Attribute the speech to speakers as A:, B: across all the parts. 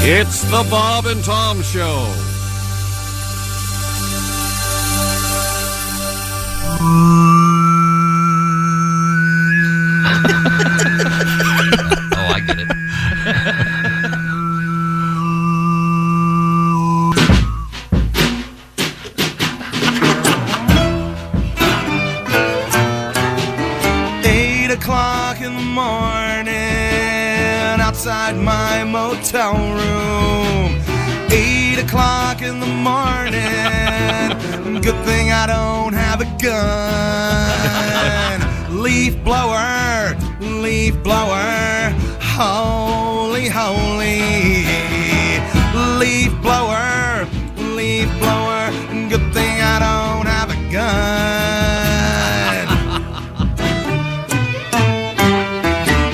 A: It's the Bob and Tom Show.
B: Oh, I get it.
C: Eight o'clock in the morning outside my motel room. Eight o'clock in the morning. Good thing I don't have a gun. leaf blower, leaf blower. Holy, holy. Leaf blower, leaf blower. Good thing I don't have a gun.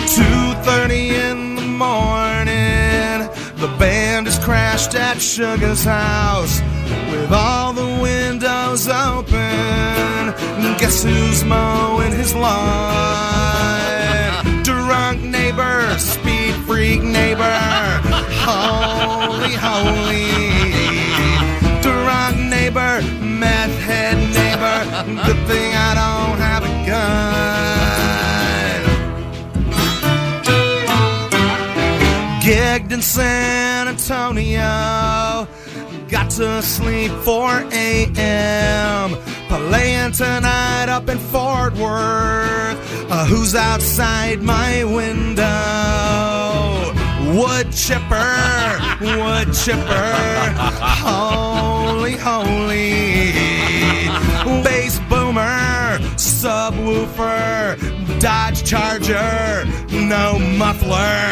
C: 2.30 in the morning the band is crashed at sugar's house with all the windows open guess who's mowing his lawn drunk neighbor speed freak neighbor holy holy drunk neighbor meth head neighbor good thing i don't have a gun gigged in San Antonio. Got to sleep 4 a.m. Playing tonight up in Fort Worth. Uh, who's outside my window? Wood chipper, wood chipper. Holy, holy. Bass boomer, subwoofer, Dodge Charger, no muffler,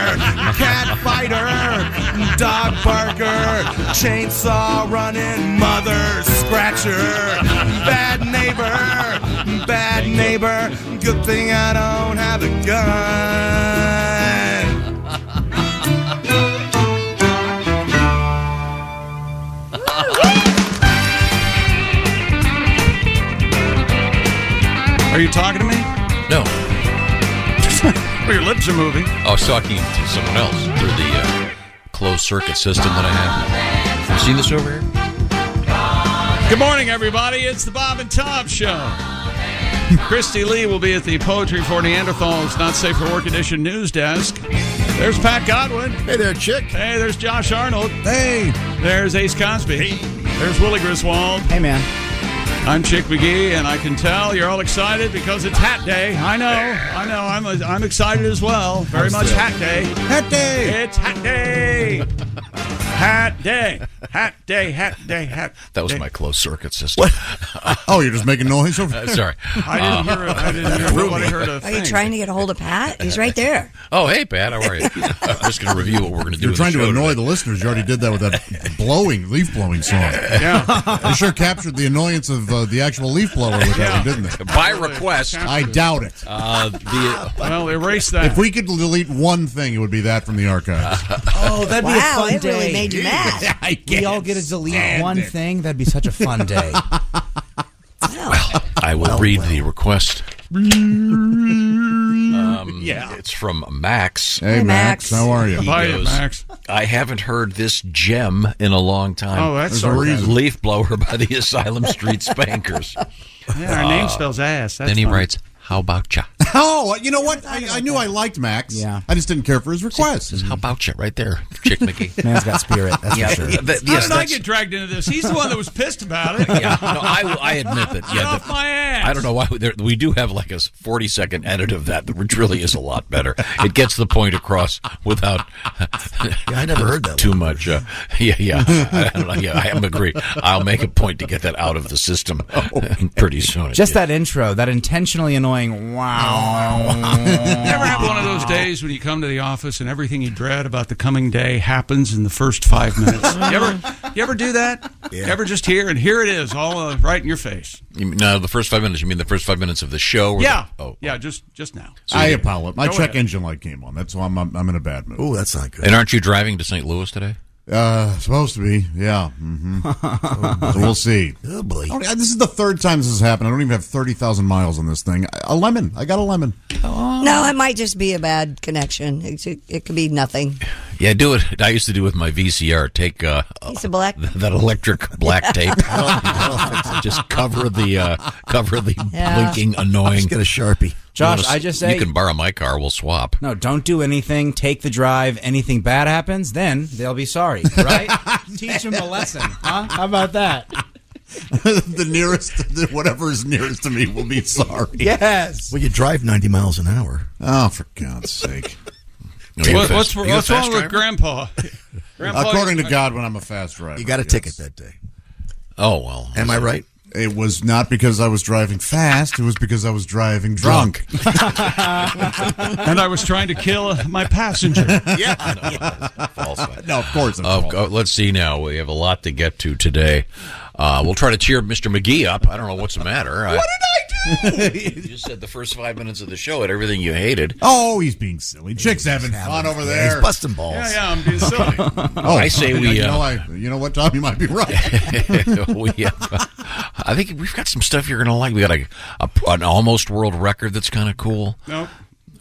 C: cat fighter, dog barker, chainsaw running, mother scratcher, bad neighbor, bad neighbor, good thing I don't have a gun.
A: Are you talking to me?
B: No.
A: Well, your lips are moving.
B: I was talking to someone else through the uh, closed circuit system that I have. You seen this over here?
A: Good morning, everybody. It's the Bob and Tom Show. Christy Lee will be at the Poetry for Neanderthals Not Safe for Work Edition news desk. There's Pat Godwin.
D: Hey there, chick.
A: Hey, there's Josh Arnold.
D: Hey.
A: There's Ace Cosby. There's Willie Griswold.
E: Hey, man.
A: I'm Chick McGee, and I can tell you're all excited because it's Hat Day. I know, I know. I'm I'm excited as well. Very much Hat Day.
D: Hat day.
A: It's Hat Day. Hat Day. Hat Day. Hat Day. Hat.
B: That was
A: day.
B: my closed circuit system.
D: Oh, you're just making noise over
B: Uh,
D: there.
B: sorry.
A: I didn't hear. A, I didn't hear.
D: threw
A: Nobody
D: me.
A: heard a
F: Are
A: thing.
F: you trying to get a hold of Pat? He's right there.
B: Oh, hey, Pat, how are you? I'm just going to review what we're going to do.
D: You're
B: with
D: trying
B: the
D: to
B: show
D: annoy
B: today.
D: the listeners. You already did that with that blowing leaf blowing song.
A: Yeah.
D: You sure captured the annoyance of uh, the actual leaf blower with that, one, didn't they?
B: By request,
D: I doubt it.
B: uh, the,
A: Well, erase that.
D: If we could delete one thing, it would be that from the archives.
E: Oh, that'd be a
F: Wow,
E: fun
F: it
E: day.
F: really made you mad.
E: we all get to delete one thing. That'd be such a fun day.
B: I will read the request. um, yeah. It's from Max.
D: Hey,
F: Hey,
D: Max.
F: Max.
D: how are you?
A: Bye,
B: goes-
A: Max.
B: I haven't heard this gem in a long time.
A: Oh, that's
D: There's a reason.
B: Leaf blower by the Asylum Street Spankers.
A: Yeah, our name spells ass. That's
B: Uh, then he
A: fine.
B: writes, "How about ya?"
D: Oh, you know what? I, I knew I liked Max.
E: Yeah.
D: I just didn't care for his request.
B: How about you, right there, Chick McGee?
E: Man's got spirit. That's
B: yeah,
E: for sure.
B: yeah, that-
A: How
B: yes,
A: did I
B: that's-
A: get dragged into this? He's the one that was pissed about it.
B: yeah. No, I, I admit that.
A: Get
B: Yeah,
A: off
B: that-
A: my ass.
B: I don't know why we, there, we do have like a 40 second edit of that, which really is a lot better. It gets the point across without. I never heard that too much. Uh, yeah, yeah, I, don't know, yeah. I am agree. I'll make a point to get that out of the system pretty soon.
E: Just that intro, that intentionally annoying wow.
A: You ever have one of those days when you come to the office and everything you dread about the coming day happens in the first five minutes? you ever, you ever do that? You ever just hear and here it is, all uh, right in your face?
B: You mean- no, the first five minutes. You mean the first five minutes of the show? or
A: Yeah,
B: the- oh,
A: yeah, just just now.
D: I apologize. My
A: Go
D: check
A: ahead.
D: engine light came on. That's why I'm, I'm, I'm in a bad mood.
G: Oh, that's not good.
B: And aren't you driving to St. Louis today?
D: Uh, supposed to be, yeah. hmm so we'll see.
G: Oh boy.
D: I don't- this is the third time this has happened. I don't even have thirty thousand miles on this thing. A lemon. I got a lemon.
G: Oh.
F: No, it might just be a bad connection. It, it, it could be nothing.
B: Yeah, do it. I used to do with my VCR. Take uh,
F: Piece of black.
B: that electric black tape. just cover the uh, cover the
F: Yeah.
B: blinking
G: Just
B: annoying.
G: get a sharpie.
E: Josh, I just say
B: you can borrow my car. We'll swap.
E: no. Don't do anything. Take the drive. Anything bad happens, then they'll be sorry, right? Teach them a lesson, huh? How about that?
D: the nearest, whatever is nearest to me, will be sorry.
E: Yes.
G: Well, you drive 90 miles an hour.
A: Uh,
D: Oh, for God's sake!
B: No, you're
A: What-
B: fast-
A: what's
B: are you a
A: what's
B: fast
A: wrong with
B: driver?
A: Grandpa? Grandpa
D: According to God, when I'm a fast driver,
G: You got a
D: yes.
G: ticket that day.
B: Oh well.
G: Am I right?
D: It was not because I was driving fast. It was because I was driving drunk.
A: and I was trying to kill uh, my passenger.
B: False.
D: no, of course. I'm
B: Uh,
D: drunk.
B: go- let's see now. We have a lot to get to today. Uh, we'll try to cheer Mr. McGee up. I don't know what's the matter. what did I do? you just said the first five minutes of the show had everything you hated.
D: Oh, he's being silly. Chicks having fun over there.
G: He's busting balls.
A: yeah, yeah, I'm being silly.
D: Oh,
B: I say we,
D: You know,
B: uh,
D: I, you know what, Tom? You might be right.
B: we have, uh, I think we've got some stuff you're going to like. We got a, a an almost world record that's kind of cool.
A: No,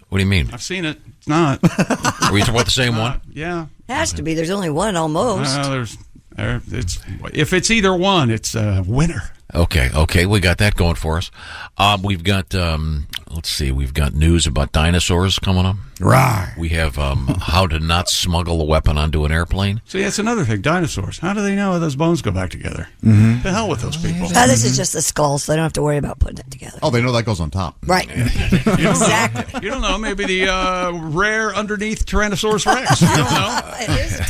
B: What do you mean?
A: I've seen it. It's not.
B: Are we talking about the same one?
A: Yeah,
F: Has to be. There's only one almost.
A: uh, there's. there- It's if it's either one, it's a winner.
B: Okay, okay, we got that going for us. Um, we've got, um, let's see, we've got news about dinosaurs coming up.
D: right.
B: We have um, how to not smuggle a weapon onto an airplane.
A: See, that's another thing. Dinosaurs. How do they know how those bones go back together?
D: Mm-hmm.
A: The hell with those people.
F: Uh, this is just a skull, so they don't have to worry about putting it together.
D: Oh, they know that goes on top.
F: Right. exactly.
A: You don't know. Maybe the uh, rare underneath Tyrannosaurus Rex. You don't know.
F: It is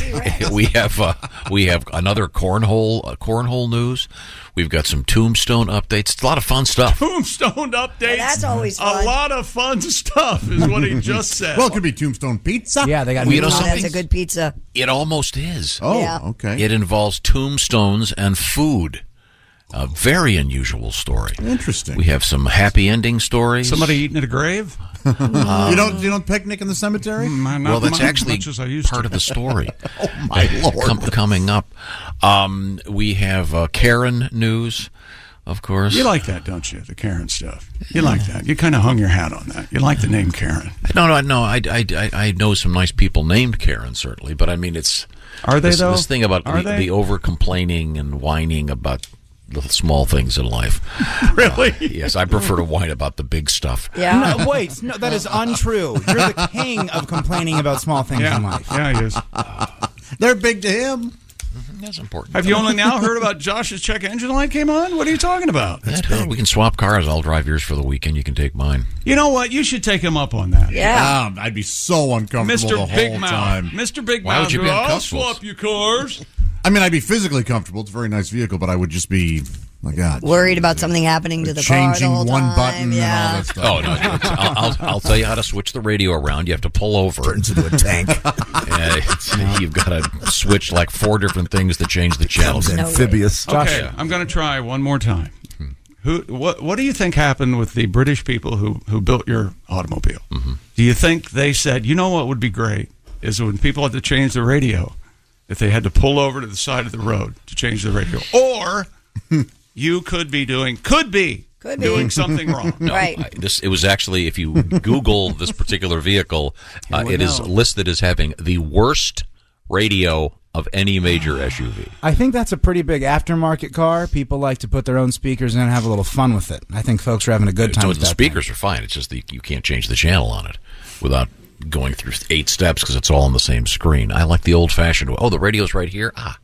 F: T-Rex.
B: We have uh, we have another cornhole uh, cornhole news. We've got some tombstone updates. It's a lot of fun stuff.
A: Tombstone updates.
F: That's always
A: A
F: fun.
A: lot of fun stuff is what he just said.
D: Well, it could be tombstone pizza.
E: Yeah, they got.
B: Well, you know
E: noodles.
F: Oh, that's a
B: something's-
F: good pizza.
B: It almost is.
D: Oh,
F: Yeah.
D: okay.
B: It involves tombstones and food. A very unusual story.
D: Interesting.
B: We have some happy ending stories. Um,
A: Somebody eating at a grave?
D: you don't, you don't picnic in the cemetery?
A: Not
B: Well, that's
A: mine,
B: actually
A: much as I used
B: part
A: to.
B: of the story. oh
D: my Lord.
B: coming up, um, we have uh, Karen news, of course.
A: You like that, don't you? The Karen stuff. You like that. You kind of hung your hat on that. You like the name Karen.
B: no, no, no. I, I, I, I know some nice people named Karen, certainly, but I mean, it's
A: Are they
B: this,
A: though?
B: This thing about
A: Are
B: the,
A: they?
B: the over complaining and whining about little small things in life. Uh,
A: Really?
B: yes, I prefer to whine about the big stuff.
F: Yeah.
E: No, wait, no, that is untrue. You're the king of complaining about small things in
A: Yeah,
E: life.
A: yeah, he is.
D: They're big to him.
B: That's important.
A: Have you only now heard about Josh's check engine light came on? What are you talking about?
B: That's big. We can swap cars. I'll drive yours for the weekend. You can take mine.
A: You know what? You should take him up on that.
F: Yeah.
B: Ah,
D: Um, I'd be so uncomfortable the
A: Mr.
D: whole
A: Big Mouth.
D: time.
A: Mr. Big
B: Why would
A: Mouth.
B: you be
A: goes, I'll
B: uncomfortable?
A: swap you cars.
D: I mean, I'd be physically comfortable. It's a very nice vehicle, but I would just be, my God.
F: Worried about something happening to the car the
D: Changing
F: whole
D: one
F: time.
D: button
F: yeah.
D: and all that stuff.
B: Oh no! it's- I'll, I'll, I'll tell you how to switch the radio around. You have to pull over.
G: Turns into a tank.
B: Yeah, it's- you've got to switch like four different things to change the channel.
G: It's amphibious.
A: Okay, I'm going to try one more time.
B: Hmm.
A: Who? What? What do you think happened with the British people who who built your automobile?
B: Mm-hmm.
A: Do you think they said, you know what would be great is when people had to change the radio, if they had to pull over to the side of the road to change the radio, or you could be doing could be
F: Could be.
A: doing something wrong.
F: Right.
B: I- This it was actually if you Google this particular vehicle, uh, it is listed as having the worst radio of any major SUV.
E: I think that's a pretty big aftermarket car. People like to put their own speakers in and have a little fun with it. I think folks are having a good time.
B: So
E: with
B: the
E: that
B: speakers are fine. It's just that you can't change the channel on it without going through eight steps because it's all on the same screen. I like the old-fashioned way. Oh, the radio's right here. Ah,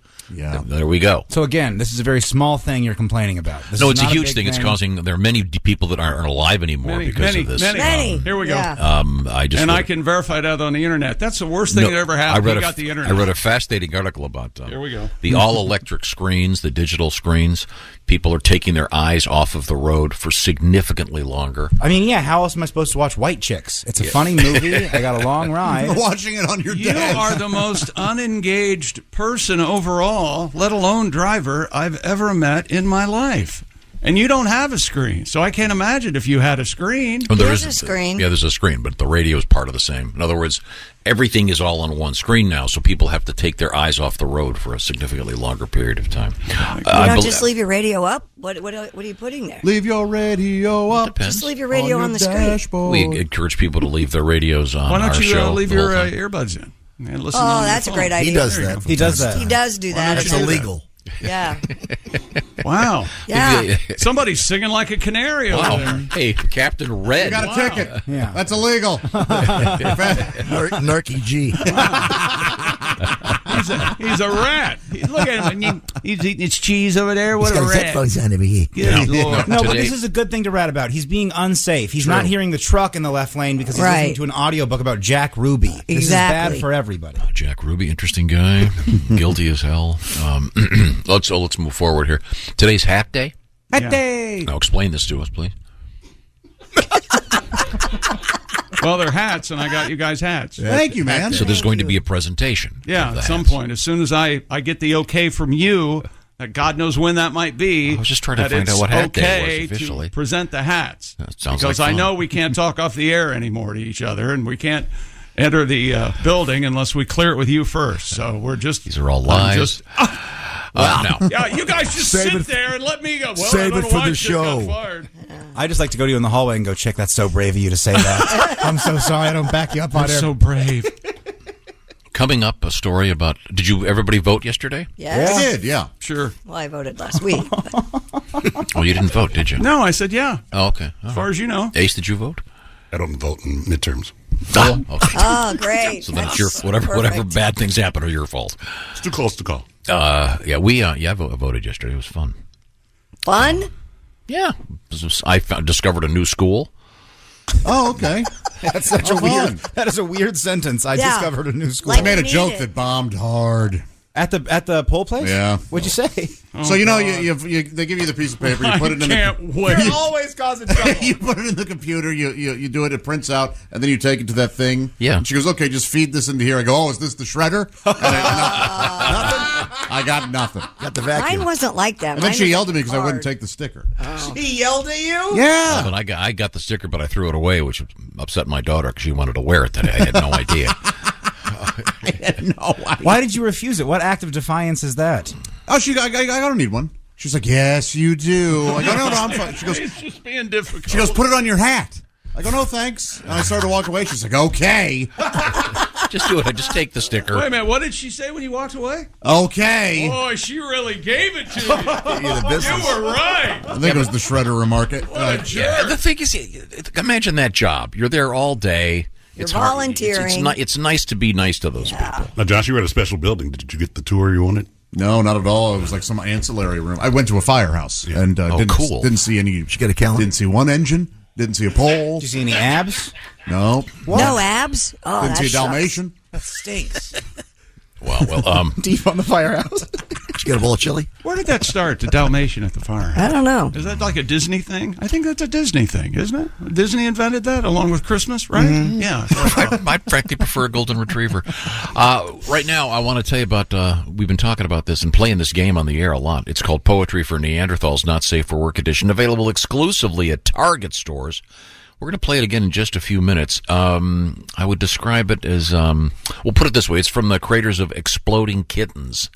D: Yeah.
B: There we go.
E: thing. So again, this is a very small thing you're complaining about. This
B: no,
E: is
B: it's a
E: not
B: huge
E: big
B: thing. It's causing there are many d- people that aren't alive anymore
A: Many,
B: because
A: many,
B: of this.
A: many.
F: Many.
A: Here we go.
F: Yeah.
B: Um, I just
A: and
B: read-
A: I can verify that on the internet. That's the worst thing
B: No,
A: that ever happened.
B: I read
A: You
B: a,
A: got the internet.
B: I read a fascinating article about um,
A: Here we go.
B: the all electric screens, the digital screens. People are taking their eyes off of the road for significantly longer.
E: I mean, yeah. How else am I supposed to watch White Chicks? It's a funny movie. I got a long ride.
D: Watching it on your
A: you
D: desk.
A: are the most unengaged person overall, let alone driver, I've ever met in my life. And you don't have a screen, so I can't imagine if you had a screen.
B: Oh,
F: There's a screen.
B: Yeah, there's a screen, but the radio is part of the same. In other words, everything is all on one screen now, so people have to take their eyes off the road for a significantly longer period of time.
A: Oh
B: Uh,
F: You
B: I
F: don't
B: bel-
F: just leave your radio up. What what what are you putting there?
D: Leave your radio up.
B: Depends.
F: Just leave your radio on, the screen.
D: dashboard.
B: we encourage people to leave their radios on.
A: Why
B: our
A: don't you
B: show
A: uh, leave
B: the whole
A: your uh,
B: time.
A: earbuds in? And listen on
F: Oh,
A: your
F: that's a
A: phone?
F: great idea.
G: He does that.
E: He does that.
F: He does do that.
G: It's illegal.
F: Yeah.
A: Wow.
F: Yeah.
A: Somebody's singing like a canary over
B: Wow.
A: there.
B: Hey, Captain Red.
D: You got a ticket.
E: Yeah.
D: That's illegal.
G: Nar- Narky G.
A: He's a, he's a rat. He- Look at him. and he- He's eating his cheese over there.
G: He's
A: What a
G: got his
A: rat.
G: headphones on to me.
A: Good Lord.
E: No, but
B: Today-
E: this is a good thing to rat about. He's being unsafe. He's not hearing the truck in the left lane because he's
F: Right.
E: listening to an audiobook about Jack Ruby. This is bad
F: Exactly.
E: for everybody.
B: Oh,
A: uh,
B: Jack Ruby, interesting guy, guilty as hell. Um, let's oh, let's move forward here. Today's Hat Day. Now explain this to us, please.
A: Well, they're hats, and I got you guys hats. Yeah,
D: Thank you, man.
B: So there's going to be a presentation. of the
A: at some
B: hats.
A: point. As soon as I, I get the okay from you, that God knows when that might be.
B: I was just trying to
A: that
B: find
A: it's
B: out what hat day
A: okay
B: it was officially.
A: To present the hats.
B: That sounds
A: because
B: like
A: I
B: fun.
A: know we can't talk off the air anymore to each other, and we can't enter the uh, building unless we clear it with you first. So we're just
B: These are all
A: I'm
B: lies.
A: just-
B: Uh, no.
A: yeah, you guys just
G: Save
A: sit
G: it-
A: there and let me go. Well, I
G: save
A: don't
G: it
A: know
G: for
A: why
G: the
A: I just got
G: show.
A: fired.
E: I just like to go to you in the hallway and go, "Chick, that's so brave of you to say that." I'm so sorry. I don't back you up on
A: I'm
E: it.
A: so brave.
B: Coming up, a story about. Did you everybody vote yesterday?
F: Yes.
D: I did, yeah.
A: Sure.
F: Well, I voted last week.
B: Well, Oh, you didn't vote, did you?
A: No, I said yeah.
B: Oh, okay. All
A: As far
B: right.
A: as you know.
B: Ace, did you vote?
H: I don't vote in midterms.
B: Oh, okay.
F: Oh, great.
B: So then it's your whatever whatever
F: perfect.
B: bad things happen are your fault.
H: It's too close to call.
B: Uh, yeah, we uh, yeah I vo- I voted yesterday. It was fun.
F: Fun?
B: Yeah, This was- I found, discovered a new school.
D: Oh, okay.
E: That's such a
D: Come
E: weird.
D: on.
E: That is a weird sentence. I
F: Yeah.
E: discovered a new school
D: I
F: Like-
D: made a
F: Need
D: joke
F: it.
D: that bombed hard.
E: at the at the poll place.
D: Yeah.
E: What'd you say?
D: so you know, you, you, you they give you the piece of paper, you put it in
A: can't
D: the
A: wait. You're
E: always causing trouble.
D: you put it in the computer, you, you you do it, it prints out, and then you take it to that thing.
B: Yeah.
D: And she goes, okay, just feed this into here. I go, oh, is this the shredder? And I, nothing. I got nothing.
G: Got the
F: Mine
G: vacuum.
F: wasn't like that.
D: And then
F: Mine
D: she
F: was Oh.
D: yelled at me because I wouldn't
F: hard.
D: take the sticker.
I: He yelled at you?
D: Yeah.
B: But I got I got the sticker, but I threw it away, which upset my daughter because she wanted to wear it today. I had no idea.
D: No. I,
E: Why did you refuse it? What act of defiance is that?
D: oh, she. I, I, I don't need one. She's like, yes, you do. I go, no, no, I'm fine. She goes,
A: It's just being difficult.
D: she goes, put it on your hat. I go, no, thanks. And I started to walk away. She's like, okay,
B: just do it. Just take the sticker.
A: Wait a minute, what did she say when you walked away?
D: okay.
A: Boy, she really gave it to you. you
G: You're the business.
A: were right.
D: I think it was the shredder remark. It,
A: What a
D: uh,
B: Yeah,
A: jerk.
B: the thing is, imagine that job. You're there all day.
F: You're
B: hard- It's, it's,
F: volunteering.
B: ni- it's nice to be nice to those people.
H: Now, Josh, you were at a special building. Did you get the tour you wanted?
D: No, not at all. It was like some ancillary room. I went to a firehouse and uh,
B: Oh,
D: didn't,
B: cool.
D: didn't see any.
G: you get a calendar?
D: Didn't see one engine. Didn't see a pole.
E: Did you see any abs?
D: No.
F: No abs? Oh,
D: didn't
F: that
D: see a
F: sucks.
D: Dalmatian.
E: That stinks.
B: Well, well, um,
E: Deep on the firehouse.
G: Did you get a bowl of chili?
A: Where did that start, the Dalmatian at the
F: I
A: fire?
F: don't know.
A: Is that like a Disney thing? I think that's a Disney thing, isn't it? Disney invented that along with Christmas, right?
F: Mm-hmm.
A: Yeah.
B: I, I frankly prefer a golden retriever. Uh, right now, I want to tell you about. Uh, we've been talking about this and playing this game on the air a lot. It's called Poetry for Neanderthals, Not Safe for Work Edition, available exclusively at Target stores. We're going to play it again in just a few minutes. Um, I would describe it as, um, we'll put it this way: it's from the creators of Exploding Kittens,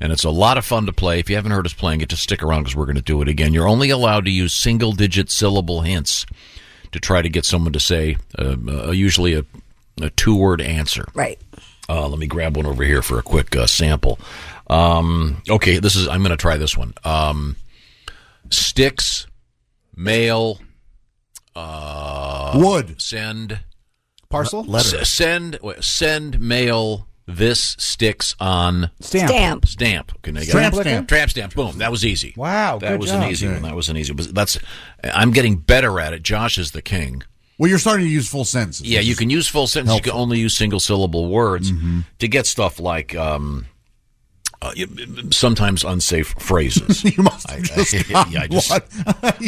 B: and it's a lot of fun to play. If you haven't heard us playing it, just stick around because we're going to do it again. You're only allowed to use single-digit syllable hints um, to try to get someone to say uh, uh, usually a, a two word answer.
F: Right.
B: Uh, let me grab one over here for a quick uh, sample. Um, okay, this is. I'm going to try this one. Um, sticks, mail, uh,
G: Wood.
B: send
E: Parcel?
B: Le- letter. S- send wait, send mail. This sticks on
E: Stamp. Stamp.
B: Stamp. Okay, now you got
E: Tramp
B: it.
E: stamp.
B: Tramp stamp. Boom. That was easy.
E: Wow,
B: that
E: good
B: was an
E: job,
B: easy
E: Jay.
B: one. That was an easy. But that's. I'm getting better at it. Josh is the king.
D: Well, you're starting to use full sentences.
B: Yeah, you can use full sentences. You can only use single syllable words
D: Mm-hmm.
B: to get stuff like um, uh, you- sometimes unsafe phrases. you must. I,
D: just
B: yeah, I just,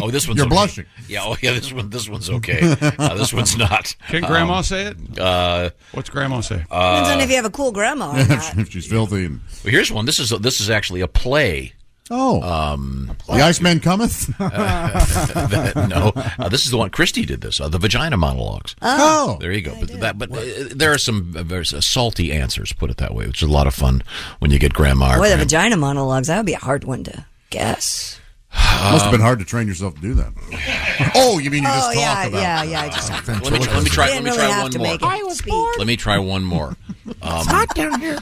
B: oh, this one's
D: You're
B: okay.
D: blushing.
B: Yeah, oh yeah, this one. This one's okay. Uh, this one's not.
A: Can Grandma
B: Um,
A: say it?
B: Uh,
A: What's Grandma say?
F: Depends on if you have a cool grandma or not.
D: if she's filthy. And...
B: Well, here's one. This is this is actually a play.
D: Oh,
B: Um,
D: the Iceman cometh.
B: Uh, no, uh, this is the one Christy did. This uh, the vagina monologues.
D: Oh.
B: there you go. But that, but uh, there are some uh, very uh, salty answers. Put it that way, which is a lot of fun when you get grandma. Or
F: Boy, the
B: grand-
F: vagina monologues, that would be a hard one to guess.
B: uh,
D: Must have been hard to train yourself to do that. oh, you mean you just
F: oh,
D: talk
F: yeah,
D: about?
F: yeah, yeah. I just
B: Let me, try- let me try. Let
F: didn't
B: me
F: really
B: try
F: have
B: one
F: to
B: more.
F: make it. I was born.
B: Let me try one more. Um,
I: It's hot down here.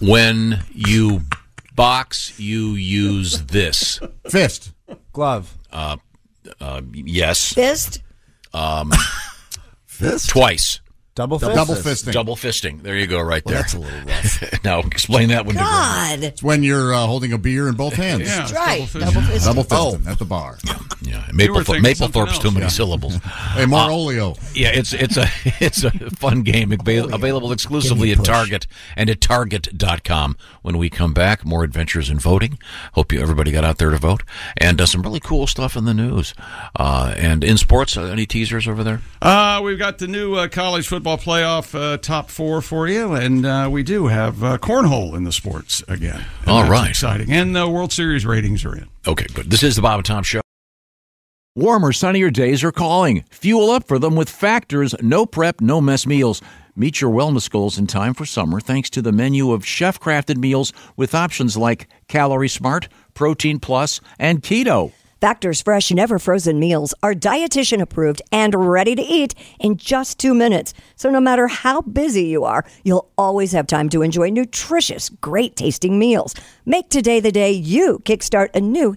B: When you box, you use this
D: fist,
E: glove.
B: Uh, uh, yes,
F: Fist?
B: um, twice.
E: Double
D: fist? Double fisting.
B: Double fisting. There you go, right
D: Well,
B: there.
D: that's a little
B: rough. now explain that one to Grandma.
F: God.
D: It's when you're uh, holding a beer in both hands.
A: Yeah, it's
F: Right.
A: double
F: Double
A: fisting.
F: fist.
D: Double fisting at the bar.
B: Oh. Yeah,
A: were
B: Maple
A: thinking
B: Maplethorpe's
A: something
B: too many
D: else.
B: syllables.
D: Hey, more oleo.
B: Yeah, it's it's a it's a fun game avail- available exclusively at Target and at target.com. When we come back, more adventures in voting. Hope you everybody got out there to vote and uh, some really cool stuff in the news. Uh, and in sports, uh, any teasers over there?
A: Uh, we've got the new uh, college football playoff uh, top four for you, and uh, we do have uh, cornhole in the sports again. And
B: All
A: that's
B: right.
A: exciting. And the World Series ratings are in.
B: Okay, good. This is the Bob and Tom show.
J: Warmer, sunnier days are calling. Fuel up for them with Factor's no prep, no mess meals. Meet your wellness goals in time for summer thanks to the menu of chef crafted meals with options like Calorie Smart, Protein Plus, and Keto.
K: Factor's fresh, never frozen meals are dietitian approved and ready to eat in just two minutes. So, no matter how busy you are, you'll always have time to enjoy nutritious, great tasting meals. Make today the day you kickstart a new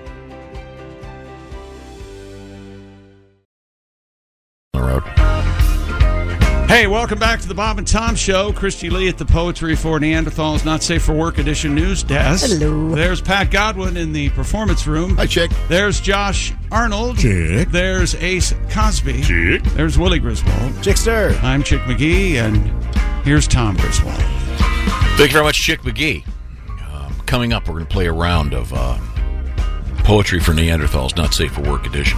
A: Hey, welcome back to the Bob and Tom Show. Christy Lee at the Poetry for Neanderthals Not Safe for Work Edition News Desk. Hello. There's Pat Godwin in the performance room. Hi, Chick. There's Josh Arnold. Chick. There's Ace Cosby. Chick. There's Willie Griswold. Chickster. I'm Chick McGee, and here's Tom Griswold.
B: Thank you very much, Chick McGee. Um, coming up, we're going to play a round of uh, poetry for Neanderthals, not safe for work edition.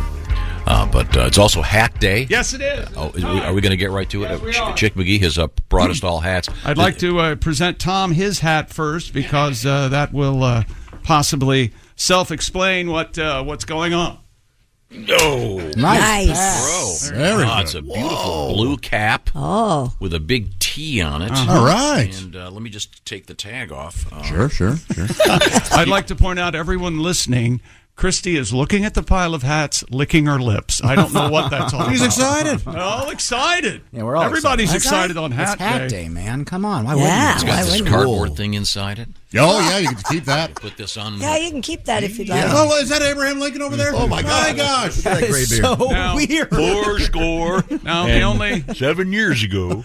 B: Uh, but uh, it's also Hat Day.
A: Yes, it is.
B: Oh, is, we, are we going to get right to it?
A: Yes, we
B: Chick-
A: are.
B: Chick McGee has uh, brought us all hats.
A: I'd like to uh, present Tom his hat first because uh, that will uh, possibly self explain what uh, what's going on.
B: No.
A: Nice. Nice.
B: Bro.
A: There we
B: Ah,
A: go.
B: it's a beautiful blue cap.
F: Oh.
B: With a big T T on it.
A: Uh-huh. All right.
B: And uh, let me just take the tag off. Uh,
A: Sure,
L: sure, sure.
A: I'd like to point out everyone listening. Christy is looking at the pile of hats, licking her lips. I don't know what that's all
E: He's
A: about.
E: excited.
A: We're all excited.
E: Yeah, we're all
A: Everybody's excited,
E: That's
A: on
E: right.
A: hat,
E: it's hat day. man. Come on, why wouldn't
B: It's
E: you?
B: got this cardboard thing inside it.
L: Oh, yeah, you can keep that.
B: Put this on.
F: Yeah, you can keep that if you'd like.
L: Yeah. Oh, is that Abraham Lincoln over there? Oh, my
B: God.
L: My gosh.
B: Look at that gray beard.
L: So
B: Now,
L: weird.
B: four score.
A: Now, the
B: and
A: only-
B: seven years ago.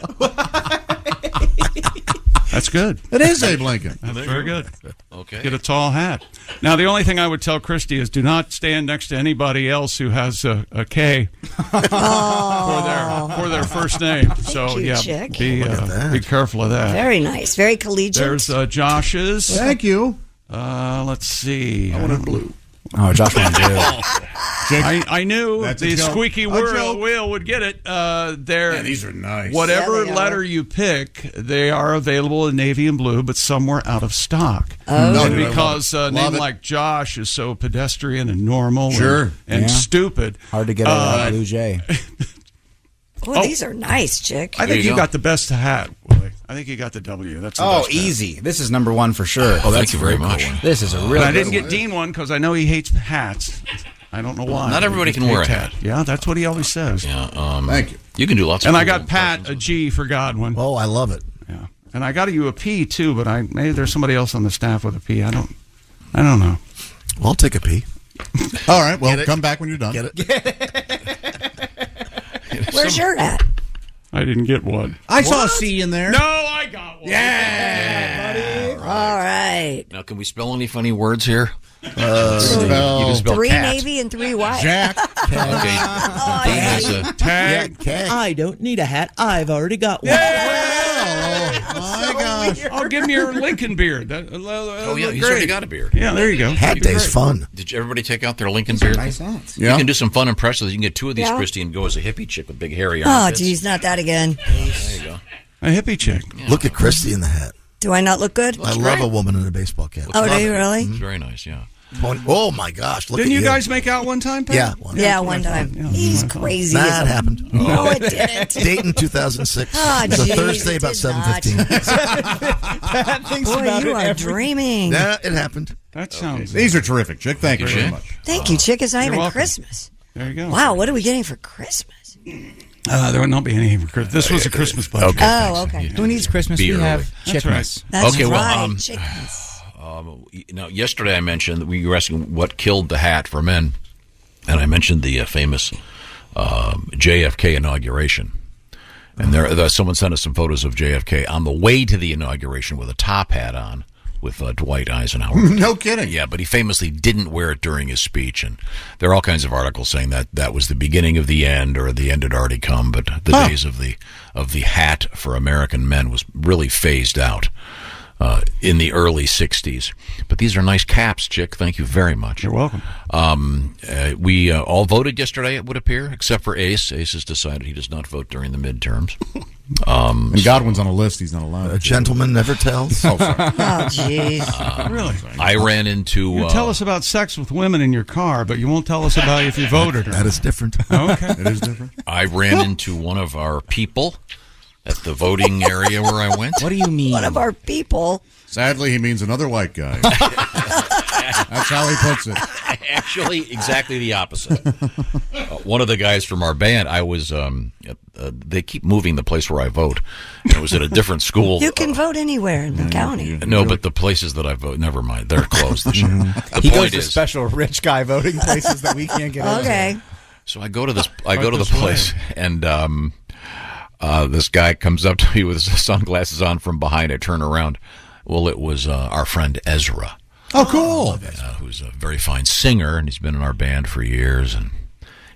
A: That's good.
L: It is Abe Lincoln.
A: That's very good.
B: Okay.
A: Get a tall hat. Now, the only thing I would tell Christy is do not stand next to anybody else who has a, a K for, their, for their first name. So,
F: Oh. you,
A: Oh, yeah,
F: Chick.
A: be,
F: Look at
A: uh,
F: that.
A: be careful of that.
F: Very nice. Very collegiate.
A: There's uh, Josh's.
F: Thank
L: you.
A: Uh, let's see. I
L: wanted blue.
E: Oh, Josh wanted blue.
A: I, I knew
E: That's a
A: the
E: joke.
A: squeaky
E: A
A: wheel,
E: joke.
A: wheel would get it. Uh, there,
L: these are nice.
A: Whatever
L: Yeah, they are.
A: letter you pick, they are available in navy and blue, but some were out of stock.
L: Oh. No,
A: And
L: dude, I love
A: because
L: it.
A: uh,
L: Love
A: name
L: it.
A: like Josh is so pedestrian and normal,
L: Sure.
A: and, and
L: Yeah.
A: stupid,
E: Hard to get a
A: Uh,
E: uh, blue jay.
F: Boy,
A: Oh.
F: these are nice, chick.
A: I think you, got the best hat. Willie. I think you got the W. That's the
E: Oh,
A: best hat.
E: easy. This is number one for sure.
A: Oh, that's Thank you very
E: Cool
A: much.
E: one. This is a
A: But
E: really.
A: I didn't
E: good
A: get Dean one because I know he hates hats. I don't know why.
B: Not everybody
A: He
B: can wear a
A: hates
B: hat.
A: Yeah, that's what he always says.
B: Yeah. Um,
L: Thank you.
B: You can do lots.
A: And
B: of
A: I got Pat a G for Godwin.
G: Oh, I love it.
A: Yeah. And I got you a P too, but I maybe there's somebody else on the staff with a P. I don't. I don't know.
G: Well, I'll take a pee.
L: All right, well, come back when you're done.
G: Get it?
F: Where's your hat?
A: I didn't get one.
L: I saw a C in there.
A: No, I got one.
F: Yeah, buddy. All right.
B: Now, can we spell any funny words here?
L: Spell-
B: Uh, you can spell
F: Three
B: cat.
F: navy and three white. Oh,
I: Oh,
B: Dean has a-
A: Tag.
I: I don't need a hat. I've already got one.
G: Oh,
L: my gosh.
A: Oh, I'll give me your Lincoln beard. That, oh
B: Oh yeah, he's already got a beard.
A: Yeah, there you go.
G: Hat day's fun.
B: Did you- everybody take out their Lincoln beard?
E: Nice hats.
B: You
L: Yeah.
B: can do some fun impressions. You can get two of these,
F: Yeah.
B: Christy, and go as a hippie chick with big hairy
F: Oh,
B: arms.
F: geez, not that again.
B: there you go.
A: A hippie chick.
G: Look at Christy in the hat.
F: Do I not look good?
G: I love a woman in a baseball cap.
F: Oh, do you really?
B: It's very nice. Yeah.
G: Pony- Oh my gosh! Look
A: Didn't
G: at
A: you guys make out one time? Pat?
G: Yeah, one.
F: Yeah, one time. He's crazy. as
G: That
F: a-
G: happened.
F: No, it didn't.
G: Dayton, 2006.
F: Ah,
G: it was
F: geez,
G: a Thursday,
F: it
G: about
F: did not.
G: 7:15.
F: Boy, you are dreaming.
G: Nah, it happened.
A: That sounds.
L: These are terrific, Chick. Thank you very
B: Chick.
L: much.
F: Thank you, chick. It's not
A: You're
F: even
A: welcome.
F: Christmas.
A: There you go.
F: Wow, what are we getting for Christmas?
A: Uh, there would not be any for Christmas. This was a Christmas budget.
B: Okay.
F: Oh, okay.
E: Who needs Christmas?
B: Be
E: we
B: early.
E: have
A: That's
E: chickens.
F: That's
B: Okay,
F: right.
B: well, um,
F: chickens.
B: Um, now, yesterday I mentioned that we were asking what killed the hat for men, and I mentioned the uh, famous um, JFK inauguration. And there, there, someone sent us some photos of JFK on the way to the inauguration with a top hat on, with uh, Dwight Eisenhower.
L: No kidding.
B: Yeah, but he famously didn't wear it during his speech, and there are all kinds of articles saying that that was the beginning of the end, or the end had already come. But the days of the of the hat for American men was really phased out uh, in the early '60s. But these are nice caps, chick. Thank you very much.
A: You're welcome.
B: Um, uh, we uh, all voted yesterday. It would appear, except for Ace. Ace has decided he does not vote during the midterms. Um,
L: And Godwin's on a list. He's not allowed.
G: A gentleman never tells.
L: Oh, sorry.
F: Oh, jeez.
A: uh, Really?
B: uh, I ran into.
A: You
B: uh,
A: tell us about sex with women in your car, but you won't tell us about if you voted or
G: That
A: not.
G: is different.
A: Okay.
L: it is different.
B: I ran into one of our people at the voting area where I went.
E: What do you mean?
F: One of our people.
L: Sadly, he means another white guy. That's how he puts it.
B: Actually, exactly the opposite. Uh, one of the guys from our band, I was. Um, uh, they keep moving the place where I vote. And it was at a different school.
F: You can vote anywhere in the county.
B: Uh, no, but the places that I vote, never mind. They're closed this year. The
E: He goes
B: point
E: to
B: is,
E: special rich guy voting places that we can't get. into.
F: Okay.
B: So I go to this. I go
A: Right
B: to the
A: this way.
B: place, and um, uh, this guy comes up to me with his sunglasses on from behind. I turn around. Well, it was uh, our friend Ezra.
L: Oh, cool.
B: uh, who's a very fine singer, and he's been in our band for years. And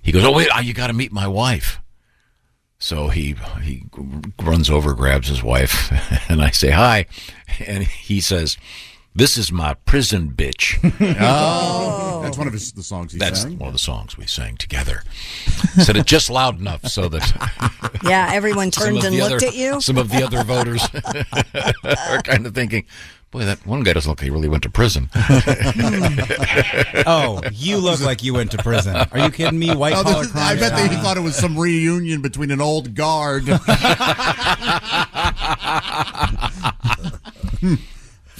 B: he goes, "Oh wait, ah, you got to meet my wife." So he he runs over, grabs his wife, and I say hi, and he says, "This is my prison bitch." Oh.
F: Oh.
L: That's one of his the songs he
B: That's
L: sang.
B: one of the songs we sang together. Said it just loud enough so that
F: Yeah, everyone
B: some
F: turned
B: of
F: and
B: the
F: looked
B: other-
F: at you.
B: Some of the other voters are kind of thinking, "Boy, that one guy doesn't look like he really went to prison."
E: Oh, you look like you went to prison. Are you kidding me? White
L: Oh,
E: collar
L: this is-
E: crime.
L: I bet
E: is
L: that he
E: not-
L: thought it was some reunion between an old guard.
D: Hmm.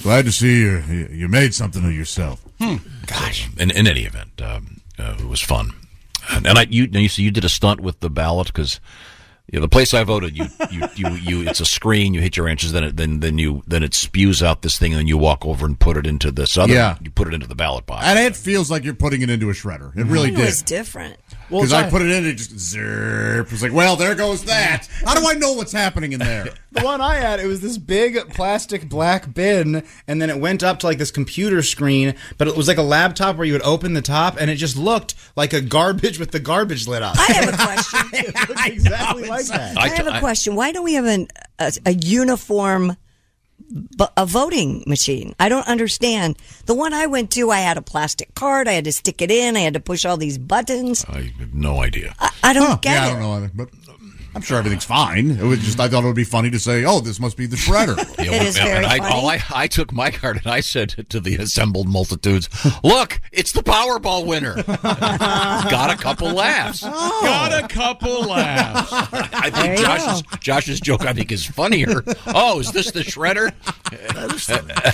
D: Glad to see you. You you made something of yourself.
B: Hmm. Gosh. In, in any event, um, uh, it was fun. And, and I, you, now you see, you did a stunt with the ballot because you know, the place I voted, you, you, you, you, it's a screen. You hit your inches, then it, then, then you, then it spews out this thing, and then you walk over and put it into this other.
D: Yeah.
B: You put it into the ballot box.
D: And it feels like you're putting it into a shredder. It really
F: Mine
D: did.
F: was different.
D: Because I put it in, it just zerp. It's like, well, there goes that. How do I know what's happening in there?
E: The one I had, it was this big plastic black bin, and then it went up to like this computer screen, but it was like a laptop where you would open the top, and it just looked like a garbage with the garbage lid up. I have a question. exactly like that.
F: I, have a question. Why don't we have an, a, a uniform bu- a voting machine? I don't understand. The one I went to, I had a plastic card. I had to stick it in. I had to push all these buttons.
B: I have no idea.
F: I, I don't get
D: yeah, I
F: it.
D: don't know either, but I'm sure everything's fine. It was just I thought it would be funny to say, "Oh, this must be the shredder."
B: Yeah, well, and I, all I, I took my card and I said to the assembled multitudes, "Look, it's the Powerball winner. Got a couple laughs.
A: Got a couple laughs.
B: I think Josh's, Josh's joke I think is funnier. Oh, is this the shredder?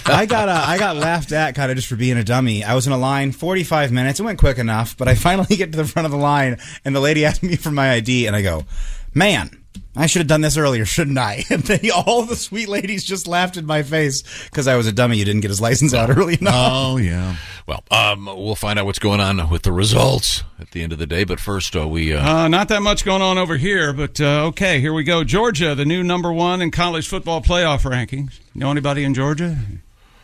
E: I got uh, I got laughed at kind of just for being a dummy. I was in a line 45 minutes. It went quick enough, but I finally get to the front of the line, and the lady asked me for my ID, and I go, "Man, I should have done this earlier, shouldn't I?" And they, all the sweet ladies just laughed in my face because I was a dummy. You didn't get his license out early enough.
D: Oh, yeah.
B: Well, um, we'll find out what's going on with the results at the end of the day. But first, uh, we uh,
A: Uh, not that much going on over here, but uh, okay, here we go. Georgia, the new number one in college football playoff rankings. Know anybody in Georgia?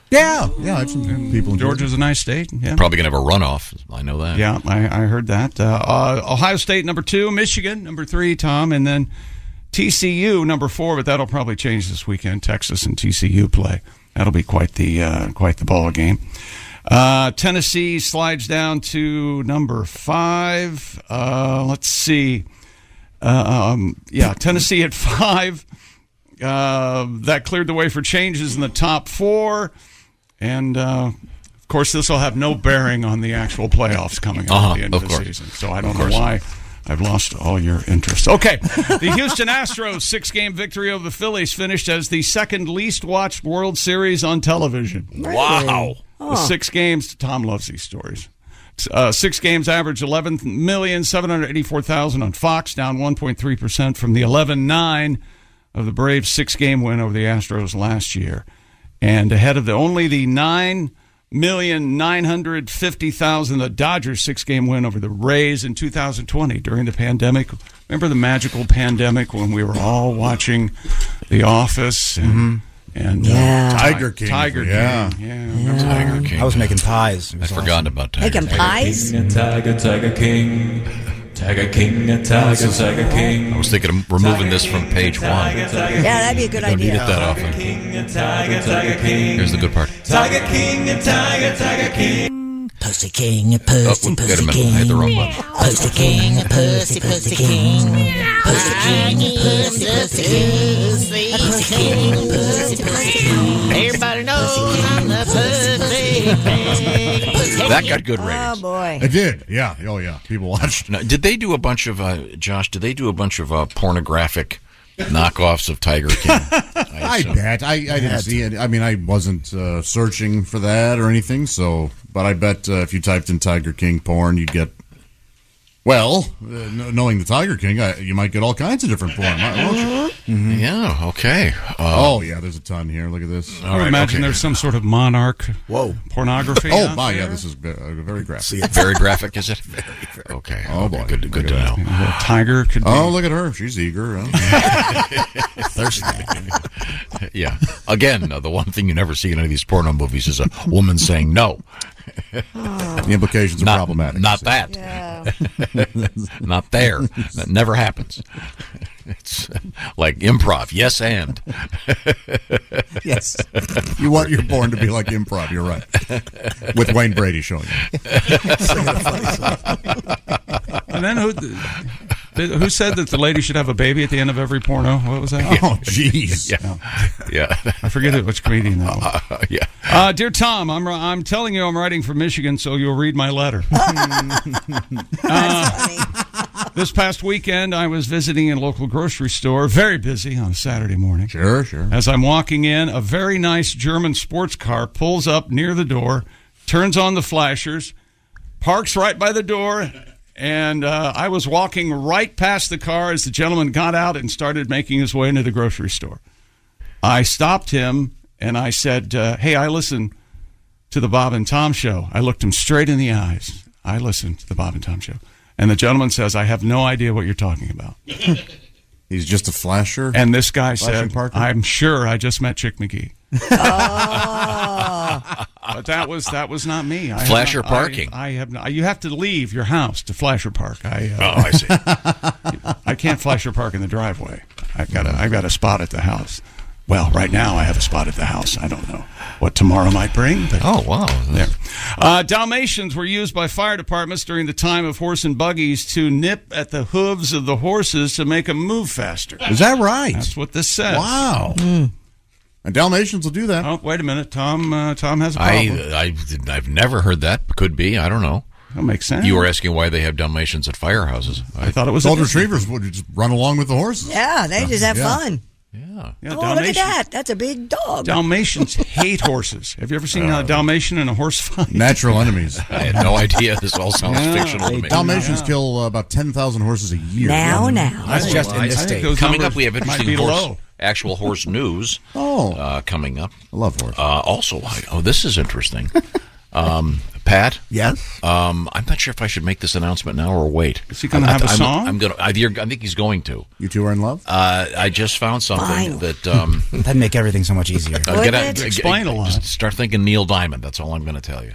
D: Yeah, yeah, I have some people in
A: Georgia's a nice state. Yeah.
B: probably gonna have a runoff. I know that.
A: Yeah, I, I heard that. Uh, uh, Ohio State number two, Michigan number three, Tom, and then TCU number four. But that'll probably change this weekend. Texas and TCU play. That'll be quite the uh, quite the ball game. Uh, Tennessee slides down to number five. Uh, let's see. Um, yeah, Tennessee at five. Uh, that cleared the way for changes in the top four. And uh, of course, this will have no bearing on the actual playoffs coming up
B: Uh-huh,
A: at the end
B: of
A: of, the
B: course.
A: season. So I don't
B: Of
A: know
B: course.
A: why I've lost all your interest. Okay. the Houston Astros six game victory over the Phillies finished as the second least watched World Series on television.
B: Wow.
A: The six games, Tom loves these stories. Uh, six games average 11,784,000 on Fox, down 1.3% from the 11.9 of the Braves' six game win over the Astros last year. And ahead of the only the 9,950,000, the Dodgers' six game win over the Rays in 2020 during the pandemic. Remember the magical pandemic when we were all watching The Office and. And uh,
D: Yeah.
A: Ti-
D: Tiger King.
A: Tiger King.
D: Yeah.
A: remember Tiger King.
E: I was making pies. I'd
B: forgotten about Tiger.
F: Making pies?
M: King, a tiger, tiger king. Tiger king, a tiger, tiger king.
B: I was thinking of removing this from page one.
M: Tiger, tiger,
F: Yeah, that'd be a good
B: Don't need
F: idea.
B: it that often.
M: king, a tiger, tiger king.
B: Here's the good part.
M: Tiger king, a tiger, tiger king.
N: Pussy king, a
B: Oh,
N: pussy,
B: wait a
N: pussy
B: minute. I
N: king.
B: had the wrong one.
N: Pussy king, a pussy, pussy king. Pussy king, a pussy, pussy king. A pussy king, a pussy, pussy king. Everybody knows I'm the pussy king. Oh,
B: That got
I: Oh,
B: good ratings.
F: boy.
D: I did. Yeah. Oh, yeah. People watched.
B: Now, did they do a bunch of uh, Josh? Did they do a bunch of uh, pornographic knockoffs of Tiger King?
D: I bet. I, I didn't
B: Had
D: see it. I mean, I wasn't uh, searching for that or anything. So, but I bet uh, if you typed in Tiger King porn, you'd get. Well, uh, kn- knowing the Tiger King, I, you might get all kinds of different porn. won't you?
B: Mm-hmm. Yeah. Okay. Uh,
D: oh yeah, there's a ton here. Look at this.
A: I would imagine there's some sort of monarch
D: Whoa.
A: pornography.
D: Oh
A: out
D: my,
A: there.
D: yeah, this is ve- uh, very graphic.
B: See it. Very graphic, is it? Okay.
D: Oh boy, good,
B: good to know.
A: tiger could.
D: Oh, look at her. She's eager. huh?
B: yeah. Again, uh, the one thing you never see in any of these porno movies is a woman saying no.
D: The implications are
B: not,
D: problematic.
B: Not that. not there. That never happens. It's uh, like improv. Yes, and.
D: Yes. You want your porn to be like improv. You're right. With Wayne Brady showing you.
A: and then who? Who said that the lady should have a baby at the end of every porno? What was that?
D: Oh, jeez.
B: Yeah. yeah.
A: I forget it, which comedian that was.
B: yeah.
A: Uh, dear Tom, I'm I'm telling
E: Oh.
A: you I'm writing from Michigan, so you'll read my letter. this past weekend, I was visiting a local grocery store, very busy on a Saturday morning. Sure, sure. As I'm walking in, a very nice German sports car pulls up near the door, turns on the flashers, parks right by the door, and uh, I was walking right past the car as the gentleman got out and started making his way into the grocery store. I stopped him and I said, uh, Hey, I listen to the Bob and Tom show. I looked him straight in the eyes. I listened to the Bob and Tom show. And the gentleman says, I have no idea what you're talking about.
B: Uh,
A: He's just a flasher. And this guy
D: Flashing
A: said,
D: Parker?
A: I'm sure I just met Chick McGee.
F: Oh.
A: but that was that was not me. I have
B: Flasher
A: not- I-
B: parking.
A: I, have not. You have to leave your house to flasher park. I
B: Oh, I
A: see. I can't flasher park in the driveway. I've got a I've got a spot at the house. Well, right now I have a spot at the house. I don't know what tomorrow might bring. But oh wow! There, uh, Dalmatians were used by fire departments during the time of horse and buggies to nip at the hooves of the horses to make them move faster.
D: Is that right?
A: That's what this says.
D: Wow.
A: Hmm. And Dalmatians will do that. Oh, wait a minute, Tom. Uh, Tom has a problem.
B: I, I didn't- I've never heard that. Could be. I don't know.
A: That makes sense.
B: You were asking why they have Dalmatians at firehouses. I,
D: Golden retrievers would just run along with the horses.
F: Yeah, they just have
D: Yeah.
F: fun.
B: Yeah.
F: oh, look at
A: Dalmatians.
F: that. That's a big
B: uh,
F: dog.
A: Dalmatians hate horses. Have you ever seen a Dalmatian and a horse fight?
D: Natural enemies.
B: I had no idea. This all sounds
D: Yeah.
B: fictional to me.
D: Dalmatians kill uh, about 10,000 horses a year.
B: Now,
F: now.
D: That's just in this state.
B: Coming up, we have
D: might be
B: interesting horse,
D: low.
B: actual horse news.
D: Oh.
B: uh, coming up. I
D: love horse.
B: Uh, also, I, oh, this is interesting. um, Pat.
G: Yes.
B: Um, I'm not sure if I should make this announcement now or wait. Is
D: he gonna have a
B: a
D: song?
B: I'm gonna. I, you're, I think he's going to.
D: You two are in love?
B: Uh, I just found something that um,
E: That'd make everything so much easier.
B: Uh, get out- get- just Start thinking Neil Diamond. That's all I'm going to tell you.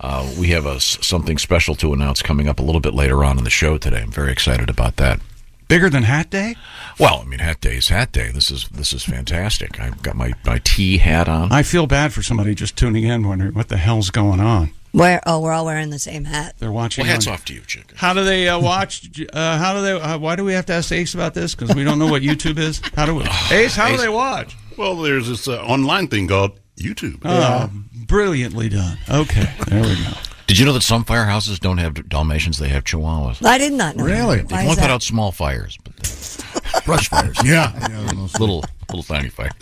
B: Uh, we have a, s- something special to announce coming up a little bit later on in the show today. I'm very excited about that.
A: Bigger than Hat Day?
B: Well, I mean, Hat Day is Hat Day. This is this is fantastic. I've got my, my tea hat on.
A: I feel bad for somebody just tuning in, wondering what the hell's going on.
F: Where? Oh, we're all wearing the same hat.
A: They're watching.
B: Well, hats
A: on-
B: off to you, Chick.
A: How do they uh, watch? Uh, how do they? Uh, why do we have to ask Ace about this? Because we don't know what YouTube is. How do we?
B: Oh,
A: Ace, how do they watch?
H: Well, there's this uh, online thing called YouTube.
A: Oh, brilliantly done. Okay, there we go.
B: Did you know that some firehouses don't have Dalmatians? They have Chihuahuas.
F: I did not know.
B: Really?
F: That.
B: They
F: Why is
B: only put
F: that?
B: out small fires, but they- brush fires.
D: Yeah.
B: little little tiny fires.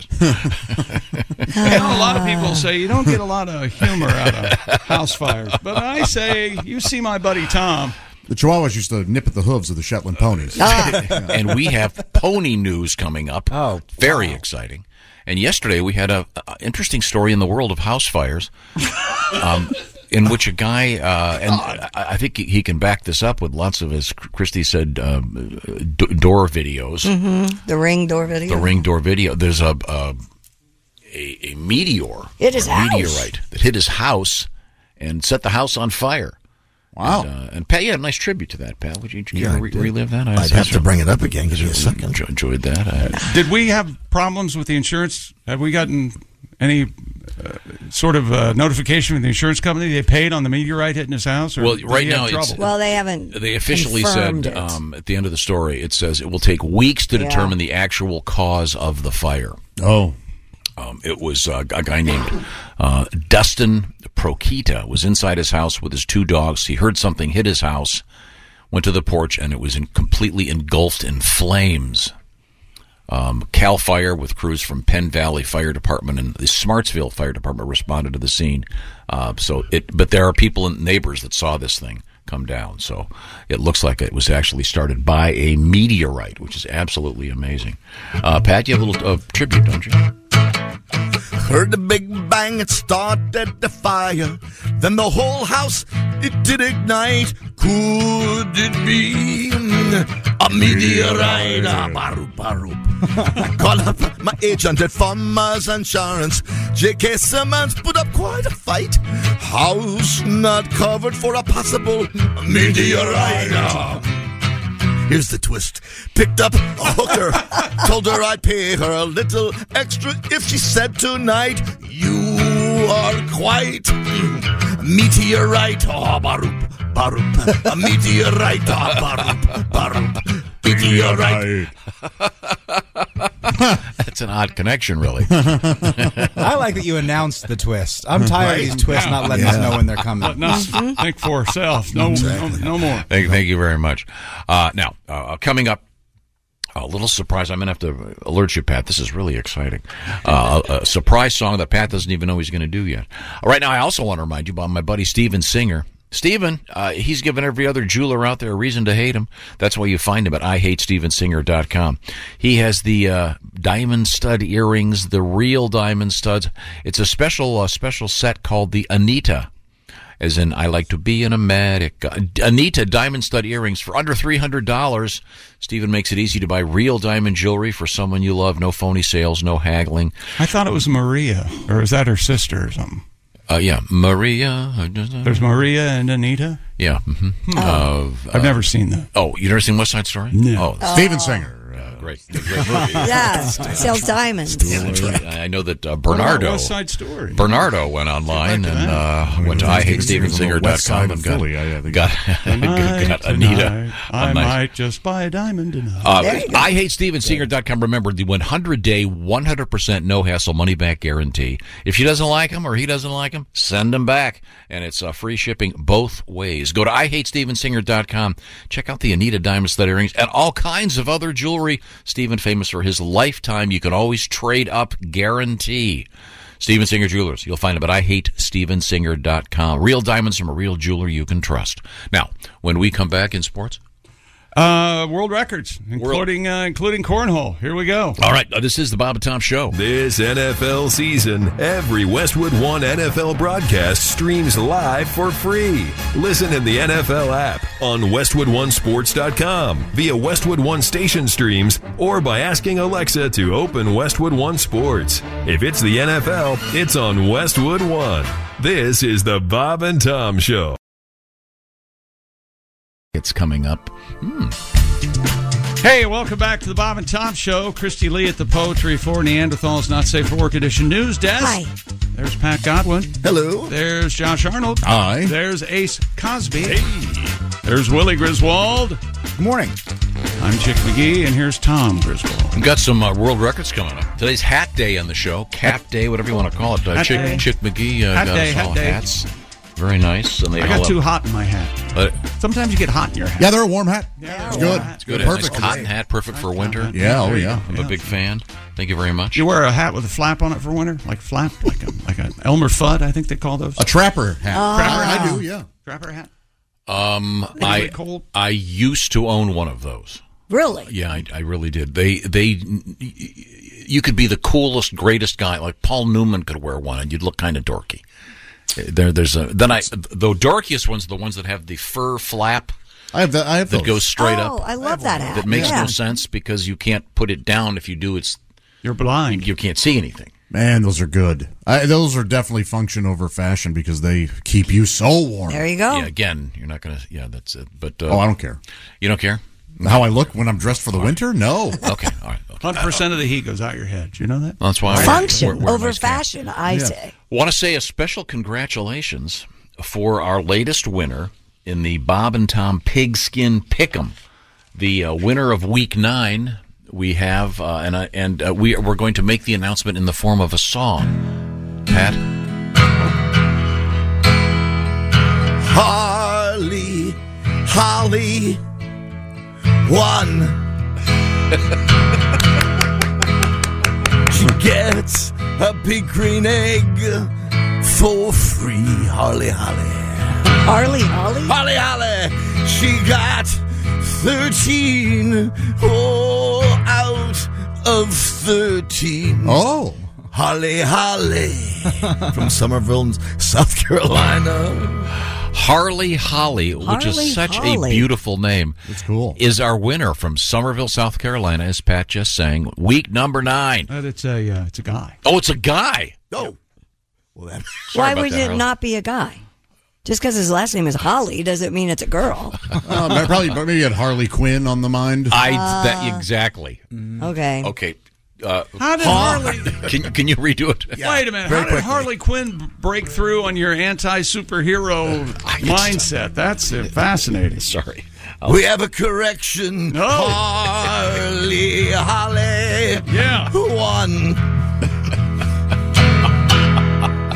A: I know a lot of people say you don't get a lot of humor out of house fires, but I say you see my buddy Tom.
D: The Chihuahuas used to nip at the hooves of the Shetland ponies.
F: Oh.
B: and we have pony news coming up. Oh, very exciting! And yesterday we had a, a interesting story in the world of house fires, um, in which a guy uh, and I, I think he- he can back this up with lots of as Christy said um, d- door videos,
F: Mhm. The ring door video.
B: the ring door video. There's a a, a, a meteor,
F: Hit his
B: a
F: house.
B: meteorite that hit his house and set the house on fire. Wow! And, uh, and Pat, yeah, nice tribute to that, Pat. Would you, do you
G: Yeah, I
B: re-
G: did.
B: relive that?
G: I'd have to bring it up again. Give me a second.
B: Enjoy- Enjoyed that. I,
A: Did we have problems with the insurance? Have we gotten any uh, sort of uh, notification from the insurance company they paid on the meteorite hitting his house? Or
B: Well,
A: did
B: right
A: he have
B: now it's-
A: trouble?
F: Well, they haven't.
B: They officially said
F: confirmed it.
B: um, at the end of the story, it says it will take weeks to
F: Yeah.
B: determine the actual cause of the fire.
D: Oh.
B: Um, it was uh, a guy named uh, Dustin Prokita was inside his house with his two dogs. He heard something hit his house, went to the porch, and it was in, completely engulfed in flames. Um, Cal Fire with crews from Penn Valley Fire Department and the Smartsville Fire Department responded to the scene. Uh, so it, but there are people and neighbors that saw this thing come down. So it looks like it was actually started by a meteorite, which is absolutely amazing. Uh, Pat, you have a little uh, tribute, don't you?
G: Heard the big bang, it started the fire. Then the whole house, it did ignite. Could it be a meteorite? Ah, baroop, baroop. I called up my agent at Farmers Insurance. J.K. Simmons put up quite a fight. House not covered for a possible meteorite. Ah. Here's the twist. Picked up a hooker, told her I'd pay her a little extra if she said tonight, You are quite mm, meteorite. Oh, baroop, baroop. A meteorite. Oh, baroop, baroop. Meteorite.
B: It's an odd connection, really.
E: I like that you announced the twist. I'm tired of these twists not letting us know when they're coming.
A: Letting us think for ourselves. No, no, no more.
B: Thank, thank you very much. Uh, now, uh, coming up, a little surprise. I'm going to have to alert you, Pat. This is really exciting. Uh, a, a surprise song that Pat doesn't even know he's going to do yet. Uh, Right now, I also want to remind you about my buddy Steven Singer. Steven, uh, he's given every other jeweler out there a reason to hate him. That's why you find him at IHateStevenSinger.com. He has the uh, diamond stud earrings, the real diamond studs. It's a special, uh, special set called the Anita as in I like to be an America. Anita diamond stud earrings for under three hundred dollars. Stephen makes it easy to buy real diamond jewelry for someone you love. No phony sales, no haggling.
A: I thought it was Maria, or is that her sister or something?
B: Uh, yeah, Maria.
A: There's
B: Mm-hmm.
A: Maria and Anita.
B: Yeah. hmm
A: I've never seen that.
B: Oh, you never seen West Side Story?
A: No.
B: Oh,
D: Steven Singer.
B: uh, great, great movie.
F: Yeah, sells diamonds.
B: I know that uh, Bernardo.
A: West Side Story.
B: Bernardo went online and uh, went to
D: West Side
B: IHateStevenSinger.com
D: of
B: and got,
D: Philly, I- I think.
B: got,
A: Tonight,
B: got Anita.
A: tonight,
B: a
A: I
B: nice-
A: might just buy a diamond tonight.
B: Uh, I hate stevensinger.com. Remember the 100 day, 100% no hassle money back guarantee. If she doesn't like them or he doesn't like them, send them back. And it's uh, free shipping both ways. Go to IHateStevenSinger.com. Check out the Anita Diamond Stud Earrings and all kinds of other jewelry. Steven famous for his lifetime. You can always trade up guarantee. Steven Singer Jewelers. You'll find them at IHateStevenSinger.com. Real diamonds from a real jeweler you can trust. Now, when we come back in sports,
A: Uh, world records, including Uh, including cornhole. Here we go.
B: All right, uh, this is the Bob and Tom Show.
O: This NFL season, every Westwood One NFL broadcast streams live for free. Listen in the NFL app, on WestwoodOneSports.com, via Westwood One station streams, or by asking Alexa to open Westwood One Sports. If it's the NFL, it's on Westwood One. This is the Bob and Tom Show.
B: It's coming up. Hmm.
A: Hey, welcome back to the Bob and Tom Show. Christy Lee at the Poetry for Neanderthals Not Safe for Work Edition News Desk. Hi. There's Pat Godwin.
G: Hello.
A: There's Josh Arnold.
D: Hi.
A: There's Ace Cosby. There's Willie Griswold. Good
E: morning.
A: I'm Chick McGee, and here's Tom Griswold.
B: We've got some uh, world records coming up. Today's hat day on the show, cap day, whatever you want to call it. Uh,
A: Hat
B: Chick,
A: day.
B: Chick McGee uh,
A: Hat
B: got
A: day,
B: us
A: hat
B: all
A: day.
B: hats. Very nice. And they
A: I
B: all
A: got
B: have-
A: too hot in my hat.
B: Uh,
A: Sometimes you get hot in your hat.
D: Yeah, they're a warm hat.
A: Yeah,
D: it's good.
B: it's good. Perfect.
D: Perfect.
B: Nice cotton hat, perfect for winter.
D: Yeah, oh,
B: There you
D: yeah.
B: go. I'm a big fan. Thank you very much.
A: You wear a hat with a flap on it for winter, like flap, like a, like a Elmer Fudd, I think they call those.
D: A trapper hat.
F: Oh.
A: Trapper hat.
D: I do, yeah.
A: Trapper hat.
B: Um, I
A: cold?
B: I used to own one of those.
F: Really?
B: Yeah, I, I really did. They they you could be the coolest, greatest guy. Like Paul Newman could wear one, and you'd look kind of dorky. There, there's a then I the dorkiest ones are the ones that have the fur flap.
D: I have that. I have
B: that
D: those.
B: goes straight
F: oh,
B: up.
F: I love that hat.
B: That makes
F: yeah.
B: no sense because you can't put it down. If you do, it's
A: you're blind.
B: You can't see anything.
D: Man, those are good. I, those are definitely function over fashion because they keep you so warm.
F: There you go.
B: Yeah, again, you're not gonna. Yeah, that's it. But uh,
D: Oh, I don't care.
B: You don't care.
D: How I look when I'm dressed for the winter? No.
B: Okay, all right.
D: Oh.
A: Hundred percent of the heat goes out your head. Do you know that?
B: That's why I
F: Function
B: wear- wear
F: over
B: nice pants.
F: fashion, I say.
B: Want to say a special congratulations for our latest winner in the Bob and Tom Pigskin Pick'em. The uh, winner of Week Nine, we have, uh, and I and uh, we we're going to make the announcement in the form of a song. Pat,
G: Harley, Holly, one. she gets a big green egg for free. Harley, Holly.
F: Harley, Holly?
G: Holly, Holly. She got 13. Oh, out of 13.
D: Oh.
G: Holly, Holly. From Somerville, South Carolina.
B: Harley Holly, which
G: Harley
B: is such
G: Holly.
B: a beautiful name,
D: It's cool.
B: is our winner from Somerville, South Carolina, as Pat just sang. Week number nine.
A: But it's a uh, it's a guy.
B: Oh, it's a guy.
G: Oh. Well,
B: that,
F: Why would it not be a guy? Just because his last name is Holly doesn't mean it's a girl.
D: Uh, but probably, but maybe you had Harley Quinn on the mind.
B: I that exactly.
F: Okay.
B: Okay. Uh,
A: How did Harley?
B: can can you redo it?
A: Wait a minute. How did Harley Quinn break through on your anti superhero
B: Uh,
A: mindset? That's uh, fascinating.
B: Sorry. Oh.
G: We have a correction.
A: No.
G: Harley, Holly. Ready? Yeah. One.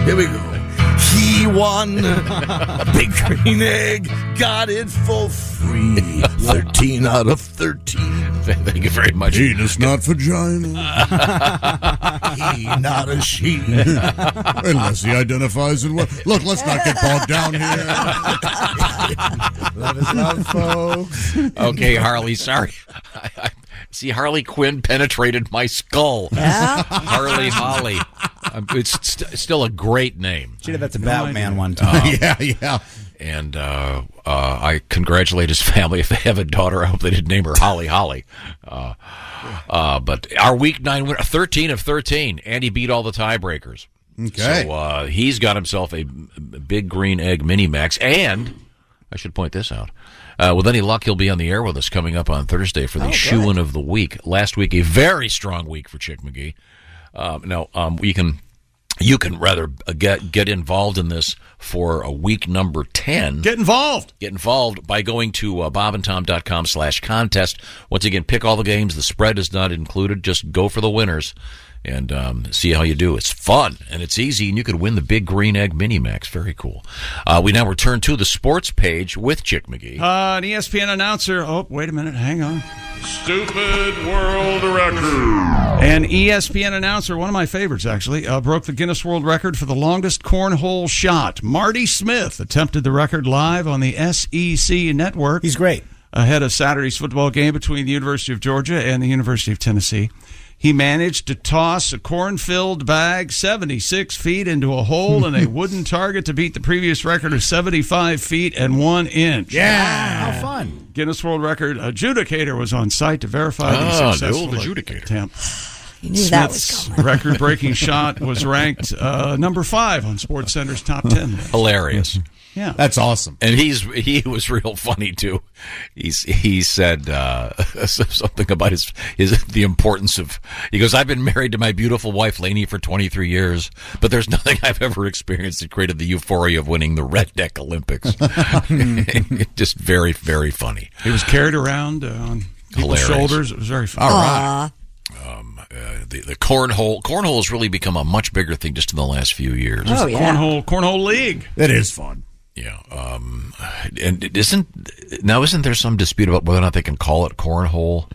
G: Here we go. He won a big green egg, got it for free. 13 out of 13.
B: Thank you very much.
D: Penis, not vagina.
G: he, not a she.
D: Unless he identifies in what. Look, let's not get bogged down here.
E: Love is love, folks.
B: Okay, Harley. Sorry. I, I, see, Harley Quinn penetrated my skull.
E: Yeah?
B: Harley Holly. Um, It's st- still a great name.
E: Gee, that's a Batman one
B: Uh,
E: time.
D: yeah.
B: And uh, uh, I congratulate his family. If they have a daughter, I hope they didn't name her Holly Holly. Uh, uh, but our week nine winner, 13 of 13. Andy beat all the tiebreakers.
D: Okay.
B: So uh, he's got himself a m- big green egg mini max. And I should point this out. Uh, with any luck, he'll be on the air with us coming up on Thursday for the shoe in of the week. Last week, a very strong week for Chick McGee. Um, now, um, you can you can rather uh, get get involved in this for a week number 10 get
A: involved
B: get involved by going to uh, bobandtom.com slash contest once again pick all the games the spread is not included just go for the winners and um, see how you do it's fun and it's easy and you could win the big green egg mini max very cool uh, we now return to the sports page with chick mcgee
A: Uh, an ESPN announcer. Oh, wait a minute. Hang on.
H: Stupid world record.
A: An E ESPN announcer, one of my favorites actually, uh, broke the Guinness World Record for the longest cornhole shot. Marty Smith attempted the record live on the SEC network. He's
E: great.
A: Ahead of Saturday's football game between the University of Georgia and the University of Tennessee, he managed to toss a corn filled bag 76 feet into a hole in a wooden target to beat the previous record of 75 feet and one inch.
E: Yeah. How fun.
A: Guinness World Record adjudicator was on site to verify
B: Ah,
A: the
B: the
A: successful
B: old adjudicator.
A: attempt.
F: knew that was
A: Smith's record-breaking shot was ranked uh, number five on Sports Center's top ten. list.
B: hilarious
A: Yeah.
D: That's awesome.
B: And he's he was real funny too. He's he said uh, something about his his the importance of. He goes, "I've been married to my beautiful wife Lainey for 23 years, but there's nothing I've ever experienced that created the euphoria of winning the Red Deck Olympics." Just very very funny.
A: It was carried around uh, on people's
B: Hilarious.
A: shoulders. It was very fun.
B: The, the cornhole cornhole has really become a much bigger thing just in the last few
F: Oh,
B: years.
A: There's the cornhole cornhole league.
D: It is fun.
B: Yeah. Um, and it isn't now isn't there some dispute about whether or not they can call it cornhole?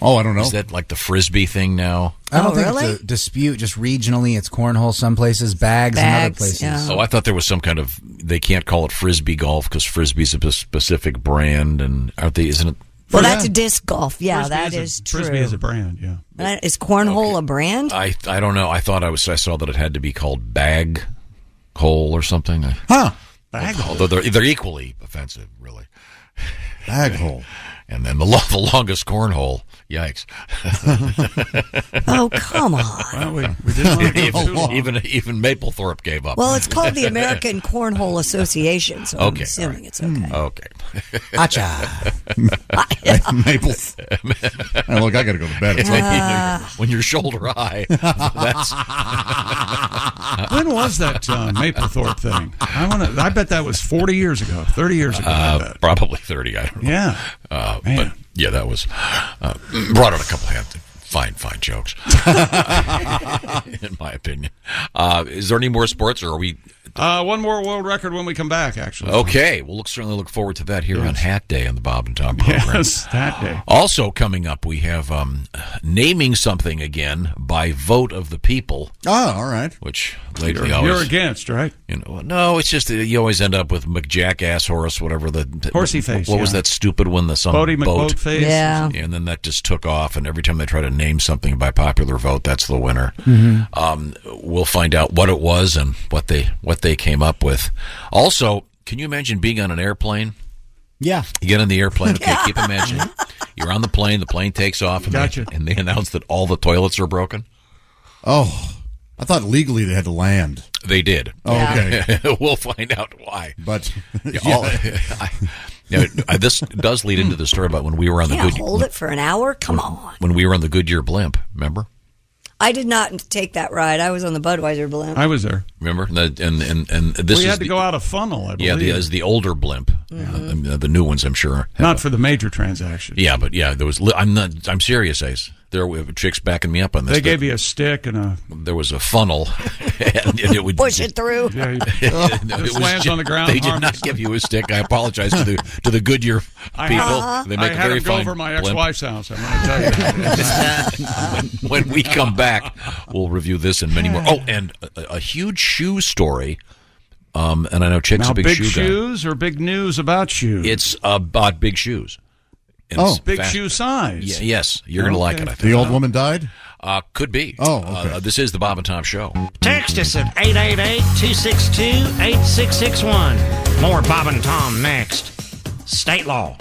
D: Oh, I don't know.
B: Is that like the frisbee thing now?
E: I
F: Oh,
E: don't think it's a dispute. Just regionally, it's cornhole some places, bags, in other places.
B: Oh, I thought there was some kind of they can't call it frisbee golf because frisbee's a p- specific brand, and aren't they? Isn't it?
F: Well, that's disc golf. Yeah,
A: Frisbee
F: that
A: is a-
F: is true.
A: Frisbee is a brand. Yeah.
F: That- Is cornhole a brand?
B: I I don't know. I thought I was I saw that it had to be called bag hole or something. Huh?
A: Bag
B: Although they're they're equally offensive, really.
D: Bag hole.
B: And then the lo- the longest cornhole. Yikes!
F: Oh, come on.
A: Well, we, we didn't want to go too
B: even,
A: long.
B: even even Maplethorpe gave up.
F: Well, it's called the American Cornhole Association, so I'm
B: Okay,
F: assuming it's okay.
B: Okay.
A: Hmm.
F: Acha.
D: Maple. Hey, look, I gotta go to bed.
B: It's like, you know,
F: Ah.
B: when you're shoulder high, that's.
A: when was that uh, Maplethorpe thing? I want to. I bet that was forty years ago, thirty years ago. I
B: Uh,
A: bet.
B: probably 30. I don't know.
A: Yeah.
B: Uh,
A: Man.
B: but yeah, that was uh, brought out a couple of fine, fine jokes, in my opinion. Uh, is there any more sports, or are we
A: Uh, one more world record when we come back. Actually.
B: okay? We'll look, certainly look forward to that here on Hat Day on the Bob and Tom program.
A: Yes, that day.
B: Also coming up, we have um, naming something again by vote of the people.
D: Oh, all right.
B: Which lately
A: Ah, You're-
B: always
A: you're against, right?
B: You know, no, it's just that you always end up with McJackass Horace, whatever the
A: Horsey face,
B: What was
A: yeah.
B: that stupid one? The some
A: Bodie
B: boat.
A: McBoatface. Yeah.
B: And then that just took off, and every time they try to name something by popular vote, that's the winner.
M: Mhm.
B: Um, we'll find out what it was and what they what they came up with. Also, can you imagine being on an airplane?
E: Yeah.
B: You get on the airplane. Okay, keep imagining you're on the plane. The plane takes off, and,
D: Gotcha.
B: they, and they announce that all the toilets are broken.
D: Oh, I thought legally they had to land.
B: They did.
D: Oh, okay.
B: we'll find out why.
D: But
B: Yeah, all- I- now, I- this does lead into the story about when we were on the
F: Can't
B: good
F: hold it for an hour? Come on.
B: when we were on the Goodyear blimp. Remember?
F: I did not take that ride. I was on the Budweiser balloon.
A: was there.
B: Remember? And that- and and, and this
A: we
B: is
A: had to
B: the,
A: go out a funnel. I believe.
B: yeah, the, is the older blimp.
F: Mm-hmm.
B: Uh, the new ones, I'm sure.
A: Not for the major transaction.
B: Yeah, but yeah, there was. li- I'm not. I'm serious, Ace. there were chicks backing me up on this.
A: They gave you a stick and a.
B: There was a funnel, and, and it would
F: Push it through.
B: No, it was ju- They did not give you a stick. I apologize to the to the Goodyear
A: I
B: people.
A: had,
B: They make
A: I
B: a
A: had
B: very
A: him go
B: fine
A: over my
B: blimp.
A: ex-wife's house. I'm going to tell you. that.
B: when we come back, we'll review this and many more. Oh, and a, a huge shoe story. Um, and I know Chick's
A: now,
B: a big,
A: big
B: shoe
A: shoes or big news about shoes?
B: It's about big shoes. guy. And
A: oh,
B: it's
A: big
B: fast-
A: shoe size.
B: Yeah, yes, you're going to like it. I think.
D: The old woman died?
B: Uh, could be. Oh, uh, this is the Bob and Tom Show.
P: Text us at 888-262-8661. More Bob and Tom next. State law.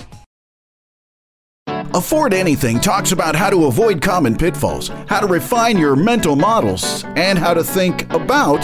Q: Afford Anything talks about how to avoid common pitfalls, how to refine your mental models, and how to think about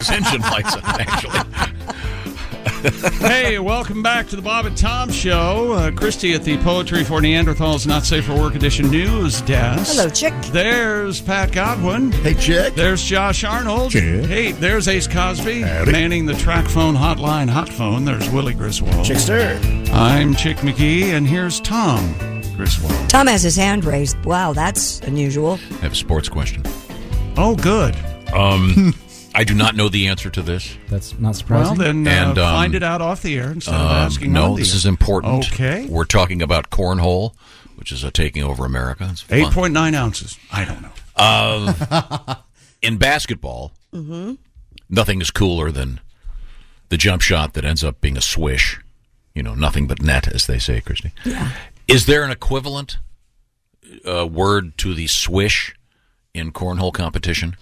B: His engine lights up, actually.
A: hey, welcome back to the Bob and Tom Show. Uh, Christy at the Poetry for Neanderthals Not Safe for Work Edition News Desk.
F: Hello, Chick.
A: There's Pat Godwin. Hey,
Q: Chick.
A: There's Josh Arnold.
D: Chick.
A: Hey, there's Ace Cosby. Manning the track phone hotline hot phone. There's Willie Griswold.
F: Chickster.
A: I'm Chick McGee, and here's Tom Griswold.
F: Tom has his hand raised. Wow, that's unusual.
B: I have a sports question.
A: Oh, good.
B: Um, I do not know the answer to this.
R: That's not
A: Well, then uh,
B: And, um,
A: find it out off the air instead of
B: Um,
A: asking
B: no,
A: on the
B: this
A: air.
B: is important.
A: Okay.
B: We're talking about cornhole, which is a taking over America. It's fun.
A: 8.9 ounces. I don't know.
B: Uh, in basketball,
N: Mm-hmm.
B: nothing is cooler than the jump shot that ends up being a swish. You know, nothing but net, as they say, Christy. Yeah. Is there an equivalent uh, word to the swish in cornhole competition?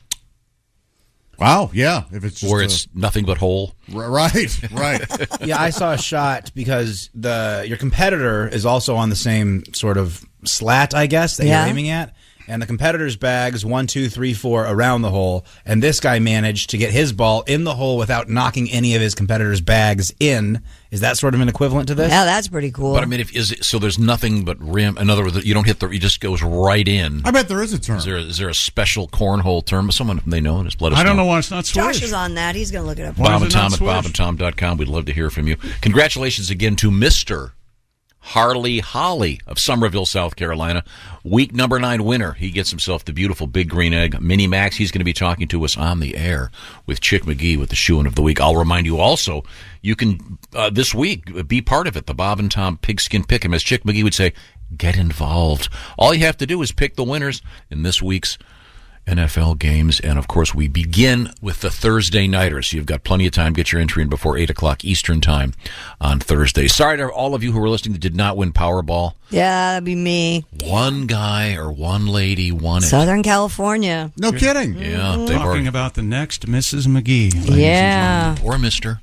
D: Wow, yeah. If it's just
B: where
D: a-
B: it's nothing but hole.
D: R- Right, right.
E: yeah, I saw a shot because the your competitor is also on the same sort of slat, I guess, that
I: Yeah.
E: you're aiming at. And the competitor's bags one, two, three, four around the hole, and this guy managed to get his ball in the hole without knocking any of his competitor's bags in. Is that sort of an equivalent to this?
F: Yeah, that's pretty cool.
B: But I mean, if is it, so, there's nothing but rim. In other words, you don't hit the. It just goes right in.
D: I bet there is a term.
B: Is there is there a special cornhole term? Someone they know just let us.
A: I don't
B: know.
A: know why it's not
F: Josh
A: swish.
F: is on that. He's going to look it up.
B: Bob and Tom at bobandtom.com. We'd love to hear from you. Congratulations again to Mr. Harley Holly of Somerville, South Carolina. Week number nine winner. He gets himself the beautiful Big Green Egg Mini Max. He's going to be talking to us on the air with Chick McGee with the shoeing of the week. I'll remind you also, you can uh, this week be part of it. The Bob and Tom Pigskin Pick'em. As Chick McGee would say, get involved. All you have to do is pick the winners in this week's NFL games. And of course, we begin with the Thursday Nighter. So you've got plenty of time. Get your entry in before 8 o'clock Eastern Time on Thursday. Sorry to all of you who were listening that did not win Powerball.
F: Yeah, that'd be me.
B: One guy or one lady won it.
F: Southern California.
B: Yeah.
A: Talking
B: They've already.
A: about the next Mrs. McGee. ladies and
F: Yeah.
A: gentlemen. Oh,
B: Or Mr.
D: Oh,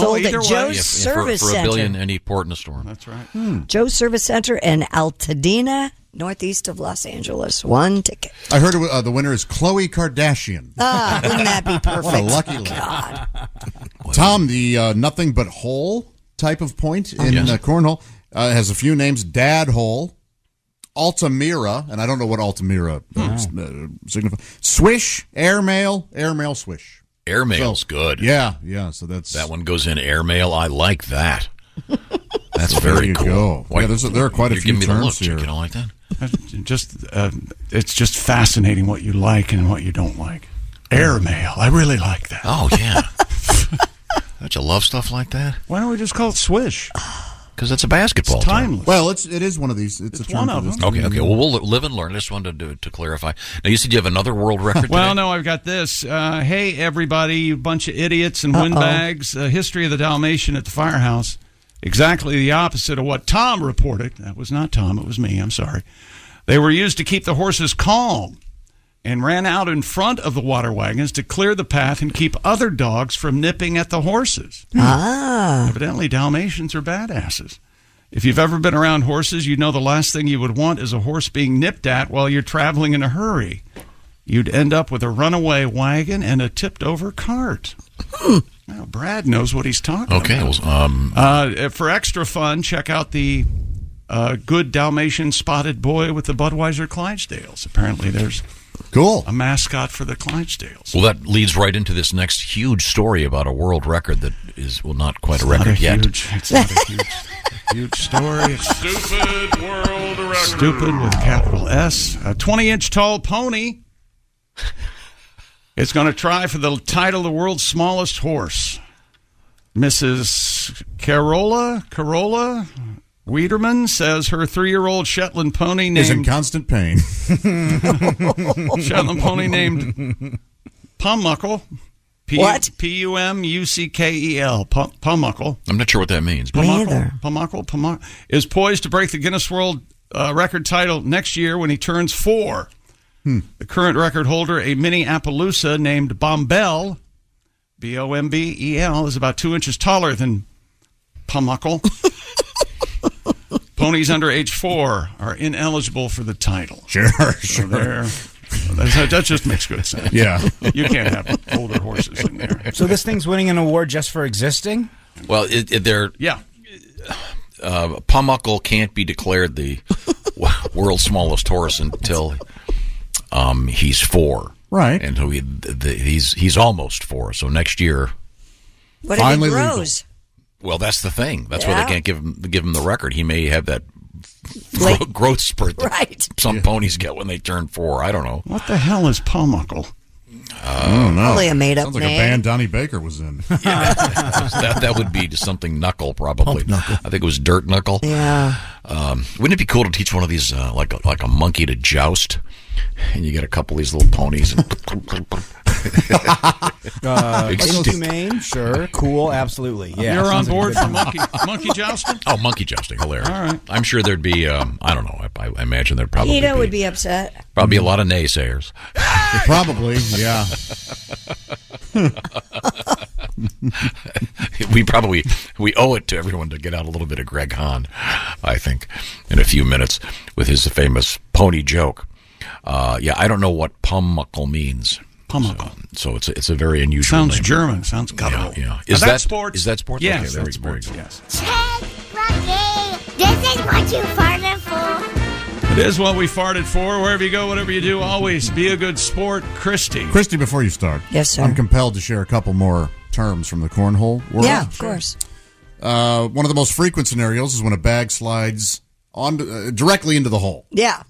F: Sold at
A: either way.
F: Joe's
B: Yeah, for-
F: Service
B: for, for a billion
F: Center.
B: and he poured in a storm.
A: That's right.
B: Hmm.
F: Joe's Service Center in Altadena, northeast of Los Angeles. One ticket.
D: I heard uh, the winner is Chloe Kardashian.
F: Ah, wouldn't that be perfect?
D: What a lucky lady.
F: God.
D: Tom, the uh, nothing but hole type of point
B: Oh,
D: in
L: Yes.
D: uh, cornhole uh, has a few names: Dad Hole, Altamira, and I don't know what Altamira
B: Oh.
D: uh, s- uh, signifies. Swish, airmail, airmail, swish.
B: Airmail's
D: So-
B: good.
D: Yeah, yeah. So that's
B: That one goes in airmail. I like that. That's very
D: you
B: cool.
D: go.
B: Why-
D: Yeah, there's a- there are quite a
B: you're
D: few
B: giving me the
D: terms
B: look,
D: here.
B: Chick, You know, like that.
A: just uh, it's just fascinating what you like and what you don't like. Airmail, I really like that.
B: Oh yeah, don't you love stuff like that?
A: Why don't we just call it swish?
B: Because it's a basketball.
D: It's
B: term.
D: Well, it's it is one of these. It's, a term for this.
B: Okay, okay. Well, we'll li- live and learn. I just wanted to, to clarify. Now, you said you have another world record.
A: Well,
B: today?
A: no, I've got this. Uh, hey, everybody, you bunch of idiots and windbags. Uh, history of the Dalmatian at the firehouse. Exactly the opposite of what Tom reported. That was not Tom, it was me. I'm sorry. They were used to keep the horses calm and ran out in front of the water wagons to clear the path and keep other dogs from nipping at the horses.
B: Hmm.
F: Ah.
A: Evidently, Dalmatians are badasses. If you've ever been around horses, you know the last thing you would want is a horse being nipped at while you're traveling in a hurry. You'd end up with a runaway wagon and a tipped over cart. now, Brad knows what he's talking
B: Okay.
A: about.
B: Well, um,
A: Uh, for extra fun, check out the uh, good Dalmatian spotted boy with the Budweiser Clydesdales. Apparently, there's
D: cool
A: a mascot for the Clydesdales.
B: well, that leads right into this next huge story about a world record that is well not quite a
A: not
B: record
A: a
B: yet.
A: huge- it's not a huge, huge story. It's
H: Stupid world record.
A: stupid with capital S. A 20 inch tall pony. It's going to try for the title of the world's smallest horse. Mrs. Carola Carola Wiederman says her three year old Shetland pony named
D: Is in constant pain.
A: Shetland pony named Pummuckle. P-
D: What?
A: P U M U C K E L. Pum- Pummuckle.
B: I'm not sure what that means. but-
A: Pummuckle, Pummuckle, Pummuckle is poised to break the Guinness World uh, Record title next year when he turns four.
D: Hmm.
A: The current record holder, a mini Appaloosa named Bombell, B O M B E L, is about two inches taller than Pummuckle. Ponies under age four are ineligible for the title.
D: Sure,
A: So
D: sure.
A: they're- that's- that just makes good sense.
D: Yeah.
A: You can't have older horses in there.
E: So this thing's winning an award just for existing?
B: Well, it, it, they're
A: yeah.
B: Uh, Pumuckle can't be declared the w- world's smallest horse until um, he's four,
D: Right.
B: And so he, th th he's he's almost four. So next year,
F: What if it grows?
B: Well, that's the thing. That's why
F: Yeah.
B: they can't give him give him the record. He may have that
F: Late-
B: gro- growth spurt that
F: Right.
B: some ponies get when they turn four. I don't know.
A: What the hell is Pummuckle?
D: I don't know.
F: Probably a made-up
D: Sounds like
F: name.
D: a band Donnie Baker was in.
B: that, that would be to something knuckle probably. I think it was dirt knuckle.
F: Yeah.
B: Um, wouldn't it be cool to teach one of these uh, like a, like a monkey to joust? And you get a couple of these little ponies. And
E: Uh,
B: Big
E: Cardinals
B: stick.
E: humane, sure, cool, absolutely. Yeah,
A: You're on
E: sounds like a
A: board
E: good
A: for
E: time.
A: monkey, monkey jousting?
B: Oh, monkey jousting, hilarious!
A: All right.
B: I'm sure there'd be. Um, I don't know. I, I imagine there'd probably
F: Ito
B: be,
F: would be upset.
B: probably a lot of naysayers.
D: Probably, yeah.
B: we probably we owe it to everyone to get out a little bit of Greg Hahn, I think, in a few minutes with his famous pony joke. Uh, yeah, I don't know what pummuckle means.
A: Pummuckle.
B: So, so it's a, it's a very unusual.
A: Sounds
B: name.
A: German. Sounds guttural.
B: Yeah, yeah.
A: Is that
B: that
A: sports?
B: Is that sports?
A: Yes,
B: okay, there
A: that's
B: we- there we
A: sports, yes.
B: go.
S: This is what you farted for.
A: It is what we farted for. Wherever you go, whatever you do, always be a good sport, Christy.
D: Christy, before you start,
A: Yes, sir.
D: I'm compelled to share a couple more terms from the cornhole world.
F: yeah, of course.
D: Uh, one of the most frequent scenarios is when a bag slides on uh, directly into the hole.
F: Yeah.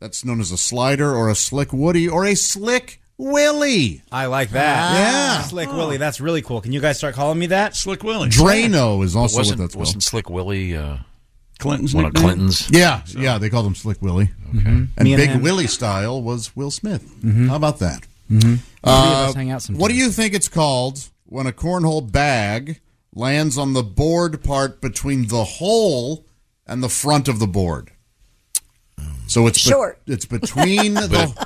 D: That's known as a slider or a slick woody or a slick willy.
E: I like that.
D: Ah. Yeah.
E: Slick Willie, that's really cool. Can you guys start calling me that?
A: Slick Willie.
D: Drano is
B: But
D: also what
B: wasn't,
D: that's called.
B: wasn't Slick Willie uh,
A: Clinton's
B: one of
A: nickname?
B: Clinton's?
D: Yeah, yeah, they called him Slick Willie.
B: Okay.
D: And
E: Me and
D: Big
E: him.
D: Willie style was Will Smith.
E: Mhm.
D: How about that?
E: Mm-hmm.
D: Uh, What do you think it's called when a cornhole bag lands on the board part between the hole and the front of the board? So it's be-
E: Short.
D: it's between the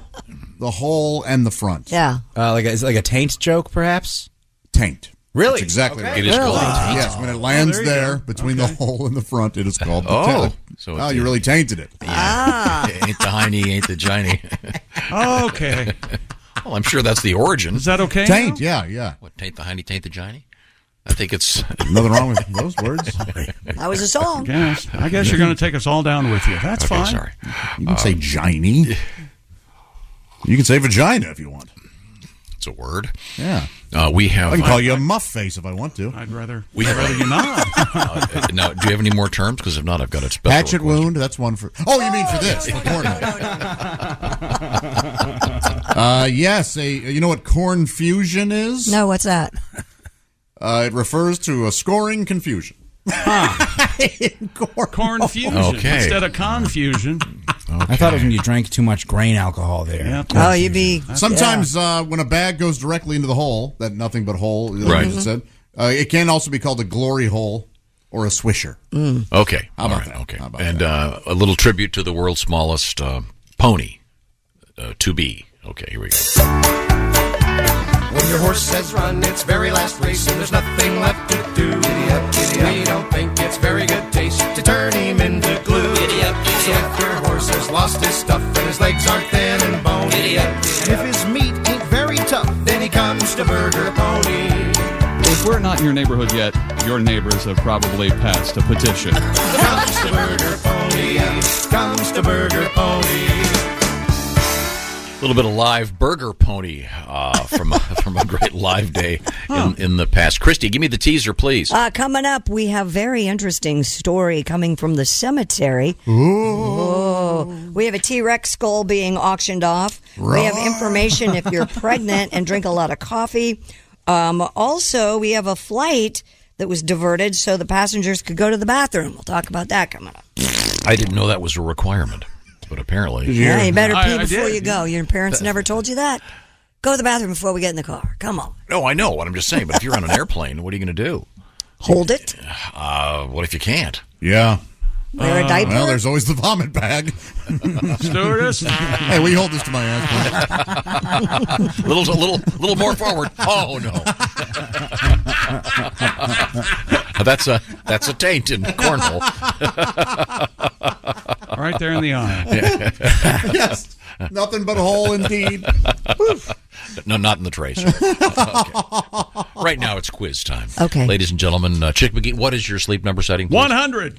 D: the hole and the front.
F: Yeah.
E: Uh, like a, is it like a taint joke, perhaps?
D: Taint.
E: Really?
D: That's exactly.
E: Okay.
D: right.
E: It is called Really? taint.
D: Yes, when it lands
E: Oh, there you
D: there,
E: go.
D: between
E: Okay.
D: the hole and the front, it is called. The
B: Oh,
D: taint.
B: so
D: wow,
B: it's-
D: you really tainted it.
B: ain't the hiney, ain't the giny.
A: okay.
B: Well, I'm sure that's the origin. Is
A: that okay?
D: Taint, yeah, yeah.
B: What taint the hiney, taint the giny? I think it's
D: nothing wrong with those words.
F: That was a song.
A: Yes. I guess you're going to take us all down with you. That's
B: Okay,
A: fine.
B: sorry.
D: You can
E: Um,
D: say giny. You can say vagina if you want.
B: It's a word.
D: Yeah.
B: Uh, we have.
D: I can call you a muff face if I want to.
A: I'd rather.
B: We have
A: rather you not.
B: Uh, now, do you have any more terms? Because if not, I've got a special.
D: Hatchet wound. That's one for. Oh, you mean for this?
N: no,
D: for
N: no,
D: cornhole. uh, yes. A. You know what corn fusion is?
F: No, what's that?
D: Uh, it refers to a scoring confusion.
A: corn, fusion instead of confusion.
E: I thought it was when you drank too much grain alcohol there.
F: Oh, you'd be
D: Sometimes uh, when a bag goes directly into the hole, that nothing but hole, like
B: Right.
D: you just said, uh, it can also be called a glory hole or a swisher.
F: Mm.
B: Okay.
D: How about
B: All right,
D: that?
B: Okay. and Uh, a little tribute to the world's smallest uh, pony, uh, to be. Okay, here we go.
C: When your horse says run, it's very last race, and there's nothing left to do. Giddy up, giddy up. We don't think it's very good taste to turn him into glue. Giddy up, giddy so if your horse has lost his stuff and his legs aren't thin and bony, giddy up, and if his meat ain't very tough, then he comes to Burger Pony.
A: If we're not in your neighborhood yet, your neighbors have probably passed a petition.
C: Comes to Burger Pony, comes to Burger Pony.
B: A little bit of live burger pony uh, from from a great live day in, in the past. Christy, give me the teaser, please.
F: Uh, coming up, we have very interesting story coming from the cemetery. Oh, we have a T Rex skull being auctioned off. We have information if you're pregnant and drink a lot of coffee. Um, also, we have a flight that was diverted so the passengers could go to the bathroom. We'll talk about that coming up.
B: I didn't know that was a requirement, but apparently,
F: Yeah, you better pee before you go. Your parents never told you that. Go to the bathroom before we get in the car. Come on.
B: No, I know what I'm just saying. But if you're on an airplane, what are you going to do?
F: Hold it.
B: Uh, what if you can't?
D: Yeah.
F: Wear a Uh, diaper?
D: Well, there's always the vomit bag.
A: Stewardess?
D: hey, will you hold this to my ass? please?
B: little, little, little more forward. Oh no! that's a that's a taint in cornhole.
A: Right there in the eye.
B: Yeah.
D: yes. Nothing but a hole indeed.
B: no, not in the trace. Okay. Right now, it's quiz time.
F: Okay.
B: ladies and gentlemen, uh, Chick McGee, what is your sleep number setting? please?
A: 100.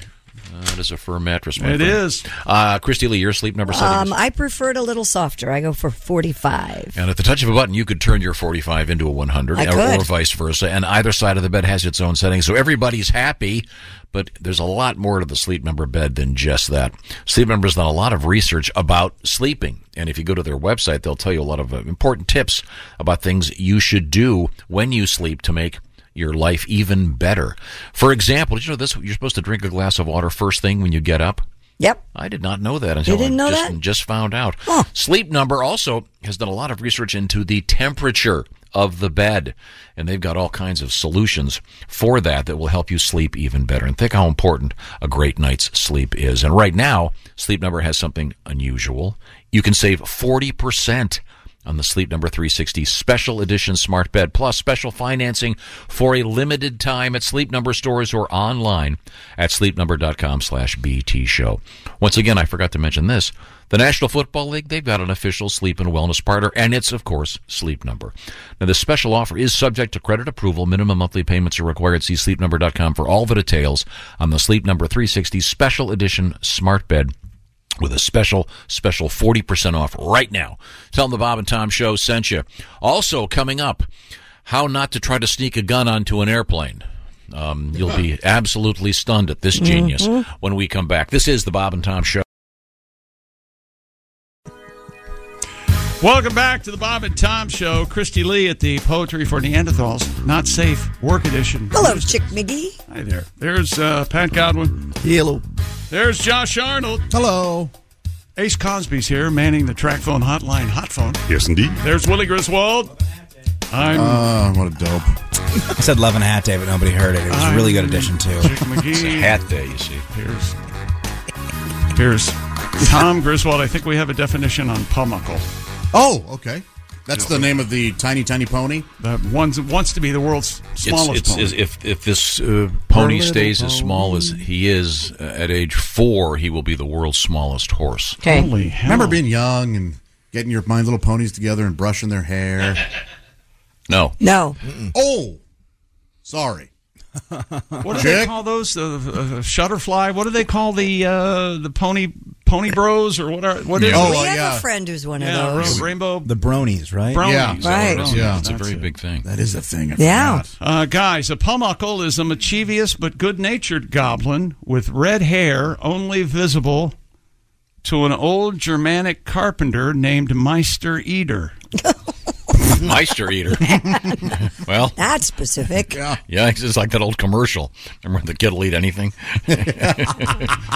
B: Uh, That is a firm mattress. My
A: It
B: friend.
A: is.
B: Uh, Christy Lee, your sleep number setting.
F: Um,
B: is-
F: I prefer it a little softer. I go for 45.
B: and at the touch of a button, you could turn your 45 into a 100,
F: I
B: or,
F: could.
B: or vice versa. And either side of the bed has its own setting, so everybody's happy. But there's a lot more to the sleep number bed than just that. Sleep number has done a lot of research about sleeping, and if you go to their website, they'll tell you a lot of uh, important tips about things you should do when you sleep to make your life even better. For example, did you know this? You're supposed to drink a glass of water first thing when you get up.
F: Yep.
B: I did not know that until
F: didn't
B: I
F: know
B: just,
F: that?
B: just found out. Sleep Number also has done a lot of research into the temperature of the bed, and they've got all kinds of solutions for that that will help you sleep even better. And think how important a great night's sleep is. And right now, Sleep Number has something unusual. You can save 40% on the Sleep Number 360 Special Edition Smart Bed, plus special financing for a limited time at Sleep Number stores or online at sleepnumber.com slash BT show. Once again, I forgot to mention this. The National Football League, they've got an official sleep and wellness partner, and it's, of course, Sleep Number. Now, this special offer is subject to credit approval. Minimum monthly payments are required. See sleepnumber.com for all the details on the Sleep Number 360 Special Edition Smart Bed with a special, special 40% off right now. Tell them the Bob and Tom Show sent you. Also, coming up, how not to try to sneak a gun onto an airplane. Um, you'll be absolutely stunned at this genius
J: Mhm.
B: when we come back. This is the Bob and Tom Show.
A: Welcome back to the Bob and Tom Show. Christy Lee at the Poetry for Neanderthals, Not Safe, Work Edition.
F: Hello, Chick McGee.
A: Hi there. There's uh, Pat Godwin.
C: Hello.
A: There's Josh Arnold.
D: Hello.
A: Ace Cosby's here, manning the track phone hotline, hot phone.
C: Yes, indeed.
A: There's Willie Griswold. I'm
D: what a dope.
E: I said love and a hat day, but nobody heard it. It was a really good addition too.
A: Chick McGee. It's a hat
B: day, you see.
A: Here's here's Tom Griswold. I think we have a definition on pummuckle.
D: Oh, okay. That's the name of the tiny, tiny pony.
A: The one that wants to be the world's smallest
B: it's,
A: pony.
B: it's, If, if this uh, pony
A: Poor little
B: stays as small as he is uh, at age four, he will be the world's smallest horse.
D: Remember being young and getting your My Little Ponies together and brushing their hair?
B: No.
F: No.
D: Oh, sorry.
A: What do they call those? The uh, shutterfly. What do they call the uh, the pony pony bros or what are what is?
F: Oh,
D: uh,
A: it?
F: we have a friend who's one
A: Yeah,
F: of those.
A: Ra- rainbow.
E: The bronies, right?
A: Bronies.
F: Right.
A: Bronies.
B: Yeah. It's a
A: That's
B: very
A: it.
B: big thing.
D: That is a thing.
F: Yeah.
A: Uh, guys, a pumuckle is a mischievous but good-natured goblin with red hair, only visible to an old Germanic carpenter named Meister Eder.
B: Meister eater. well,
F: That's specific.
B: yeah, it's just like that old commercial. Remember the kid will eat anything?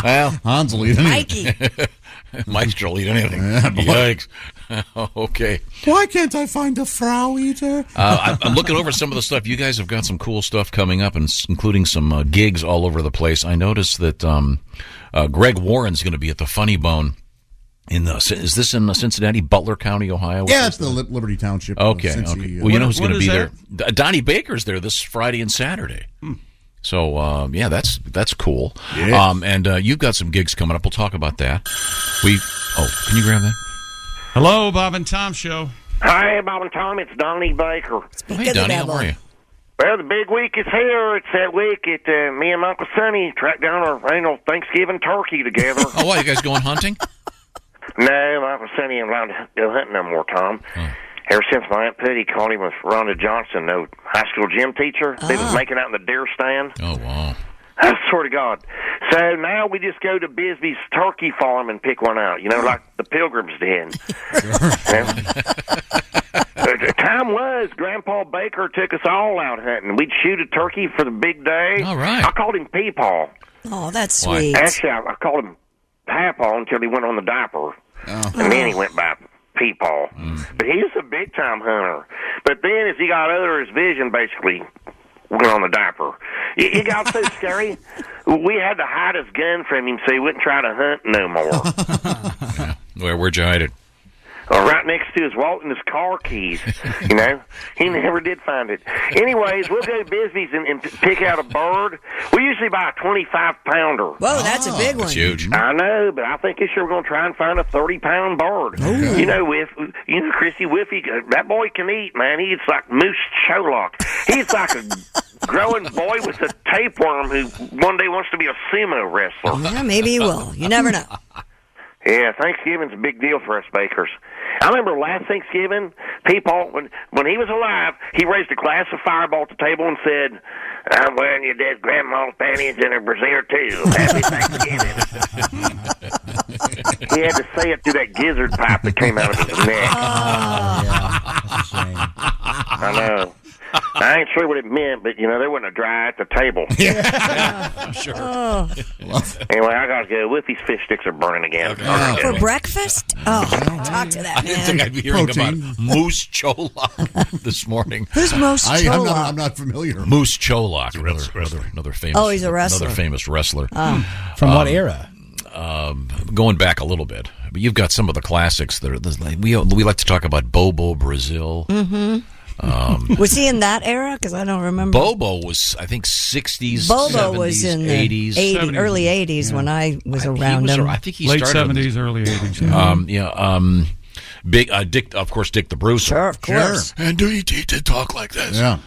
B: well,
D: Hans will eat
F: anything.
B: Meister will eat anything.
D: Yeah, boy.
B: Yikes. okay.
D: Why can't I find a Frau eater?
B: Uh, I'm- I'm looking over some of the stuff. You guys have got some cool stuff coming up, and s- including some uh, gigs all over the place. I noticed that um, uh, Greg Warren's going to be at the Funny Bone. In the, is this in uh, Cincinnati, Butler County, Ohio?
D: yeah, it's the Li- Liberty Township. uh,
B: Okay,
D: since
B: okay.
D: he, uh,
B: well, you know who's going to be there? D- Uh, Donnie Baker's there this Friday and Saturday. So um, yeah, that's that's cool.
D: Yes.
B: Um, and uh, you've got some gigs coming up. We'll talk about that. We oh, can you grab that?
A: Hello, Bob and Tom Show.
T: Hi, Bob and Tom. It's Donnie Baker.
B: Hey, Donnie, how are you?
T: Well, the big week is here. It's that week that uh, me and Uncle Sonny tracked down our annual Thanksgiving turkey together.
B: oh, what, you guys going hunting?
T: No, my Uncle Sonny ain't allowed to go hunting no more, Tom. Ever since my Aunt Petty caught him with Rhonda Johnson, the high school gym teacher, they was making out in the deer stand.
B: Oh wow!
T: I swear to God. So now we just go to Bisbee's turkey farm and pick one out, you know, like the pilgrims did. Uh, the time was Grandpa Baker took us all out hunting. We'd shoot a turkey for the big day. All right. I called him Peepaw.
F: Oh, that's sweet.
T: Actually, I, I called him Papaw until he went on the diaper, and then he went by Peepaw. But he was a big time hunter. But then, as he got older, his vision basically went on the diaper. It, it got so scary. We had to hide his gun from him so he wouldn't try to hunt no more.
B: Where where'd you hide it?
T: Uh, right next to his wallet and his car keys. You know, he never did find it. Anyways, we'll go to Bisbee's and, and pick out a bird. We usually buy a twenty-five pounder.
F: Whoa, that's a big
T: Oh,
F: one.
T: That's huge. I know, but I think this year we're going to try and find a thirty-pound bird. You know, with you know, Chrissy Whiffy, uh, that boy can eat, man. He eats like moose cholock. He's like a growing boy with a tapeworm who one day wants to be a sumo wrestler.
F: Yeah, maybe you will. You never know.
T: Yeah, Thanksgiving's a big deal for us bakers. I remember last Thanksgiving, people when when he was alive, he raised a glass of Fireball to the table and said, "I'm wearing your dead grandma's panties and her brassiere too." Happy Thanksgiving. he had to say it through that gizzard pipe that came out of his neck. I know. I ain't sure what it meant, but you know there wasn't a dry at the table.
B: sure.
F: Oh.
T: Anyway, I gotta go. Whiffy's fish sticks are burning again.
F: For breakfast? Oh, talk to that
B: I think
F: man.
B: I'd be hearing
D: Protein.
B: about Moose Cholok this morning.
F: Who's Moose
D: I, I'm, not,
F: Cholock?
D: I'm not familiar.
B: Moose Cholok, another, another, another famous.
F: Oh, he's a wrestler.
B: Another famous wrestler.
F: Oh.
E: From what era?
B: Um, going back a little bit, but you've got some of the classics that are. there's like- We we like to talk about Bobo Brazil.
F: Mm-hmm.
B: Um,
F: was he in that era? Because I don't remember.
B: Bobo was, I think, sixties,
F: Bobo was in the
B: 80s,
F: 80, early 80s when I was around
B: was
F: him.
B: ar- I think he Late started with 70s,
A: early 80s.
B: Um, yeah. Um, big uh, Dick, of course, Dick the Bruiser. Sure, of
D: course.
B: And do you need to talk like this?
D: Yeah.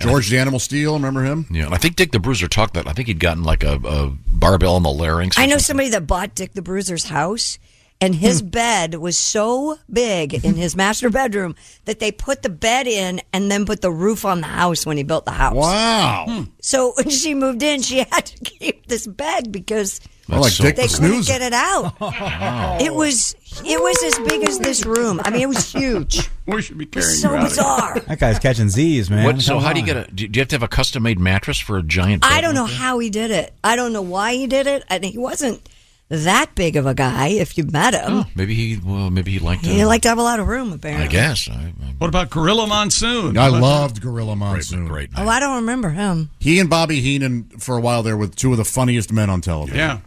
D: George the Animal Steel, remember him?
B: Yeah, and I think Dick the Bruiser talked that. I think he'd gotten like a, a barbell in the larynx.
F: I know somebody that bought Dick the Bruiser's house, and his bed was so big in his master bedroom that they put the bed in and then put the roof on the house when he built the house.
D: Wow.
F: So when she moved in, she had to keep this bed because
D: Well, like
F: they
D: Dick the
F: couldn't
D: Snoozer.
F: get it out. It was it was as big as this room. I mean, it was huge.
A: We should be
F: It was so bizarre.
E: That guy's catching Z's, man.
B: What, so
E: Come
B: how do you
E: on.
B: get a? Do you have to have a custom made mattress for a giant?
F: I don't know how he did it. I don't know why he did it. And he wasn't that big of a guy if you met him.
D: Oh,
B: Maybe he. Well, maybe he liked.
F: He liked to have a lot of room, apparently.
B: I guess. I,
A: What about Gorilla Monsoon?
D: I loved Gorilla Monsoon.
B: Great,
F: Oh, I don't remember him.
D: He and Bobby Heenan for a while there were two of the funniest men on television.
A: Yeah.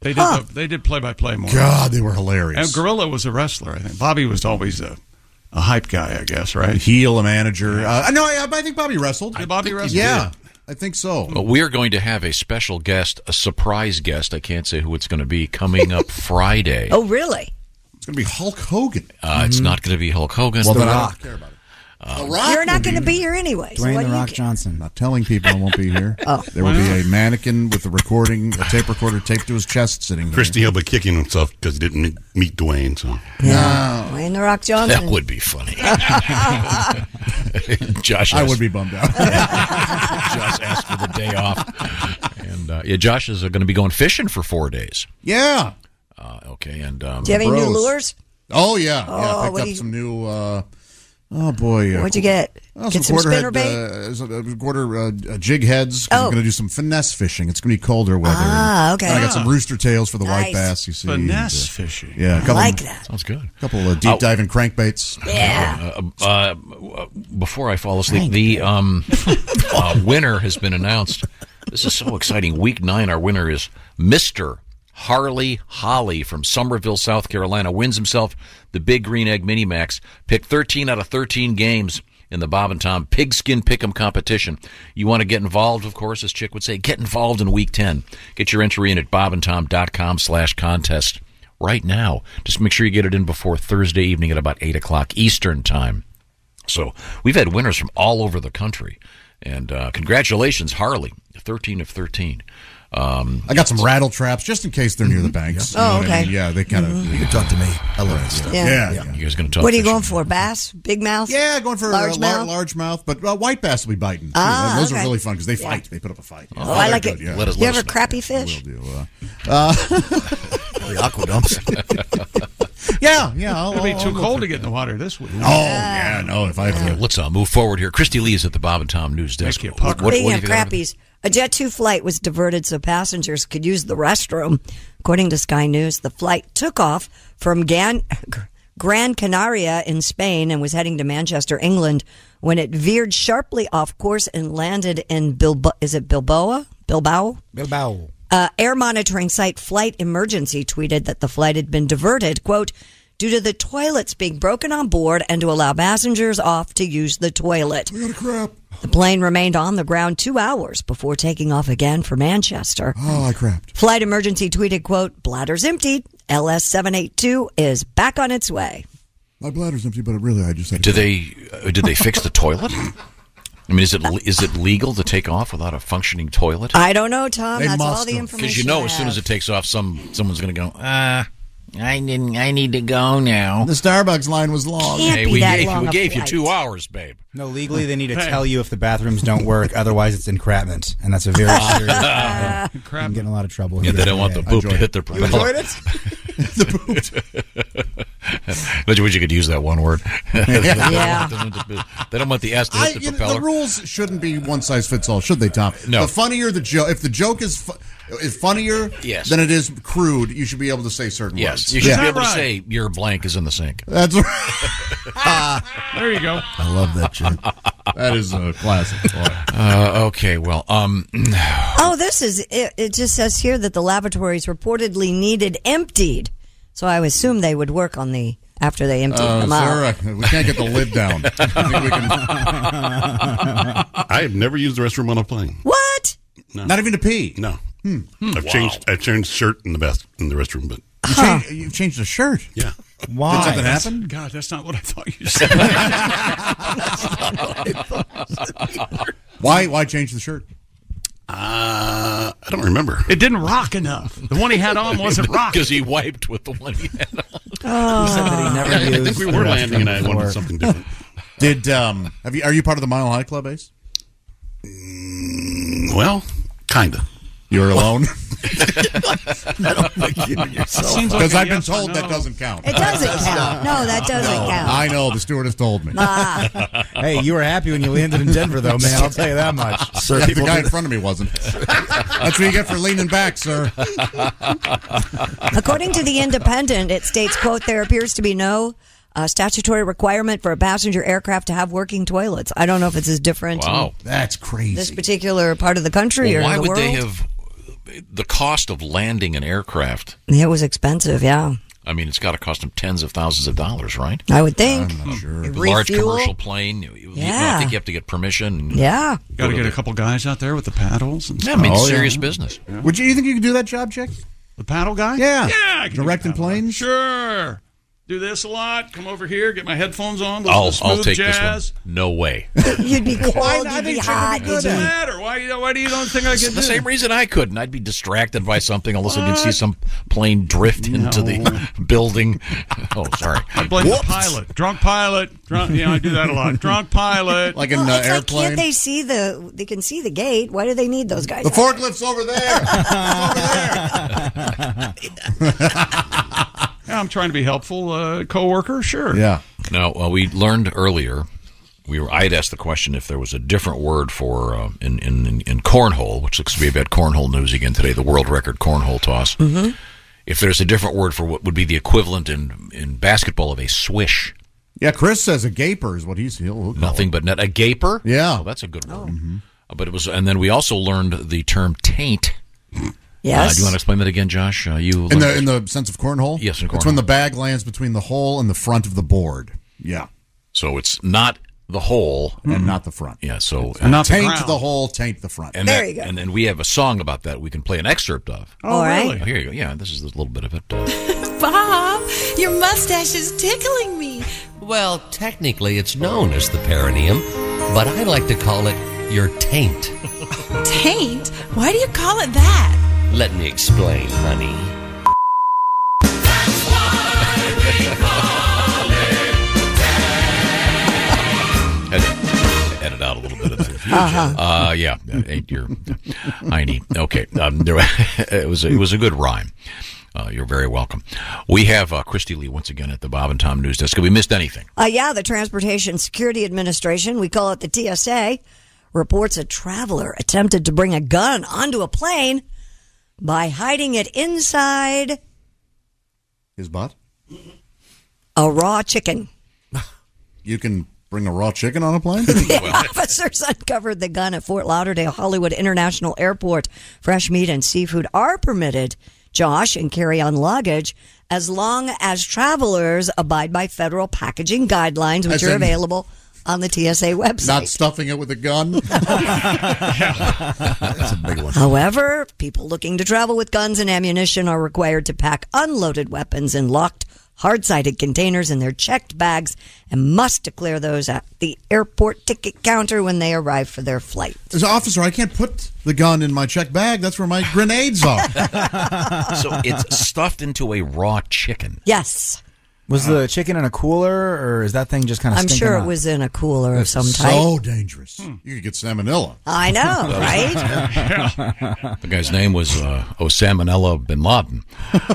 A: They did
D: Huh.
A: the- they did play by play more.
D: God, they were hilarious.
A: And Gorilla was a wrestler, I think. Bobby was always a, a hype guy, I guess, right?
D: Heel, a manager. Uh, no, I, I think Bobby wrestled.
A: Bobby wrestled?
D: Yeah, I think so.
B: But we are going to have a special guest, a surprise guest. I can't say who it's going to be coming up Friday.
F: Oh, Mm-hmm. really?
D: It's going to be Hulk Hogan.
B: Uh, it's not going to be Hulk Hogan.
D: Well, then I
B: Rock.
D: don't care about it.
F: You're not going to be here anyway. so what do you care?
D: Johnson. Not telling people I won't be here.
F: Oh.
D: There will be a mannequin with a recording, a tape recorder taped to his chest sitting there.
K: Christy will be kicking himself because he didn't meet Dwayne. So
F: Yeah. Wayne the Rock Johnson.
B: That would be funny. Josh,
K: I
B: asked-
K: would be
D: bummed out.
B: Josh asked for the day off, and uh, yeah, Josh is going to be going fishing for four days.
D: Yeah.
B: Uh, okay, and um,
F: Do you have any new lures?
D: Oh yeah, yeah.
F: Oh,
D: I picked
F: what
D: up
F: do you-
D: some new uh, Oh boy! uh,
F: What'd you get?
D: Oh,
F: get
D: some
F: some
D: quarter
F: spinner
D: head,
F: bait.
D: uh, some, uh, quarter uh, uh, jig heads. 'cause
F: Oh.
D: We're going to do some finesse fishing. It's going to be colder weather.
F: Ah, okay.
D: And I got some
F: Ah.
D: rooster tails for the white
F: Nice.
D: bass. You see,
B: Finesse
D: And, uh,
B: fishing.
D: Yeah,
B: I like that. Sounds good.
D: A couple of deep diving crankbaits.
B: Uh, uh, uh, before I fall asleep, the um, uh, winner has been announced. This is so exciting. Week nine, our winner is Mister Harley Holly from Somerville, South Carolina. Wins himself the Big Green Egg Mini Max. Picked 13 out of 13 games in the Bob and Tom Pigskin Pick'em competition. You want to get involved, of course, as Chick would say. Get involved in Week 10. Get your entry in at bobandtom.com slash contest right now. Just make sure you get it in before Thursday evening at about 8 o'clock Eastern Time. So we've had winners from all over the country. And uh, congratulations, Harley, 13 of 13. Um,
D: I got some rattle traps just in case they're near the banks.
F: Oh,
D: what I
F: okay.
D: mean? Yeah, they kind of.
F: Mhm.
D: You can talk to me. I love that
F: stuff.
D: Yeah. Yeah.
F: Yeah. Yeah.
B: You guys going to talk
F: What are you
B: fishing?
F: going for? Bass? Big mouth?
D: uh, Yeah, going for large,
F: large
D: uh,
F: mouth.
D: mouth? large mouth, but uh, white bass will be biting. too.
F: Ah,
D: those
F: okay.
D: are really fun because they
F: Yeah.
D: fight. They put up a fight.
F: Oh, I like
D: they're
F: it.
D: good, yeah.
F: you ever crappy fish?
D: Will do. Uh, uh,
A: The aqua dumps.
D: yeah, yeah. I'll-
A: It'll be
D: I'll-
A: too
D: I'll go
A: cold
D: for
A: to get in the water this week.
D: Oh,
B: Oh,
D: yeah, no. If I
B: Yeah, let's uh, move forward here. Christy Lee is at the Bob and Tom News Desk. What, what, what do
F: Speaking
B: you
F: of
B: think happened?
F: crappies, a Jet 2 flight was diverted so passengers could use the restroom. According to Sky News, the flight took off from Gan- Gran Canaria in Spain and was heading to Manchester, England, when it veered sharply off course and landed in Bilbao. Is it Bilboa? Bilbao?
E: Bilbao.
F: Uh, air monitoring site Flight Emergency tweeted that the flight had been diverted, quote, due to the toilets being broken on board and to allow passengers off to use the toilet. The plane remained on the ground two hours before taking off again for Manchester.
D: Oh, I crapped.
F: Flight Emergency tweeted, quote, bladders emptied. LS-782 is back on its way.
D: My bladder's empty, but really, I just had.
B: Do they uh, did they fix the toilet? I mean, is it is it legal to take off without a functioning toilet?
F: I don't know, Tom.
B: They
F: That's all
B: must
F: the
B: have.
F: information
B: Because you know,
F: I
B: as soon
F: have.
B: as it takes off, some someone's going to go. Uh,
N: I didn't. I need to go now.
D: The Starbucks line was long.
E: Can't
B: hey,
E: be
B: we
E: that
B: gave,
E: long
B: you, we
E: a
B: gave you
E: flight.
B: two hours, babe.
E: No, legally they need to tell you if the bathrooms don't work. Otherwise, it's encrapment, and that's a very serious.
B: Ah.
E: you can get in a lot of trouble.
B: Yeah,
E: here.
B: they don't want the
E: I
B: poop to
E: enjoyed
B: hit their
E: it.
B: propeller. Bet you wish you could use that one word. they, don't
D: Yeah.
B: want the- they don't want the S to
D: I,
B: hit the
D: you know,
B: propeller.
D: the rules shouldn't be one size fits all, should they, Tom?
B: No.
D: The funnier the joke, if the joke is fu- is funnier
B: Yes.
D: than it is crude, you should be able to say certain
B: yes,
D: words.
B: you should be able to say your blank is in the sink.
D: That's right.
A: there you go.
D: I love that joke. that is a classic.
B: Uh, okay, well, um,
F: Oh, this is it, it. Just says here that the laboratories reportedly needed emptied, so I assume they would work on the after they emptied
D: Uh,
F: them
D: Sarah,
F: out.
D: we can't get the lid down. I think we can-
K: I have never used the restroom on a plane.
F: What?
K: No.
D: Not even to pee.
K: No.
D: Hmm.
K: I've changed. I've changed shirt in the bath in the restroom, but
D: You changed, you've changed the shirt.
K: Yeah.
D: Why? Did something happen?
A: God, that's not what I thought you said.
D: Why? Why change the shirt?
K: Uh, I don't remember.
A: It didn't rock enough. The one he had on wasn't rock.
B: because he wiped with the one he had on.
D: Oh.
B: Uh,
K: never I think used we were the landing and restroom I wanted before. something different.
D: Did um? Have you? Are you part of the Mile High Club, Ace?
K: Well, kinda.
D: You're alone.
K: I don't think you
D: Because I've been told that doesn't count.
F: It doesn't count. No, that doesn't
D: No,
F: count.
D: I know. The stewardess told me. Ah.
E: hey, you were happy when you landed in Denver, though, man. I'll tell you that much.
D: Sir, Yeah, the people guy do- in front of me wasn't. That's what you get for leaning back, sir.
F: According to the Independent, it states, "quote There appears to be no." Uh, statutory requirement for a passenger aircraft to have working toilets. I don't know if it's as different
B: Wow.
F: in
D: That's crazy.
F: this particular part of the country
B: Well,
F: or
B: why
F: the
B: would
F: world.
B: they have the cost of landing an aircraft?
F: It was expensive, yeah.
B: I mean, it's got to cost them tens of thousands of dollars, right?
F: I would think.
D: I'm
B: not
D: sure.
B: Large
F: Refuel?
B: commercial plane. you- you- I
F: Yeah.
B: think you have to get permission.
F: Yeah.
A: Got to get a couple guys out there with the paddles. And
B: Yeah, I mean,
A: stuff.
B: serious business.
D: Oh, Would you, you think you could do that job, Chick?
A: The paddle guy?
D: Yeah.
A: Yeah. I can do
D: Directing
A: that one.
D: planes?
A: Sure. Do this a lot. Come over here. Get my headphones on. Listen
B: I'll,
A: to smooth
B: I'll take
A: jazz.
B: this one. No way.
F: You'd be cold.
A: Why
F: you'd
A: not?
F: be
A: They shouldn't be
F: hot.
A: good
F: you'd be-
A: at it. Matter. Why, you- why do you don't think I
B: It's
A: can
B: the
A: do
B: same
A: it?
B: reason I couldn't. I'd be distracted by something. All of a sudden, you'd see some plane drift into the building. Oh, sorry.
A: I blame the pilot. Drunk pilot. Drunk, you know, I do that a lot. Drunk pilot.
D: Like uh,
F: Well, it's like, can't they see the? They can see the gate. Why do they need those guys?
D: The
F: out
D: forklift's over there. It's over there.
A: Yeah, I'm trying to be helpful. Uh, coworker, sure.
D: Yeah.
B: Now, well, we learned earlier. We were. I had asked the question if there was a different word for uh, in, in in in cornhole, which looks to be about cornhole news again today. The world record cornhole toss.
D: Mm-hmm.
N: Mhm.
B: If there's a different word for what would be the equivalent in in basketball of a swish,
D: Yeah, Chris says a gaper is what he's he'll he'll call
B: nothing
D: it.
B: but net a gaper.
D: Oh. Yeah. Mm-hmm.
B: Oh, that's a good word. Uh, But it was, and then we also learned the term taint. Uh,
D: Yes.
B: do you want to explain that again, Josh? Uh, you
D: in
B: learned-
D: the in the sense of cornhole.
B: Yes, in
D: it's when
B: cornhole.
D: the bag lands between the hole and the front of the board. Yeah,
B: so it's not the hole Mm-hmm.
D: and not the front.
B: Yeah, so
D: And not the Taint ground. the hole, taint the front.
B: And
D: There
B: that-
D: you go.
B: And then we have a song about that we can play an excerpt of.
T: Oh, All right. really?
B: Here you go. Yeah, this is a little bit of it. uh,
T: Bob, your mustache is tickling me.
U: Well, technically, it's known as the perineum, but I like to call it your taint.
T: Taint? Why do you call it that?
U: Let me explain, honey.
B: Edit, edit out a little bit of that.
T: Uh-huh.
B: Uh, yeah, that ain't your hiney. Okay, um, there, it was it was a good rhyme. Uh, you're very welcome. We have uh, Christy Lee once again at the Bob and Tom News Desk. Have we missed anything?
F: Uh, yeah, the Transportation Security Administration, we call it the TSA, reports a traveler attempted to bring a gun onto a plane by hiding it inside
D: His butt.
F: a raw chicken.
D: You can bring a raw chicken on a plane.
F: Officers uncovered the gun at Fort Lauderdale Hollywood International Airport. Fresh meat and seafood are permitted, Josh, and carry on luggage as long as travelers abide by federal packaging guidelines, which
D: As
F: are
D: in-
F: available on the TSA website.
D: Not stuffing it with a gun. That's a big one.
F: However, people looking to travel with guns and ammunition are required to pack unloaded weapons in locked, hard sided containers in their checked bags and must declare those at the airport ticket counter when they arrive for their flight.
D: As an officer, I can't put the gun in my check bag. That's where my grenades are.
B: so it's stuffed into a raw chicken.
F: Yes.
E: Was
B: Uh,
E: the chicken in a cooler, or is that thing just kind of?
F: I'm sure it was in a cooler of some type. Hmm.
D: so dangerous. You could get salmonella.
F: I know, right?
B: The guy's name was uh, Osamanella bin Laden.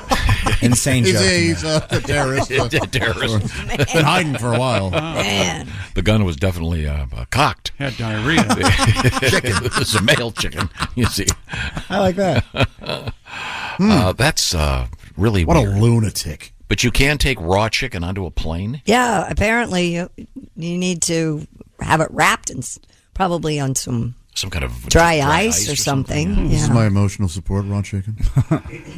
E: Insane
D: He's a, he's a, a terrorist.
B: He's a terrorist.
D: Been hiding for a while.
B: Man. The gun was definitely uh, uh, cocked. Had diarrhea. it was a male chicken, you see.
E: I like that.
B: Uh, that's uh, really
D: What a
B: weird.
D: lunatic.
B: But you can take raw chicken onto a plane?
F: Yeah, apparently you, you need to have it wrapped and s- probably on some
B: Some kind of
F: dry, ice, or, something.
D: This is
F: Yeah.
D: my emotional support, raw chicken.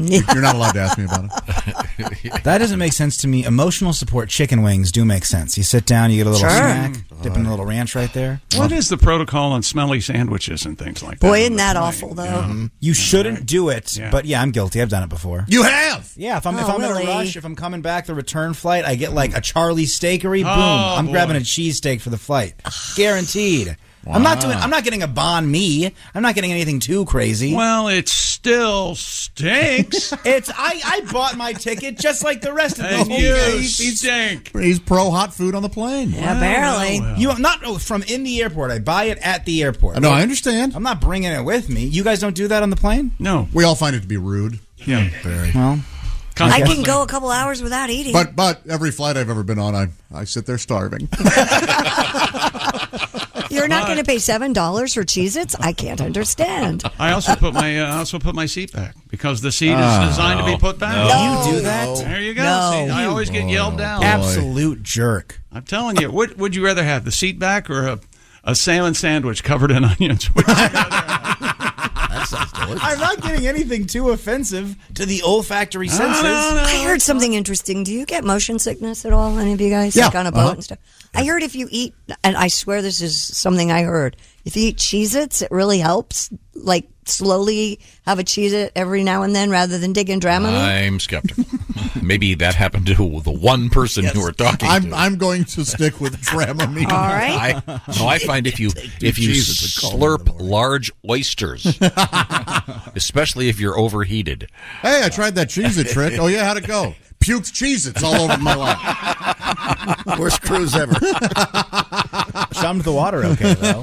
D: You're not allowed to ask me about it.
E: That doesn't make sense to me. Emotional support chicken wings do make sense. You sit down, you get a little
A: Sure.
E: snack, dip in a little ranch right there.
A: What is the protocol on smelly sandwiches and things like that?
F: Boy, isn't that awful though?
E: Mm-hmm. You shouldn't do it, but yeah, I'm guilty. I've done it before.
D: You have.
E: Yeah, if I'm if
F: Oh,
E: I'm
F: really?
E: in a rush, if I'm coming back the return flight, I get like a Charlie Steakery. Boom!
F: Oh,
E: I'm
F: boy.
E: grabbing a cheesesteak for the flight, guaranteed. I'm not doing.
A: Wow.
E: I'm not getting a bon me. I'm not getting anything too crazy.
A: Well, it still stinks.
E: it's I. I bought my ticket just like the rest of
A: And
E: those.
A: you
D: stink. He's pro hot food on the plane.
E: You not oh, from in the airport. I buy it at the airport.
D: No, I understand.
E: I'm not bringing it with me. You guys don't do that on the plane.
A: No,
D: we all find it to be rude.
A: Yeah,
D: very.
E: Well,
F: I can go a couple hours without eating.
D: But but every flight I've ever been on, I I sit there starving.
F: You're not going to pay seven dollars for Cheez-Its? I can't understand.
A: I also put my uh, I also put my seat back because the seat
E: Ah.
A: is designed to
E: No.
A: be put back.
E: No. You do that?
A: There you go.
E: No.
A: See, I always get
I: Oh,
A: yelled down.
E: Absolute jerk.
A: I'm telling you, what would you rather have, the seat back or a, a salmon sandwich covered in onions?
E: I'm not getting anything too offensive to the olfactory senses.
F: I heard something interesting. Do you get motion sickness at all? Any of you guys?
E: Yeah,
F: Like on a boat
E: uh-huh.
F: and stuff? I heard if you eat, and I swear this is something I heard. If you eat Cheez Its, it really helps. Like slowly have a Cheez It every now and then rather than digging Dramamine.
B: I'm skeptical. Maybe that happened to the one person you were talking
D: I'm
B: to.
D: I'm going to stick with Dramamine.
F: All right.
B: I, no, I find if you if you
D: Jesus, a
B: slurp large oysters, especially if you're overheated.
D: Hey, I tried that cheese it trick. Oh yeah, how'd it go? Puked cheese its all over my lap. Worst cruise ever.
E: Chummed the water okay though.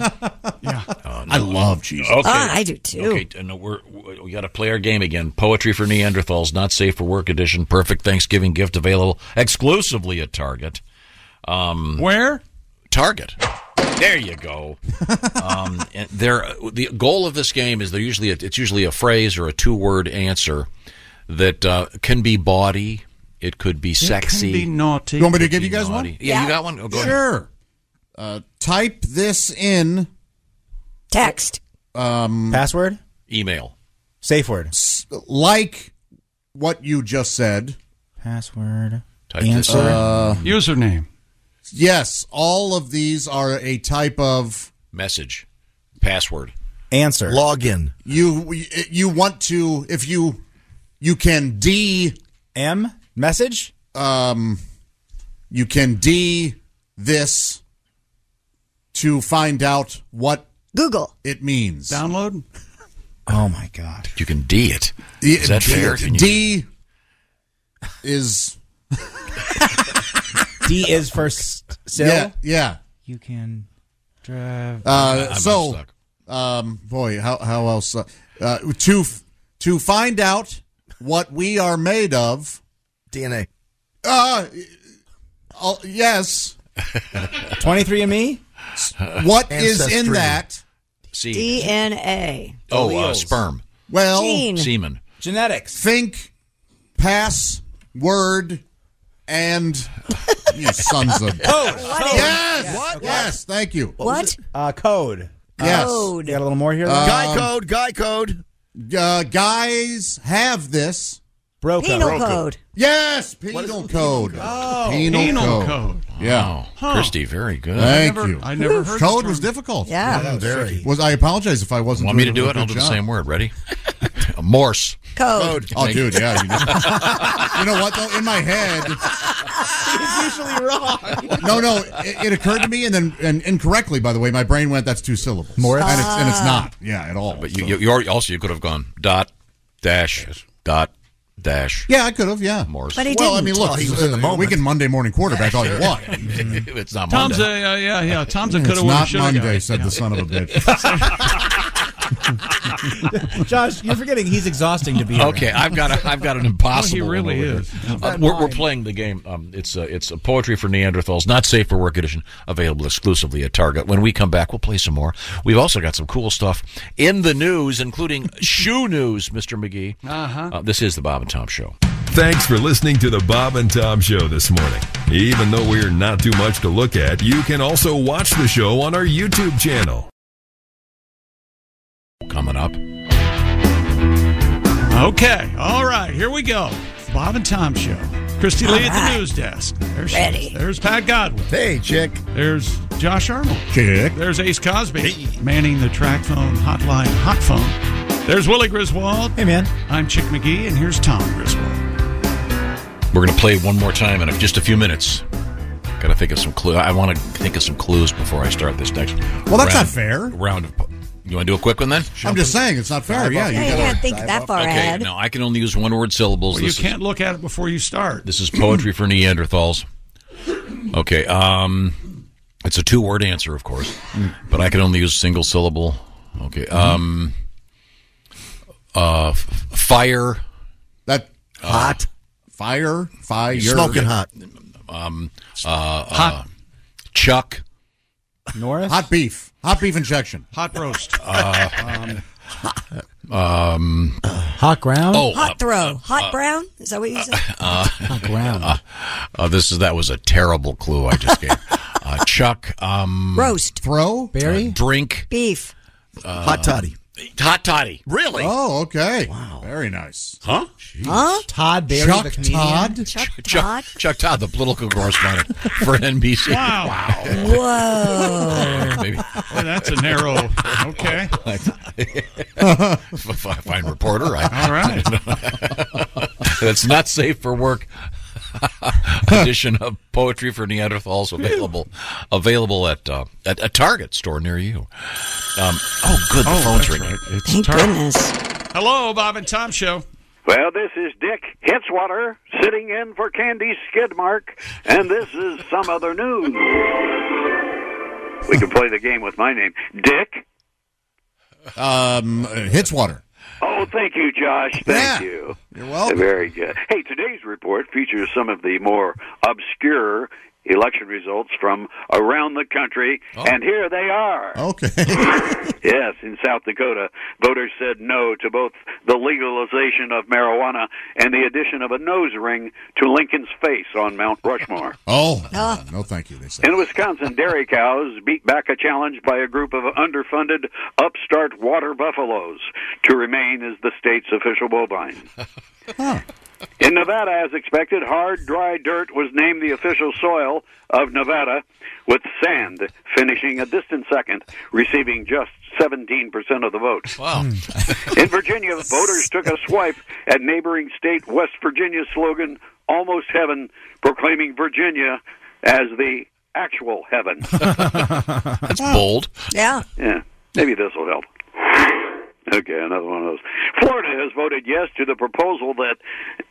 D: I love cheese.
B: Okay.
E: Ah, I do, too.
B: Okay, t- no, we're, we we got to play our game again. Poetry for Neanderthals, not safe for work edition. Perfect Thanksgiving gift available exclusively at Target. Um,
A: Where?
B: Target. There you go. um, and there, the goal of this game is they're usually it's usually a phrase or a two word answer that uh, can be bawdy. It could be
D: can
B: sexy.
D: be naughty. You want me to give you guys one?
B: Yeah, you got one. Oh, go ahead.
D: sure. Uh, type this in.
F: Text.
D: Um,
E: Password.
B: Email.
E: Safe word.
D: Like what you just said.
E: Password.
D: Answer. Uh,
A: Username.
D: Yes, all of these are a type of
B: message, password,
E: answer,
D: login. You you want to if you you can d
E: m message.
D: Um, you can d this to find out what
F: Google
D: it means.
A: Download.
E: Oh my god!
B: You can D it. Is that
D: D,
B: fair? Can you-
D: E, D is
E: D is for s- Sil.
D: Yeah, yeah.
E: You can drive.
D: Uh, so, um, boy, how how else uh, uh, to f- to find out what we are made of?
G: DNA.
D: Uh, uh yes.
E: Twenty three and me.
D: What is in that?
B: See.
F: DNA.
B: Oh, uh, sperm.
D: Well,
F: Gene.
B: semen.
E: Genetics.
D: Think, pass, word, and you sons of.
A: Oh,
E: Code.
D: Yes. Yes. Thank you.
F: What?
E: Uh, code.
D: Yes.
E: You got a little more here.
F: Um,
D: Guy
G: code. Guy code.
D: Uh, guys have this.
E: Bro
F: code. Penal Bro code. code.
D: Yes, penal code.
F: Oh.
D: penal,
A: Penal
D: code.
A: code.
D: Yeah.
A: Huh.
B: Christy, very good.
D: Thank
A: I never-
D: you.
A: I never heard this
D: code
A: term.
D: was difficult.
F: Yeah. Yeah,
B: very.
D: Was I apologize if I wasn't.
B: Want me to
D: doing
B: do
D: a
B: it? I'll do
D: good
B: the
D: job.
B: same word. Ready? Morse.
F: Code.
D: Oh, dude, yeah. You, know- You know what though? In my head,
N: He's usually wrong.
D: no, no. It, it occurred to me, and then and incorrectly, by the way, my brain went, "That's two syllables." More, and it's, and it's
F: Ah.
A: Ah.
D: not. Yeah, at all.
B: But you, you, you already, also you could have gone dot dash dot dash.
D: Yeah, I could have. Yeah,
B: Morse.
F: But he
D: Well, I
F: didn't.
D: mean, look,
F: Well, he
B: was in the
D: uh,
B: moment.
D: we can Monday morning quarterback all you want. Mm-hmm.
B: it's not
A: Tom's
B: Monday.
A: a uh, yeah yeah. Tom's a
D: It's
A: coulda woulda
D: not
A: shoulda guy.
D: Monday," said the son of a bitch.
E: Josh, you're forgetting he's exhausting to be. around.
B: Okay, I've got a, I've got an impossible.
A: Oh, he really
B: one over
A: is.
B: here. Uh, we're, we're playing the game. Um, it's a, it's a poetry for Neanderthals, not safe for work edition. Available exclusively at Target. When we come back, we'll play some more. We've also got some cool stuff in the news, including shoe news, Mister McGee. Uh-huh. this is the Bob and Tom Show.
M: Thanks for listening to the Bob and Tom Show this morning. Even though we're not too much to look at, you can also watch the show on our YouTube channel.
B: Coming up.
A: Okay. All right. Here we go. Bob and Tom show. Christy Lee at the news desk. There she
F: Ready.
A: is. There's Pat Godwin.
G: Hey, chick.
A: There's Josh Arnold.
D: Chick.
A: There's Ace Cosby manning the track phone hotline hot phone. There's Willie Griswold. Hey
E: man.
A: I'm Chick McGee and here's Tom Griswold.
B: We're going to play one more time in just a few minutes. Got to think of some clue. I want to think of some clues before I start this next.
D: Well, that's not
B: round-
D: fair.
B: Round of. You want to do a quick one then?
D: I'm just saying, it's not fair. Yeah, you
F: Yeah, you
D: gotta.
F: can't think that far
B: Okay,
F: ahead.
B: no, I can only use one word syllables.
A: Well, you
B: This is-
A: can't look at it before you start.
B: This is poetry for Neanderthals. Okay, um, it's a two-word answer, of course, but I can only use single syllable.
A: Mm-hmm.
B: Okay, um, uh, f- fire, Uh,
D: That
G: hot
D: fire, fire,
G: Smoking hot.
B: um, uh, hot, Chuck,
E: Norris.
D: hot beef, hot beef injection.
A: Hot roast.
B: uh, um,
E: Hot ground.
B: oh,
F: Hot throw. Hot
B: uh,
F: brown? Is that what you said?
B: uh,
E: Hot ground.
B: uh, uh, this is that was a terrible clue I just gave. uh, Chuck, um,
F: Roast.
D: Throw
E: Barry.
B: drink,
F: Beef.
G: hot toddy.
B: uh, hot toddy. Really?
D: Oh, okay. Wow, very nice.
B: Huh?
F: Huh?
E: Todd Barry,
D: Chuck
E: the comedian.
D: Todd.
F: Chuck Todd?
B: Chuck, Chuck Todd, the political correspondent for NBC.
A: Wow.
F: Whoa.
B: Maybe
A: Boy, that's a narrow. Okay.
B: F- f- fine reporter. I,
A: All right.
B: that's not safe for work. edition of poetry for Neanderthals available available at uh, at a Target store near you. Um, oh, good. The
A: Oh,
B: phone's
A: that's
B: ringing.
A: right. It's
F: Thank
A: tar-
F: goodness.
A: Hello, Bob and Tom show.
O: Well, this is Dick Hitswater sitting in for Candy Skidmark, and this is some other news. We can play the game with my name, Dick.
D: Um, Hitswater.
O: Oh, thank you, Josh.
D: Yeah.
O: Thank you.
D: You're welcome.
O: Very good. Hey, today's report features some of the more obscure election results from around the country,
D: Oh.
O: and here they are.
D: Okay.
O: Yes, in South Dakota, voters said no to both the legalization of marijuana and the addition of a nose ring to Lincoln's face on Mount Rushmore.
D: Oh, no, thank you. They said.
O: In Wisconsin, dairy cows beat back a challenge by a group of underfunded upstart water buffaloes to remain as the state's official bovine. In Nevada, as expected, hard, dry dirt was named the official soil of Nevada, with sand finishing a distant second, receiving just 17% of the vote.
B: Wow.
O: In Virginia, voters took a swipe at neighboring state West Virginia's slogan, Almost Heaven, proclaiming Virginia as the actual heaven.
B: That's bold.
F: Yeah.
O: Yeah, maybe this will help. Okay, another one of those. Florida has voted yes to the proposal that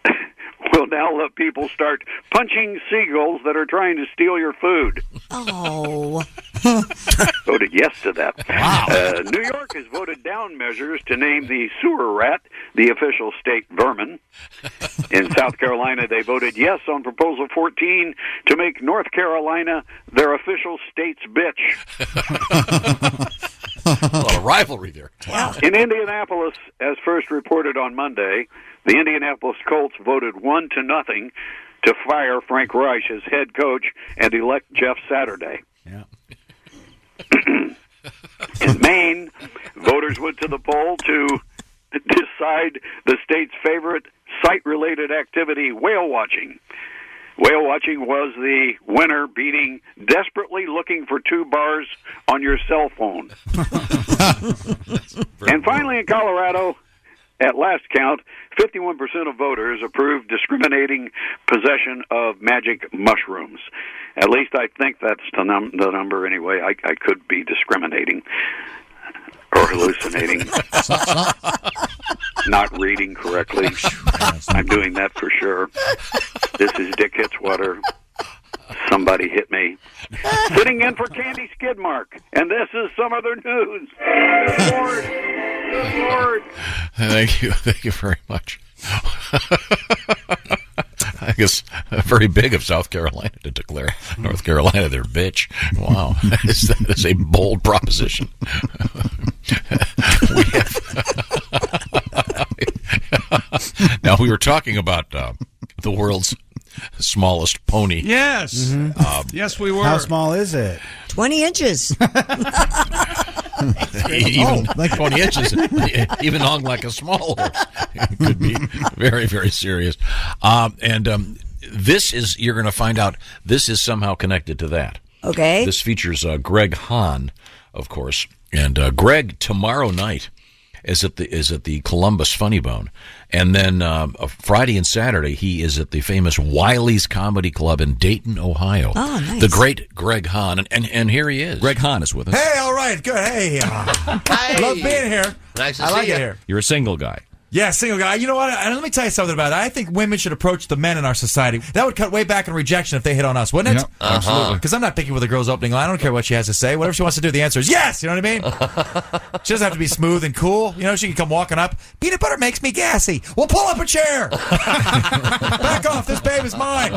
O: will now let people start punching seagulls that are trying to steal your food.
F: Oh.
O: voted yes to that. Uh, New York has voted down measures to name the sewer rat the official state vermin. In South Carolina, they voted yes on Proposal 14 to make North Carolina their official state's bitch.
B: a lot of rivalry there.
O: In Indianapolis, as first reported on Monday, the Indianapolis Colts voted one to nothing to fire Frank Reich as head coach and elect Jeff Saturday. Yeah. In Maine, voters went to the poll to decide the state's favorite site-related activity, whale watching. Whale watching was the winner beating desperately looking for two bars on your cell phone. and finally, in Colorado, at last count, 51% of voters approved discriminating possession of magic mushrooms. At least I think that's the, num- the number anyway. I, I could be discriminating or hallucinating, not reading correctly. I'm doing that for sure. This is Dick Hitswater. Somebody hit me. Sitting in for Candy Skidmark, and this is some other news. Good Lord. Good Lord.
B: Thank you. Thank you very much. I guess uh, very big of South Carolina to declare North Carolina their bitch. Wow. that, is, that is a bold proposition. we have. now, we were talking about uh, the world's smallest pony.
A: Yes.
B: Um,
A: yes, we were.
E: How small is it?
F: 20 inches.
B: even
F: Oh, like-
B: 20 inches, even on like a small horse, it could be very, very serious. Um, and um, this is, you're going to find out, this is somehow connected to that.
F: Okay.
B: This features uh, Greg Hahn, of course. And uh, Greg, tomorrow night, is at the is at the Columbus Funny Bone, and then um, uh, Friday and Saturday he is at the famous Wiley's Comedy Club in Dayton, Ohio.
P: Oh, nice.
B: The great Greg Hahn, and, and and here he is. Greg Hahn is with
P: Hey, all right, good. Hey, uh, love being here.
B: Nice to
P: I like
B: see
P: it
B: ya.
P: here.
V: You're a single guy.
P: Yeah, single guy. You know what? And let me tell you something about it. I think women should approach the men in our society. That would cut way back in rejection if they hit on us, wouldn't it?
V: Yep, Uh-huh. absolutely.
P: Because I'm not picking with a girl's opening line. I don't care what she has to say. Whatever she wants to do, the answer is yes. You know what I mean? she doesn't have to be smooth and cool. You know, she can come walking up. Peanut butter makes me gassy. Well, pull up a chair. back off. This babe is mine.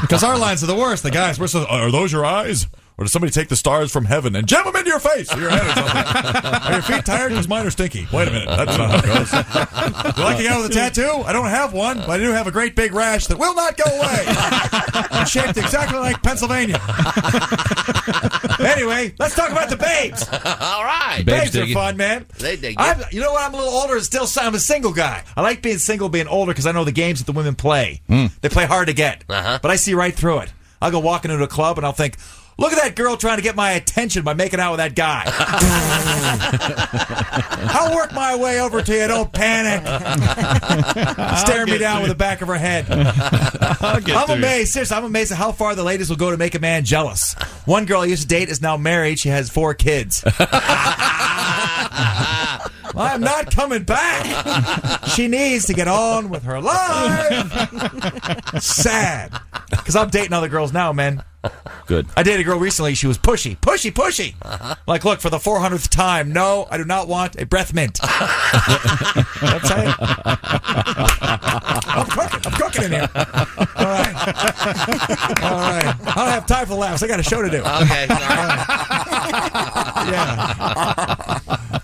D: Because our lines are the worst. The guys, we're so. Are those your eyes? Or did somebody take the stars from heaven and jam them into your face or your head or something? are your feet tired? Because mine are stinky. Wait a minute. That's not how it goes.
P: You like the guy with the tattoo? I don't have one, but I do have a great big rash that will not go away. It's shaped exactly like Pennsylvania. anyway, let's talk about the babes.
N: All right.
P: Babes, are fun, man.
N: They dig it.
P: I'm, you know what? I'm a little older and still I'm a single guy. I like being single, being older because I know the games that the women play.
I: Hmm.
P: They play hard to get, but I see right through it. I'll go walking into a club and I'll think, look at that girl trying to get my attention by making out with that guy. I'll work my way over to you. Don't panic. Stare me
D: get
P: down
D: to
P: with
D: you.
P: the back of her head.
D: I'll get
P: I'm
D: to you.
P: amazed. Seriously, I'm amazed at how far the ladies will go to make a man jealous. One girl I used to date is now married. She has four kids. I'm not coming back. She needs to get on with her life. Sad. Because I'm dating other girls now, man.
V: Good.
P: I dated a girl recently. She was pushy, pushy, pushy. Like, look, for the 400th time, no, I do not want a breath mint. That's it. I'm cooking. I'm cooking in here. All right. All right. I don't have time for laughs. I got a show to do.
V: Okay.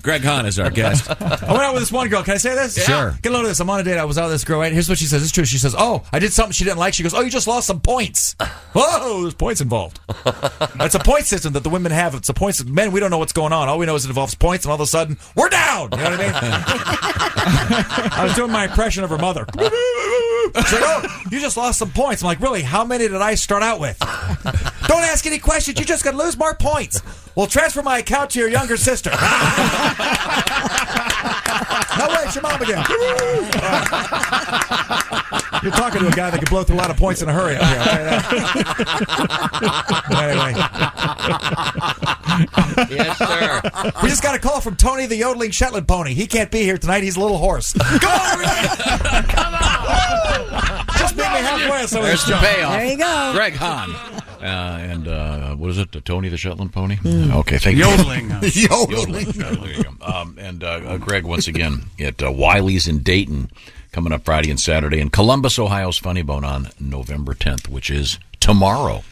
B: Greg Hahn is our guest.
P: I went out with this one girl. Can I say this?
B: Yeah. Sure.
P: Get a load of this. I'm on a date. I was out with this girl, right? Here's what she says. It's true. She says, Oh, I did something she didn't like. She goes, Oh, you just lost some points. Whoa, there's points involved. That's a point system that the women have. It's a point system. Men, we don't know what's going on. All we know is it involves points, and all of a sudden, we're down. You know what I mean? I was doing my impression of her mother. She's like, oh, you just lost some points. I'm like, really? How many did I start out with? Don't ask any questions. You're just going to lose more points. Well, transfer my account to your younger sister. no way, it's your mom again. You're talking to a guy that can blow through a lot of points in a hurry. Out here, okay? anyway.
V: Yes, sir.
P: We just got a call from Tony the yodeling Shetland pony. He can't be here tonight. He's a little horse. Come on, Just meet me halfway. So
B: There's the payoff.
F: There you go.
B: Greg Hahn. Uh, and uh, what is it? Uh, Tony the Shetland Pony? Okay, thank
A: Yodeling.
B: you.
A: Yodeling.
B: Yodeling. There you go. Um, and uh, uh, Greg, once again, at uh, Wiley's in Dayton coming up Friday and Saturday, and Columbus, Ohio's Funny Bone on November 10th, which is tomorrow.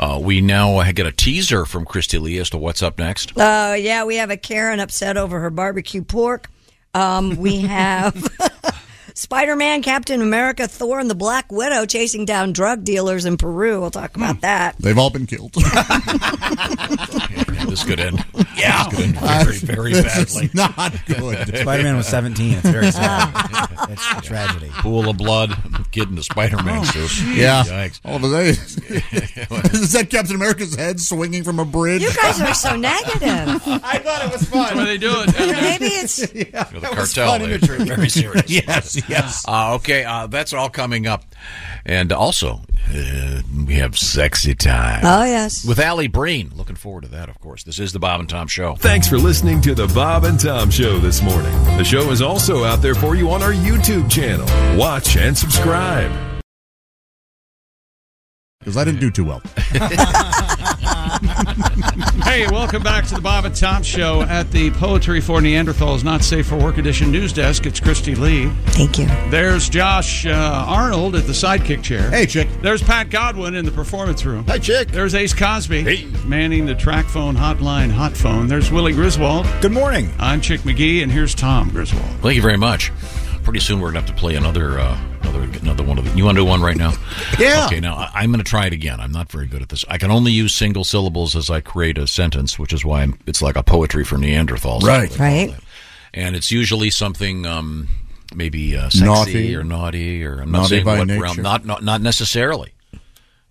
B: Uh, we now get a teaser from Christy Lee as to what's up next.
F: Oh, yeah, we have a Karen upset over her barbecue pork. Um, we have Spider Man, Captain America, Thor, and the Black Widow chasing down drug dealers in Peru. We'll talk
B: Hmm.
F: about that.
D: They've all been killed.
B: this could end. Yeah. This could end very, very
D: This is
B: badly.
D: not good.
E: Spider-Man was 17. It's very sad.
B: That's a tragedy. Pool of blood. Kid in a
E: Oh,
B: Spider-Man suit.
D: Yeah.
B: Yikes.
D: All of a sudden- is that Captain America's head swinging from a bridge?
F: You guys are so negative.
D: I thought it was fun.
A: That's why they do it.
F: Maybe it's.
B: The
D: That was
B: cartel.
D: fun
B: there.
D: imagery.
B: Very serious.
D: yes, yes.
B: Uh, okay, uh, that's all coming up. And also, uh, we have sexy time.
F: Oh, yes.
B: With Allie Breen. Looking forward to that, of course. This is the Bob and Tom Show.
M: Thanks for listening to the Bob and Tom Show this morning. The show is also out there for you on our YouTube channel. Watch and subscribe.
D: Because I didn't do too well.
A: hey, welcome back to the Bob and Tom Show at the Poetry for Neanderthals Not Safe for Work Edition News Desk. It's Christy Lee.
F: Thank you.
A: There's Josh uh, Arnold at the sidekick chair.
D: Hey, chick.
A: There's Pat Godwin in the performance room. Hi, chick. There's Ace Cosby manning the track phone hotline hot phone. There's Willie Griswold.
E: Good morning.
A: I'm Chick McGee, and here's Tom Griswold.
B: Thank you very much. Pretty soon we're going to have to play another uh, another another one of the. You want to do one right now?
D: yeah.
B: Okay. Now I, I'm going to try it again. I'm not very good at this. I can only use single syllables as I create a sentence, which is why I'm, it's like a poetry for Neanderthals.
D: Right.
F: Right?
B: And it's usually something. Um, Maybe uh, sexy
D: Naughty.
B: or naughty or I'm not
D: Naughty
B: saying
D: by
B: what
D: nature.
B: realm. Not, not not necessarily.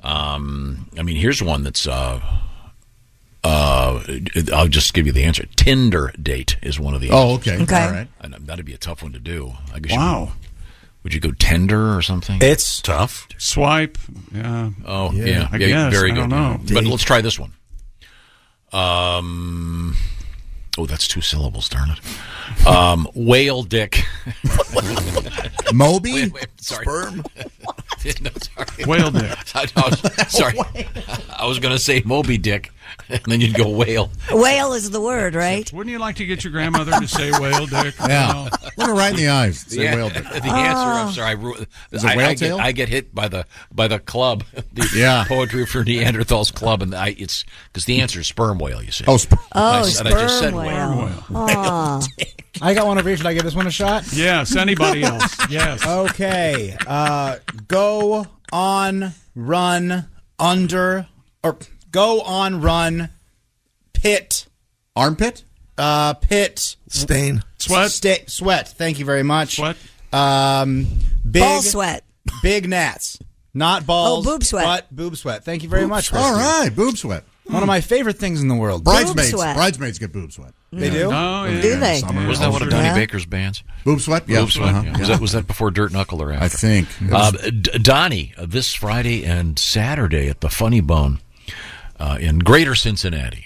B: Um, I mean, here's one that's. Uh, uh, I'll just give you the answer. Tinder date is one of the.
D: Oh,
B: answers.
D: okay. Okay. All right.
B: And that'd be a tough one to do. I guess You,
A: Wow.
B: would you go tender or something?
E: It's
B: tough.
A: Swipe. Yeah.
B: Oh yeah, yeah,
A: I guess.
B: very
A: I
B: good.
A: don't know.
B: But let's try this one. Um, oh, that's two syllables. Darn it. Um, whale dick.
D: Moby?
B: Wait, wait, sorry.
G: Sperm?
B: no, sorry.
A: Whale dick.
B: I, I was, sorry, I was going to say Moby Dick, and then you'd go whale.
F: Whale is the word, right?
A: Wouldn't you like to get your grandmother to say whale dick?
D: Yeah.
A: No.
D: Look her right in the eyes. Say
B: Yeah,
D: whale
B: the
D: dick.
B: answer. I'm sorry. I, ru-
D: Is it
B: I- I
D: whale
B: get-
D: tail?
B: I get hit by the by the club. The
D: Yeah.
B: poetry for Neanderthals club, and I it's because the answer is sperm whale. You see.
D: Oh, sp-
F: Oh,
B: I, and I just said
F: sperm
B: whale.
F: whale. Aw.
E: I got one over here. Should I give this one a shot?
A: Yes. Anybody else? Yes.
E: Okay. Uh, go on, run, under, or go on, run, pit,
D: Armpit?
E: uh, pit,
G: Stain.
A: Sweat.
E: sta- sweat. Thank you very much.
A: Sweat.
E: Um, big,
F: Ball sweat. Oh,
E: Big gnats. Not balls.
F: boob sweat.
E: But boob sweat. Thank you very much.
D: All
E: Christy.
D: right. Boob sweat.
E: One of my favorite things in the world.
D: Bridesmaids.
F: sweat.
D: Bridesmaids get boob sweat.
E: They do?
A: Oh, yeah.
F: Do they?
D: Summer.
B: Wasn't that one of Donny
F: Yeah.
B: Baker's bands?
D: Boob sweat? Yeah.
B: Oops,
D: Uh-huh.
B: yeah. Was, that, was that before Dirt Knuckle or after?
D: I think. It
B: Uh,
D: was-
B: D- Donnie, uh, this Friday and Saturday at the Funny Bone uh, in Greater Cincinnati,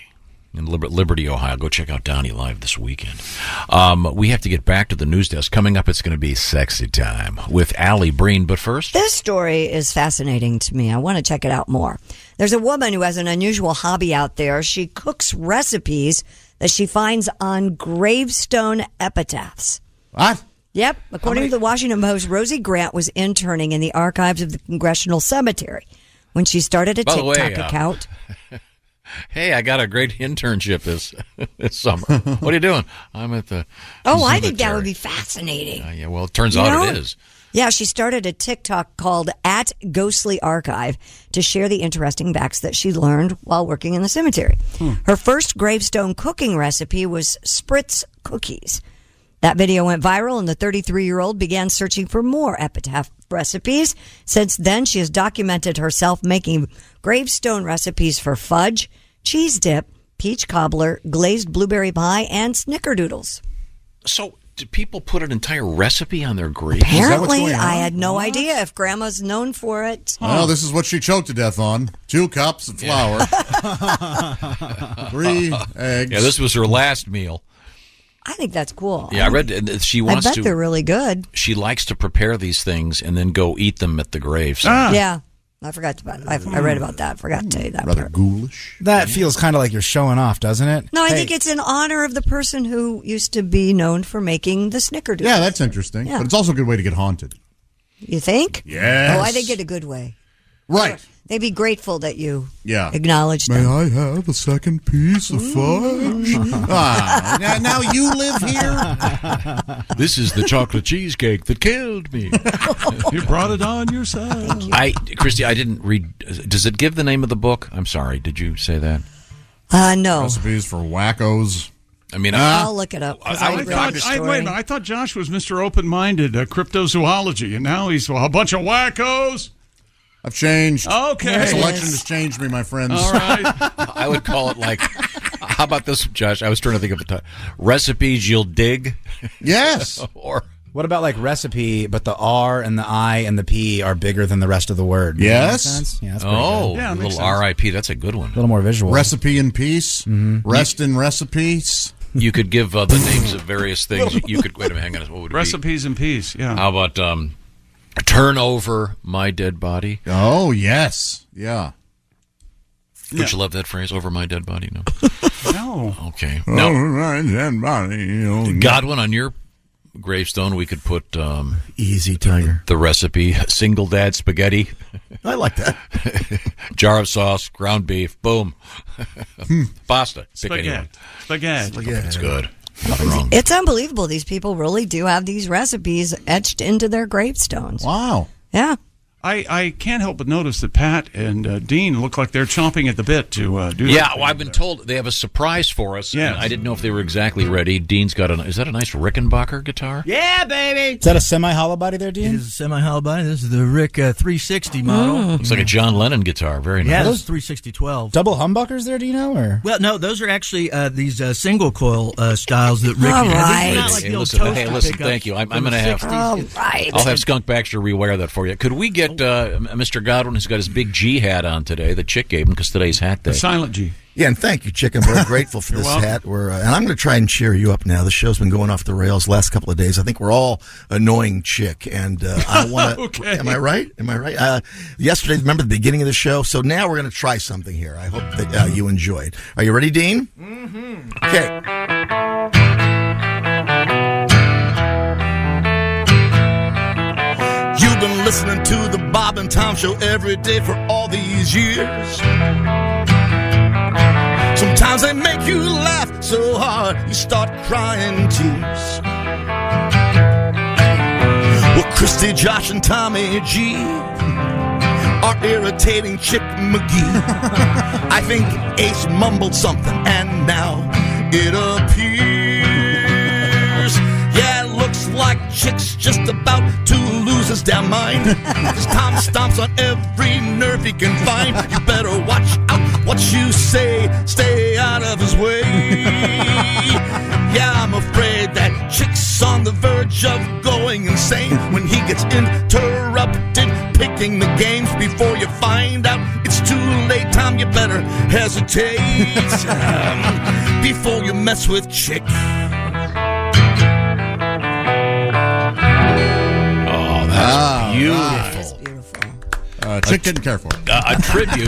B: in Liber- Liberty, Ohio. Go check out Donnie live this weekend. Um, we have to get back to the news desk. Coming up, it's going to be sexy time with Allie Breen. But first,
F: This story is fascinating to me. I want to check it out more. There's a woman who has an unusual hobby out there. She cooks recipes that she finds on gravestone epitaphs.
D: What?
F: Yep. According to the Washington Post, Rosie Grant was interning in the archives of the Congressional Cemetery when she started a
B: By the
F: TikTok
B: way, uh,
F: account.
B: Hey, I got a great internship this this summer. What are you doing? I'm at the.
F: Oh, I think that would
B: cemetery.
F: be fascinating.
B: Uh, yeah, well, it turns
F: You
B: out it
F: know?
B: is.
F: Yeah, she started a TikTok called at Ghostly Archive to share the interesting facts that she learned while working in the cemetery.
D: Hmm.
F: Her first gravestone cooking recipe was spritz cookies. That video went viral, and the 33 year old began searching for more epitaph recipes. Since then, she has documented herself making gravestone recipes for fudge, cheese dip, peach cobbler, glazed blueberry pie, and snickerdoodles.
B: So, do people put an entire recipe on their grave?
F: Apparently, I had no idea if grandma's known for it.
D: Well, Oh, this is what she choked to death on: two cups of flour, three eggs.
B: Yeah, this was her last meal.
F: I think that's cool.
B: Yeah, I read that she
F: I
B: wants
F: bet
B: to.
F: they're really good.
B: she likes to prepare these things and then go eat them at the grave.
F: Yeah. I forgot about I, I read about that. I forgot to tell you that.
E: Rather
D: ghoulish.
E: That feels kind of like you're showing off, doesn't it?
F: No, I
E: Hey,
F: think it's in honor of the person who used to be known for making the snickerdoodles.
D: Yeah, that's interesting.
F: Yeah.
D: But it's also a good way to get haunted.
F: You think?
D: Yes.
F: Oh, I think in a good way.
D: Right.
F: They'd be grateful that you.
D: Yeah.
F: Acknowledge
D: May I have a second piece of fudge? ah, now, now you live here.
B: This is the chocolate cheesecake that killed me.
A: you brought it on yourself.
B: I, Christy, I didn't read. Does it give the name of the book? I'm sorry. Did you say that?
F: Uh, no.
D: Recipes for wackos.
B: I mean,
F: I'll look it up. 'cause I,
A: I
F: read
A: thought,
F: the
A: I,
F: story.
A: wait a minute, I thought Josh was Mr. Open Minded, uh, cryptozoology, and now he's well, a bunch of wackos.
D: I've changed.
A: Okay.
D: This election has changed me, my friends.
A: All right.
B: I would call it like. How about this, Josh? I was trying to think of a t- recipes you'll dig.
D: Yes.
B: or
E: what about like recipe, but the R and the I and the P are bigger than the rest of the word? Does that make sense? Yeah, that's pretty
B: oh,
E: good.
B: a little R.I.P. That's a good one.
E: A little more visual. Mm-hmm.
D: Recipe in peace. Rest in recipes.
B: You could give uh, the names of various things. You, you could wait a minute. Hang on. What would it
A: Recipes in peace.
B: Be?
A: Yeah.
B: How about um, turn over my dead body?
D: Oh yes, yeah.
B: Don't you love that phrase? Over my dead body? No.
A: No.
B: Okay. No.
D: No.
B: Godwin, on your gravestone, we could put um,
G: Easy tiger.
B: the recipe: single dad spaghetti,
G: I like that.
B: jar of sauce, ground beef, boom, pasta, pick anyone.
A: Spaghetti. Spaghetti.
B: It's good.
F: It's unbelievable. These people really do have these recipes etched into their gravestones.
D: Wow.
F: Yeah.
A: I, I can't help but notice that Pat and uh, Dean look like they're chomping at the bit to uh, do
B: Yeah,
A: that.
B: well, I've been told they have a surprise for us.
A: Yes.
B: and I didn't know if they were exactly ready. Dean's got a. Is that a nice Rickenbacker guitar?
I: Yeah, baby.
E: Is that a semi hollow body there, Dean? Mm.
I: It is a semi hollow body. This is the Rick uh, 360 model.
B: Looks like a John Lennon guitar. Very nice.
I: Yeah, those 360 12.
E: Double humbuckers there, do you know? Or
I: Well, no, those are actually uh, these uh, single coil uh, styles that Rick.
F: All
I: had. These are
F: right.
I: not like
B: Hey,
I: the old
B: listen, hey,
I: toaster
B: listen,
I: pickups
B: thank you. I'm-
I: from
B: I'm
I: the
B: gonna have-
I: 60s.
F: All right.
B: I'll have Skunk Baxter rewire that for you. Could we get
F: Oh.
B: uh, Mr. Godwin, who's got his big G hat on today, the chick gave him because today's hat day.
A: The silent G.
G: Yeah, and thank you, Chicken. We're grateful for
A: You're
G: this
A: welcome.
G: hat. We're, uh, and I'm going to try and cheer you up now. The show's been going off the rails the last couple of days. I think we're all annoying Chick, and uh, I want to.
A: Okay.
G: Am I right? Am I right? Uh, yesterday, remember the beginning of the show. So now we're going to try something here. I hope that uh, you enjoy it. Are you ready, Dean? Mm-hmm. Okay.
L: You've been listening to the Bob and Tom Show every day for all these years. Sometimes they make you laugh so hard you start crying tears. Well, Christy, Josh, and Tommy G are irritating Chick McGee. I think Ace mumbled something, and now it appears. Yeah, it looks like Chick's just about to lose his damn mind. 'Cause Tom stomps on every nerve he can find. You better watch out what you say, stay out of his way. Yeah, I'm afraid that Chick's on the verge of going insane when he gets interrupted picking the games before you find out it's too late. Tom, you better hesitate um, before you mess with Chick.
B: Oh, that's beautiful.
D: Uh, Ah, Chicken, careful.
B: a tribute.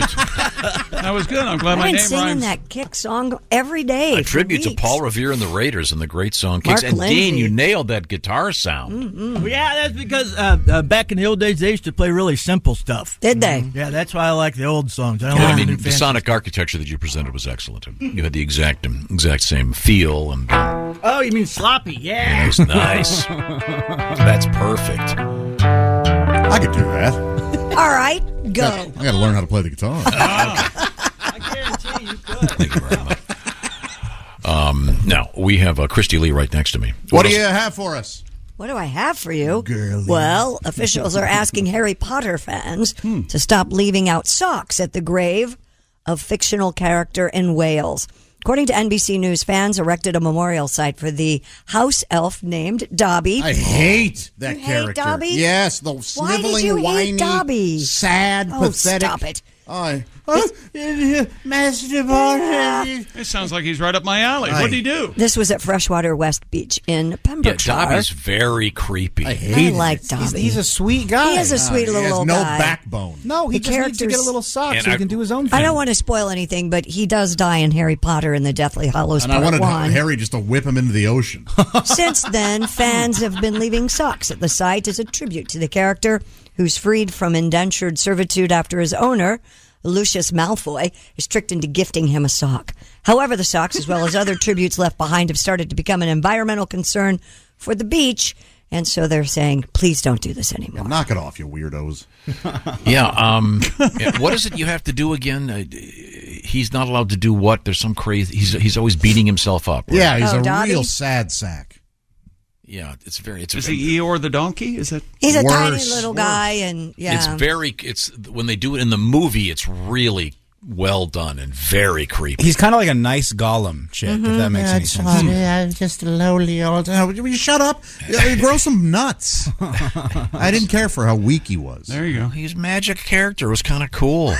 A: that was good. I'm glad
F: I've
A: my
F: been
A: name
F: singing
A: rhymes.
F: that kick song e- every day.
B: A
F: for
B: tribute to
F: weeks.
B: Paul Revere and the Raiders and the great song Kicks.
F: Mark
B: and Dean,
F: Lindsay.
B: you nailed that guitar sound.
E: Mm-hmm.
I: Well, yeah, that's because uh, uh, back in the old days, they used to play really simple stuff. Mm-hmm.
F: Did they?
I: Yeah, that's why I like the old songs. I don't
B: Yeah, I
I: like the
B: mean,
I: new
B: the
I: fancy-
B: sonic architecture that you presented was excellent. You had the exact um, exact same feel, and it
I: Oh, you mean sloppy? Yeah.
B: was nice. That's perfect.
D: I could do that.
F: All right, go.
D: I got to learn how to play the guitar.
A: Uh,
B: Um, now we have uh, Christy Lee right next to me.
D: What do
B: else-
D: you have for us?
F: What do I have for you? Well, officials are asking Harry Potter fans to stop leaving out socks at the grave of fictional character in Wales. According to NBC News, fans erected a memorial site for the house elf named Dobby.
D: I hate that
F: You hate
D: character.
F: Dobby?
D: Yes, the
F: Why
D: sniveling,
F: did you
D: whiny,
F: hate Dobby?
D: sad,
F: oh,
D: pathetic.
F: Stop it.
D: I,
N: Master
A: It sounds like he's right up my alley. What would he do?
F: This was at Freshwater West Beach in
B: Yeah,
F: Pembrokeshire.
B: Dobby's very creepy. I
F: I like Dobby.
E: He's a sweet guy.
F: He is a sweet little guy.
E: No, he just needs to get
F: The
E: a
F: characters-
E: little sock
B: And
E: so
B: I-
E: he can do his own thing.
F: I don't want to spoil anything, but he does die in Harry Potter and the Deathly Hollows
D: and I
F: Part
D: wanted
F: One.
D: Harry just to whip him into the ocean.
F: Since then, fans have been leaving socks at the site as a tribute to the character who's freed from indentured servitude after his owner, Lucius Malfoy, is tricked into gifting him a sock. However, the socks, as well as other tributes left behind, have started to become an environmental concern for the beach, and so they're saying, please don't do this anymore.
D: Knock it off, you weirdos.
B: Yeah. Um, yeah, what is it you have to do again? Uh, he's not allowed to do what? There's some crazy. He's he's always beating himself up. right?
D: Yeah, he's
F: Oh,
D: a
F: Dobby?
D: real sad sack.
B: Yeah. It's very. It's
A: Is he Eeyore the donkey? Is it?
F: He's a tiny
D: Worse.
F: little guy, and yeah.
B: It's very. It's when they do it in the movie. It's really well done and very creepy.
E: He's kind of like a nice golem chick,
F: Mm-hmm.
E: if that makes any
N: That's
E: sense.
N: what
D: Hmm.
N: I- I'm just a lonely old.
D: Oh, will you shut up? Yeah, Grow some nuts. I didn't care for how weak he was.
A: There you go.
B: His magic character was kind of cool.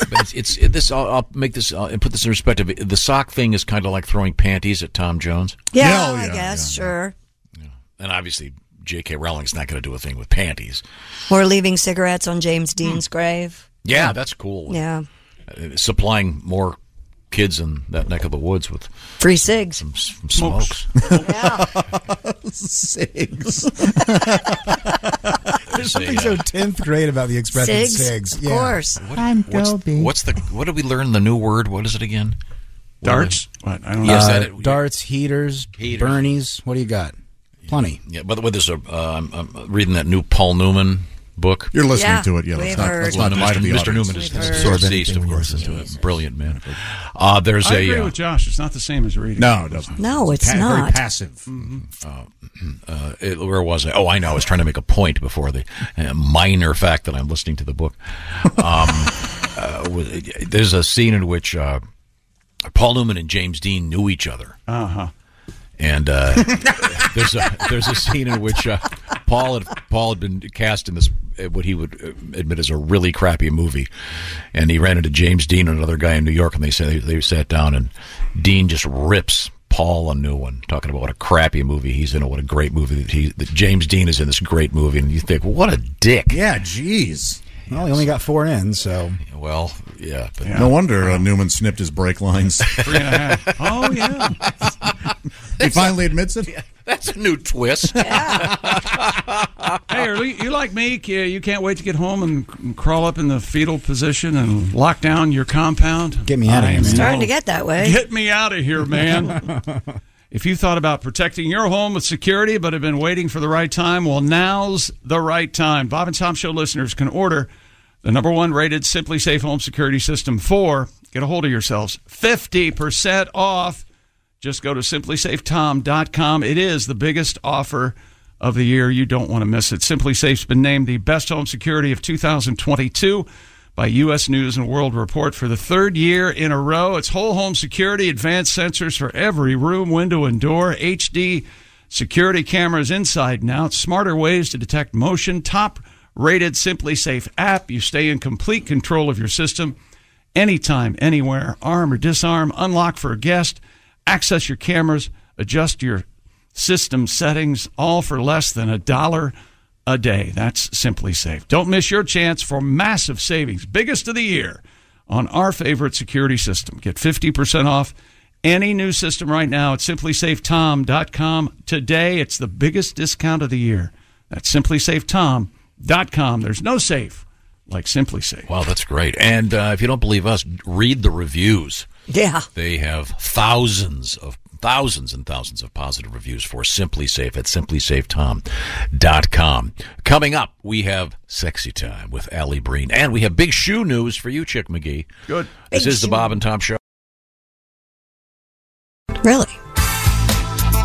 B: but it's, it's it, this. I'll, I'll make this uh, and put this in perspective. The sock thing is kind of like throwing panties at Tom Jones,
F: yeah,
B: oh,
D: Yeah, oh,
F: I
D: yeah,
F: guess, sure.
B: and obviously J.K. Rowling's not going to do a thing with panties.
F: We're leaving cigarettes on James Dean's grave.
B: Yeah, that's cool.
F: Yeah.
B: Uh, supplying more kids in that neck of the woods with
F: Free cigs.
B: some smokes.
D: Six.
E: There's something
B: uh,
E: so 10th grade about the expression
F: Cigs,
E: sigs.
F: of
E: Yeah.
F: course.
N: I'm
B: What's,
N: Dobby.
B: what's the what did we learn? The new word. What is it again? What
A: Darts? What? I don't know.
B: Yes,
E: Uh,
B: that it-
E: darts, heaters,
B: Heaters.
E: Bernies. What do you got? Plenty.
B: Yeah, by the way, there's a. Uh, I'm, I'm reading that new Paul Newman book.
D: You're listening
F: Yeah,
D: to it. Yeah,
F: we've
D: let's not, let's
F: heard.
D: not lie to
B: Mr.
D: the
B: Mr.
D: audience.
B: Newman is
F: We've
B: is
F: heard.
B: deceased, of course. Into a brilliant man. Uh, there's
A: I agree
B: a uh,
A: with Josh. It's not the same as reading. Mm-hmm.
D: No, it doesn't.
F: No, it's
D: Pa- Very
F: not.
D: passive.
B: uh, it- where was I? Oh, I know. I was trying to make a point before the uh, minor fact that I'm listening to the book. Um, uh, w- there's a scene in which uh, Paul Newman and James Dean knew each other. Uh huh. And uh, there's a there's a scene in which uh, Paul had Paul had been cast in this uh, what he would uh, admit is a really crappy movie, and he ran into James Dean and another guy in New York, and they said they, they sat down, and Dean just rips Paul a new one, talking about what a crappy movie he's in, and what a great movie that he that James Dean is in this great movie, and you think well, what a dick.
D: Yeah, jeez.
E: Well, he only got four in, so.
B: Well, yeah, but
D: No wonder uh, Newman snipped his brake lines.
A: Three and a half. Oh, yeah.
D: he finally admits it.
B: that's a new twist.
A: Hey, are you you like me? uh, You can't wait to get home and c- and crawl up in the fetal position and lock down your compound?
E: Get me out of
A: I
E: here, man.
F: Starting to get that way.
A: Get me out of here, man. if you thought about protecting your home with security but have been waiting for the right time, well, now's the right time. Bob and Tom Show listeners can order the number one rated Simply Safe Home Security System 4. Get a hold of yourselves. 50% off. Just go to simplysafetom.com. It is the biggest offer of the year. You don't want to miss it. Simply Safe's been named the best home security of 2022 by U.S. News and World Report for the third year in a row. It's whole home security, advanced sensors for every room, window, and door, HD security cameras inside and out, smarter ways to detect motion, top rated Simply Safe app. You stay in complete control of your system anytime, anywhere, arm or disarm, unlock for a guest, access your cameras, adjust your system settings, all for less than a dollar a day. That's Simply Safe. Don't miss your chance for massive savings, biggest of the year, on our favorite security system. Get 50% off any new system right now at simplysafetom.com today. It's the biggest discount of the year. That's simplysafetom.com. There's no safe like Simply Safe.
B: Wow, that's great. And uh, if you don't believe us, read the reviews.
F: Yeah.
B: They have thousands of thousands and thousands of positive reviews for Simply Safe at simplysafetom.com. Coming up, we have Sexy Time with Allie Breen and we have big shoe news for you, Chick McGee.
A: Good.
B: This is the Bob and Tom show.
F: Really?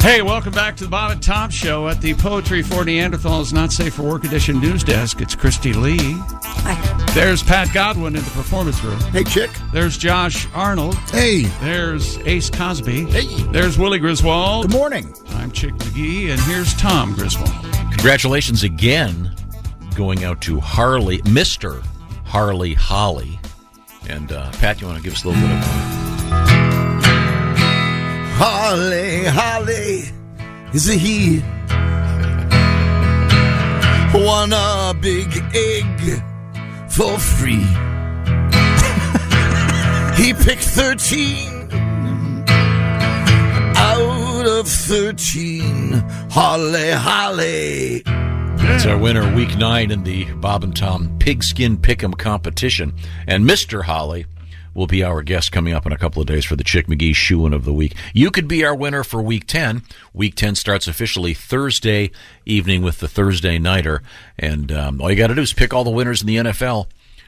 A: Hey, welcome back to the Bob and Tom Show at the Poetry for Neanderthals Not Safe for Work Edition news desk. It's Christy Lee. Hi. There's Pat Godwin in the performance room.
G: Hey, Chick.
A: There's Josh Arnold.
G: Hey.
A: There's Ace Cosby. Hey. There's Willie Griswold. Good
E: morning.
A: I'm Chick McGee, and here's Tom Griswold.
B: Congratulations again going out to Harley, Mr. Harley Holly. And uh, Pat, you want to give us a little bit of.
G: Holly, Holly is a he. One a big egg for free. he picked 13 out of 13. Holly, Holly.
B: It's our winner, week nine in the Bob and Tom Pigskin Pick'em competition. And Mr. Holly will be our guest coming up in a couple of days for the Chick McGee Shoein of the Week. You could be our winner for week 10. Week 10 starts officially Thursday evening with the Thursday Nighter. And um, all you got to do is pick all the winners in the NFL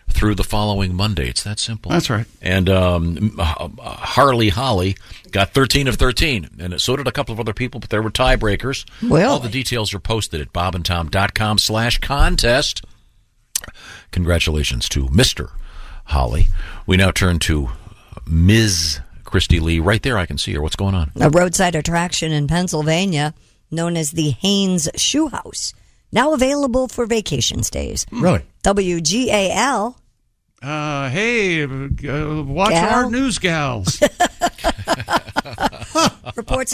B: through the following Monday. It's that simple.
A: That's right.
B: And um, uh, Harley Holly got 13 of 13, and so did a couple of other people, but there were tiebreakers.
F: Well.
B: All the details are posted at bobandtom.com slash contest. Congratulations to Mr. Holly. We now turn to Ms. Christy Lee. Right there, I can see her. What's going on?
F: A roadside attraction in Pennsylvania known as the Haynes Shoe House, now available for vacation stays.
A: Hmm. Really?
F: WGAL.
A: Uh, hey, uh, watch
F: Gal?
A: hard news, gals.
F: Reports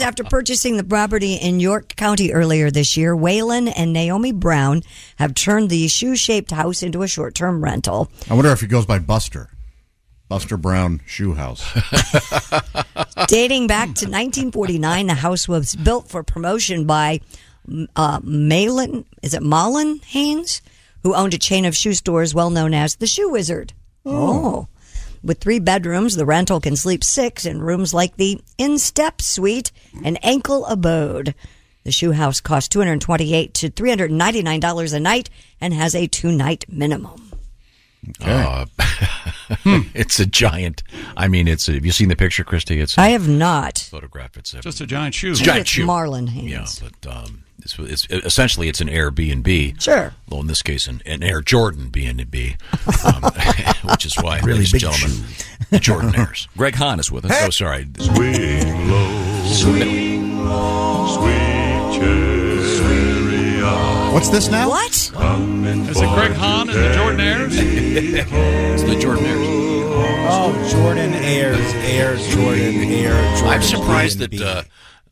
F: after purchasing the property in York County earlier this year, Waylon and Naomi Brown have turned the shoe shaped house into a short term rental.
D: I wonder if he goes by Buster. Buster Brown Shoe House.
F: Dating back to 1949, the house was built for promotion by uh, Malin, is it Malin Haynes, who owned a chain of shoe stores well known as the Shoe Wizard.
N: Oh.
F: Oh. With three bedrooms, the rental can sleep six in rooms like the In Step Suite and Ankle Abode. The shoe house costs 228 to $399 a night and has a two night minimum.
B: Uh,
F: Hmm.
B: it's a giant. I mean, it's. Have you seen the picture, Christy? It's.
F: I have not.
B: Photograph. It's a,
A: Just a giant shoe.
B: It's a giant
F: It's
B: shoe.
F: Marlin
B: Yeah,
F: Haynes.
B: but um, it's, it's essentially it's an Airbnb.
F: Sure.
B: Well, in this case, an, an Air Jordan B and B, um, which is why,
N: Really
B: ladies
N: big
B: and gentlemen, the Jordan Airs. Greg Hahn is with us. Oh, sorry. Swing low, swing low, sweet cherry.
D: What's this now?
F: What?
A: Is it Greg Hahn and the Jordan Airs?
B: it's the Jordan Airs.
E: Oh, Jordan Ayers, Ayers, Jordan, Air, Jordan.
B: I'm surprised
E: B&B.
B: that uh,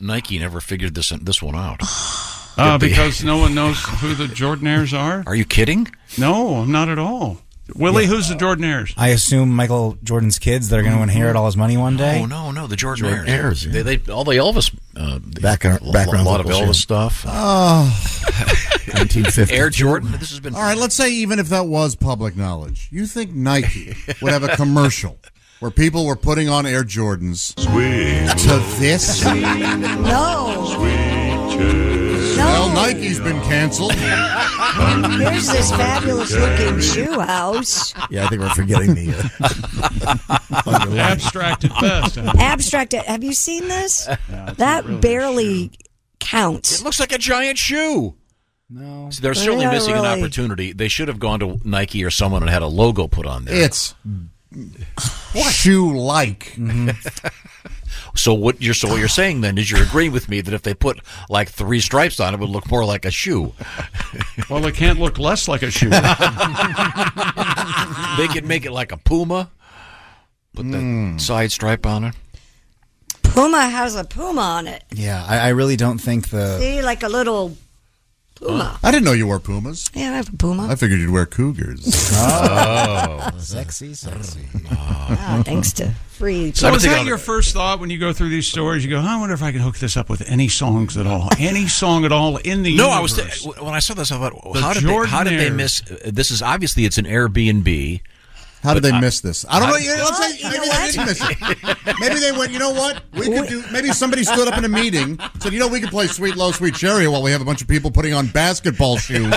B: Nike never figured this this one out.
A: Uh,
B: That they-
A: because no one knows who the Jordanaires are.
B: Are you kidding?
A: No, I'm not at all. Willie, who's the Jordanaires?
E: I assume Michael Jordan's kids that are going to inherit all his money one day.
B: Oh no, no, the Jordan,
E: Jordan
B: Airs.
E: Ayers, yeah.
B: They, they all the Elvis uh,
G: Background-
B: a lo-
G: background
B: a lot of
G: vocals,
B: Elvis
G: yeah.
B: stuff.
D: Oh.
G: 1950.
B: Air Jordan. This has been
D: All right, let's say even if that was public knowledge, you think Nike would have a commercial where people were putting on Air Jordans to this?
F: No.
D: Well, Nike's been canceled.
F: Here's this fabulous looking shoe house.
G: Yeah, I think we're forgetting the. Uh,
A: Abstract at best.
F: Abstract. Have you seen this? that barely counts. It
B: looks like a giant shoe.
E: No.
B: So they're certainly missing an opportunity. They should have gone to Nike or someone and had a logo put on there.
D: It's shoe like.
B: So what you're so what you're saying then is you're agreeing with me that if they put like three stripes on it, it would look more like a shoe.
A: Well, it can't look less like a shoe.
B: they could make it like a puma, put that
E: Hmm.
B: side stripe on it.
F: Puma has a puma on it. Uh.
E: Yeah, I, I really don't think the
F: See, like a little Puma.
D: I didn't know you wore Pumas.
F: Yeah, I have a Puma.
D: I figured you'd wear Cougars.
F: Oh. Sexy,
D: sexy.
B: Uh,
F: Wow, thanks to free.
A: So was that your first thought when you go through these stories? You go, I wonder if I can hook this up with any songs at all, any song at all in the
B: no,
A: universe.
B: I was th- when I saw this, I thought,
A: The
B: how did, they, how did they
A: Jordanaires.
B: miss? This is obviously it's an Airbnb.
D: How did
B: but
D: they miss this? I don't know. You know,
C: Well,
D: say-
C: you
D: maybe
C: know
D: they
C: what?
D: didn't miss it. Maybe they went. You know what? We could do. Maybe somebody stood up in a meeting said, "You know, we could play Sweet Low, Sweet Cherry while we have a bunch of people putting on basketball shoes."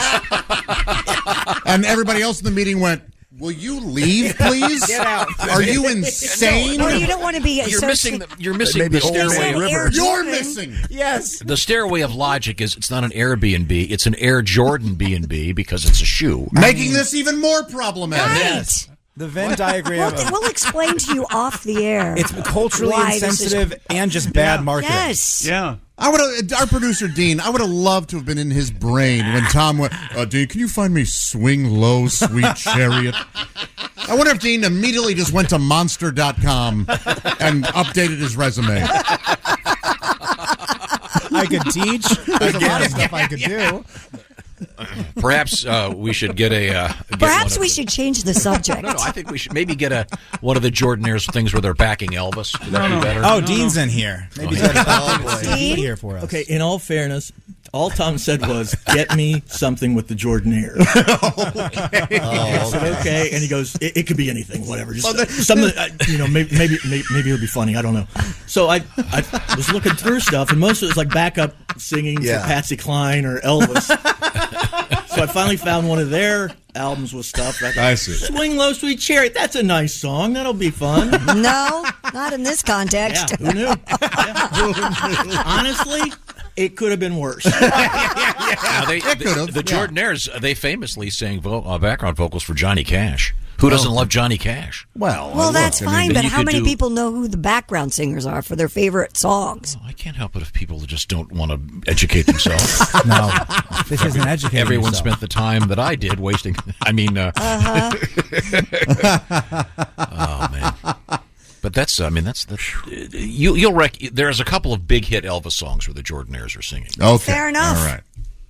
D: and everybody else in the meeting went, "Will you leave, please?
F: Get out.
D: Are you insane?
F: No, you don't want to be.
B: You're missing the- you're missing
D: Maybe
B: the
D: Old Man
B: stairway
D: River.
B: river.
D: You're missing.
F: Yes.
B: The stairway of logic is it's not an Airbnb, it's an Air Jordan B and B because it's a shoe.
D: Making this even more problematic.
F: Right.
D: Yes.
E: The Venn diagram.
F: We'll, we'll explain to you off the air.
E: It's culturally
F: why this is-
E: insensitive and just bad marketing.
F: Yes.
A: Yeah.
D: I would have, our producer Dean. I would have loved to have been in his brain when Tom went. Uh, Dean, can you find me "Swing Low, Sweet Chariot"? I wonder if Dean immediately just went to Monster.com and updated his resume.
E: I could teach. There's a lot of stuff I could do.
B: Perhaps uh, we should get a. Uh, get one
F: Perhaps
B: of
F: we
B: the-
F: should change the subject.
B: No, no, I think we should maybe get a one of the Jordanaires things where they're backing Elvis. Would that
E: No,
B: be
E: no.
B: better?
E: Oh, No, Dean's no. in here. Maybe
B: Oh,
E: he's got
I: Dean?
E: here for us.
I: Okay, in all fairness, all Tom said was, "Get me something with the Jordanaire." okay. I said, okay, and he goes, "It, it could be anything, whatever. Just
G: Oh,
C: Well, then-
I: something, I, you know, maybe, maybe may- maybe it'll be funny. I don't know." So I I was looking through stuff, and most of it was like backup singing
C: Yeah.
I: for Patsy Cline or Elvis. so I finally found one of their albums with stuff. I, thought,
C: I see.
I: Swing low, sweet chariot. That's a nice song. That'll be fun.
F: no, not in this context.
I: Yeah, who knew? Honestly, it could have been worse.
B: Now, they,
I: It
B: the,
I: could've,
B: the
I: yeah.
B: Jordanaires uh, they famously sang vo- uh, background vocals for Johnny Cash. Who doesn't love Johnny Cash?
D: Well,
F: Well, that's fine, but
B: you
F: how
B: could
F: many
B: do-
F: people know who the background singers are for their favorite songs?
B: I can't help it if people just don't want to educate themselves.
E: no, this isn't educating
B: Everyone
E: yourself.
B: spent the time that I did wasting. I mean, uh, oh man. But that's, I mean, that's the you. You'll rec- there's a couple of big hit Elvis songs where the Jordanaires are singing.
D: Okay,
F: Fair enough.
B: All right.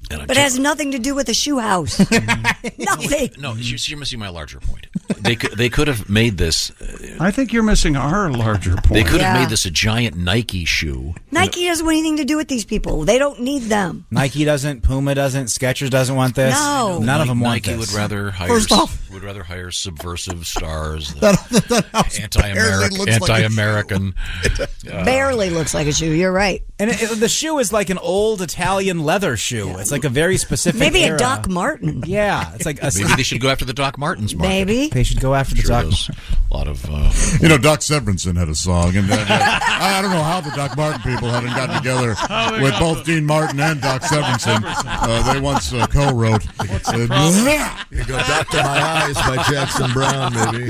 B: And I'm
F: But it has nothing to do with the shoe house. nothing.
B: No,
A: Mm-hmm.
B: you're, you're missing my larger point. They could, they could have made this. uh,
A: I think you're missing our larger point.
B: They could have
F: Yeah.
B: made this a giant Nike shoe.
F: Nike doesn't want anything to do with these people. They don't need them.
E: Nike doesn't. Puma doesn't. Skechers doesn't want this.
F: No.
E: None of them want
B: Nike
E: this.
B: would rather hire
E: First off-
B: would rather hire subversive stars,
E: That-
F: barely
B: anti-American,
F: looks like a
B: anti-American. uh,
F: Barely looks like a shoe. You're right.
E: And it, it- the shoe is like an old Italian leather shoe. It's like a very specific.
F: Maybe
E: era.
F: a Doc Martin.
E: Yeah, it's like a.
B: Maybe they should go after the Doc Martens. Market.
F: Maybe
E: they should go after the Doc.
B: A lot of uh,
D: You know, Doc Severinsen had a song, and uh, I I don't know how the Doc Martin people haven't gotten together
C: Oh, my
D: with
C: God.
D: both Dean Martin and Doc Severinsen. Uh, they once uh, co-wrote. Uh,
B: You go back to my eyes by Jackson Brown, maybe.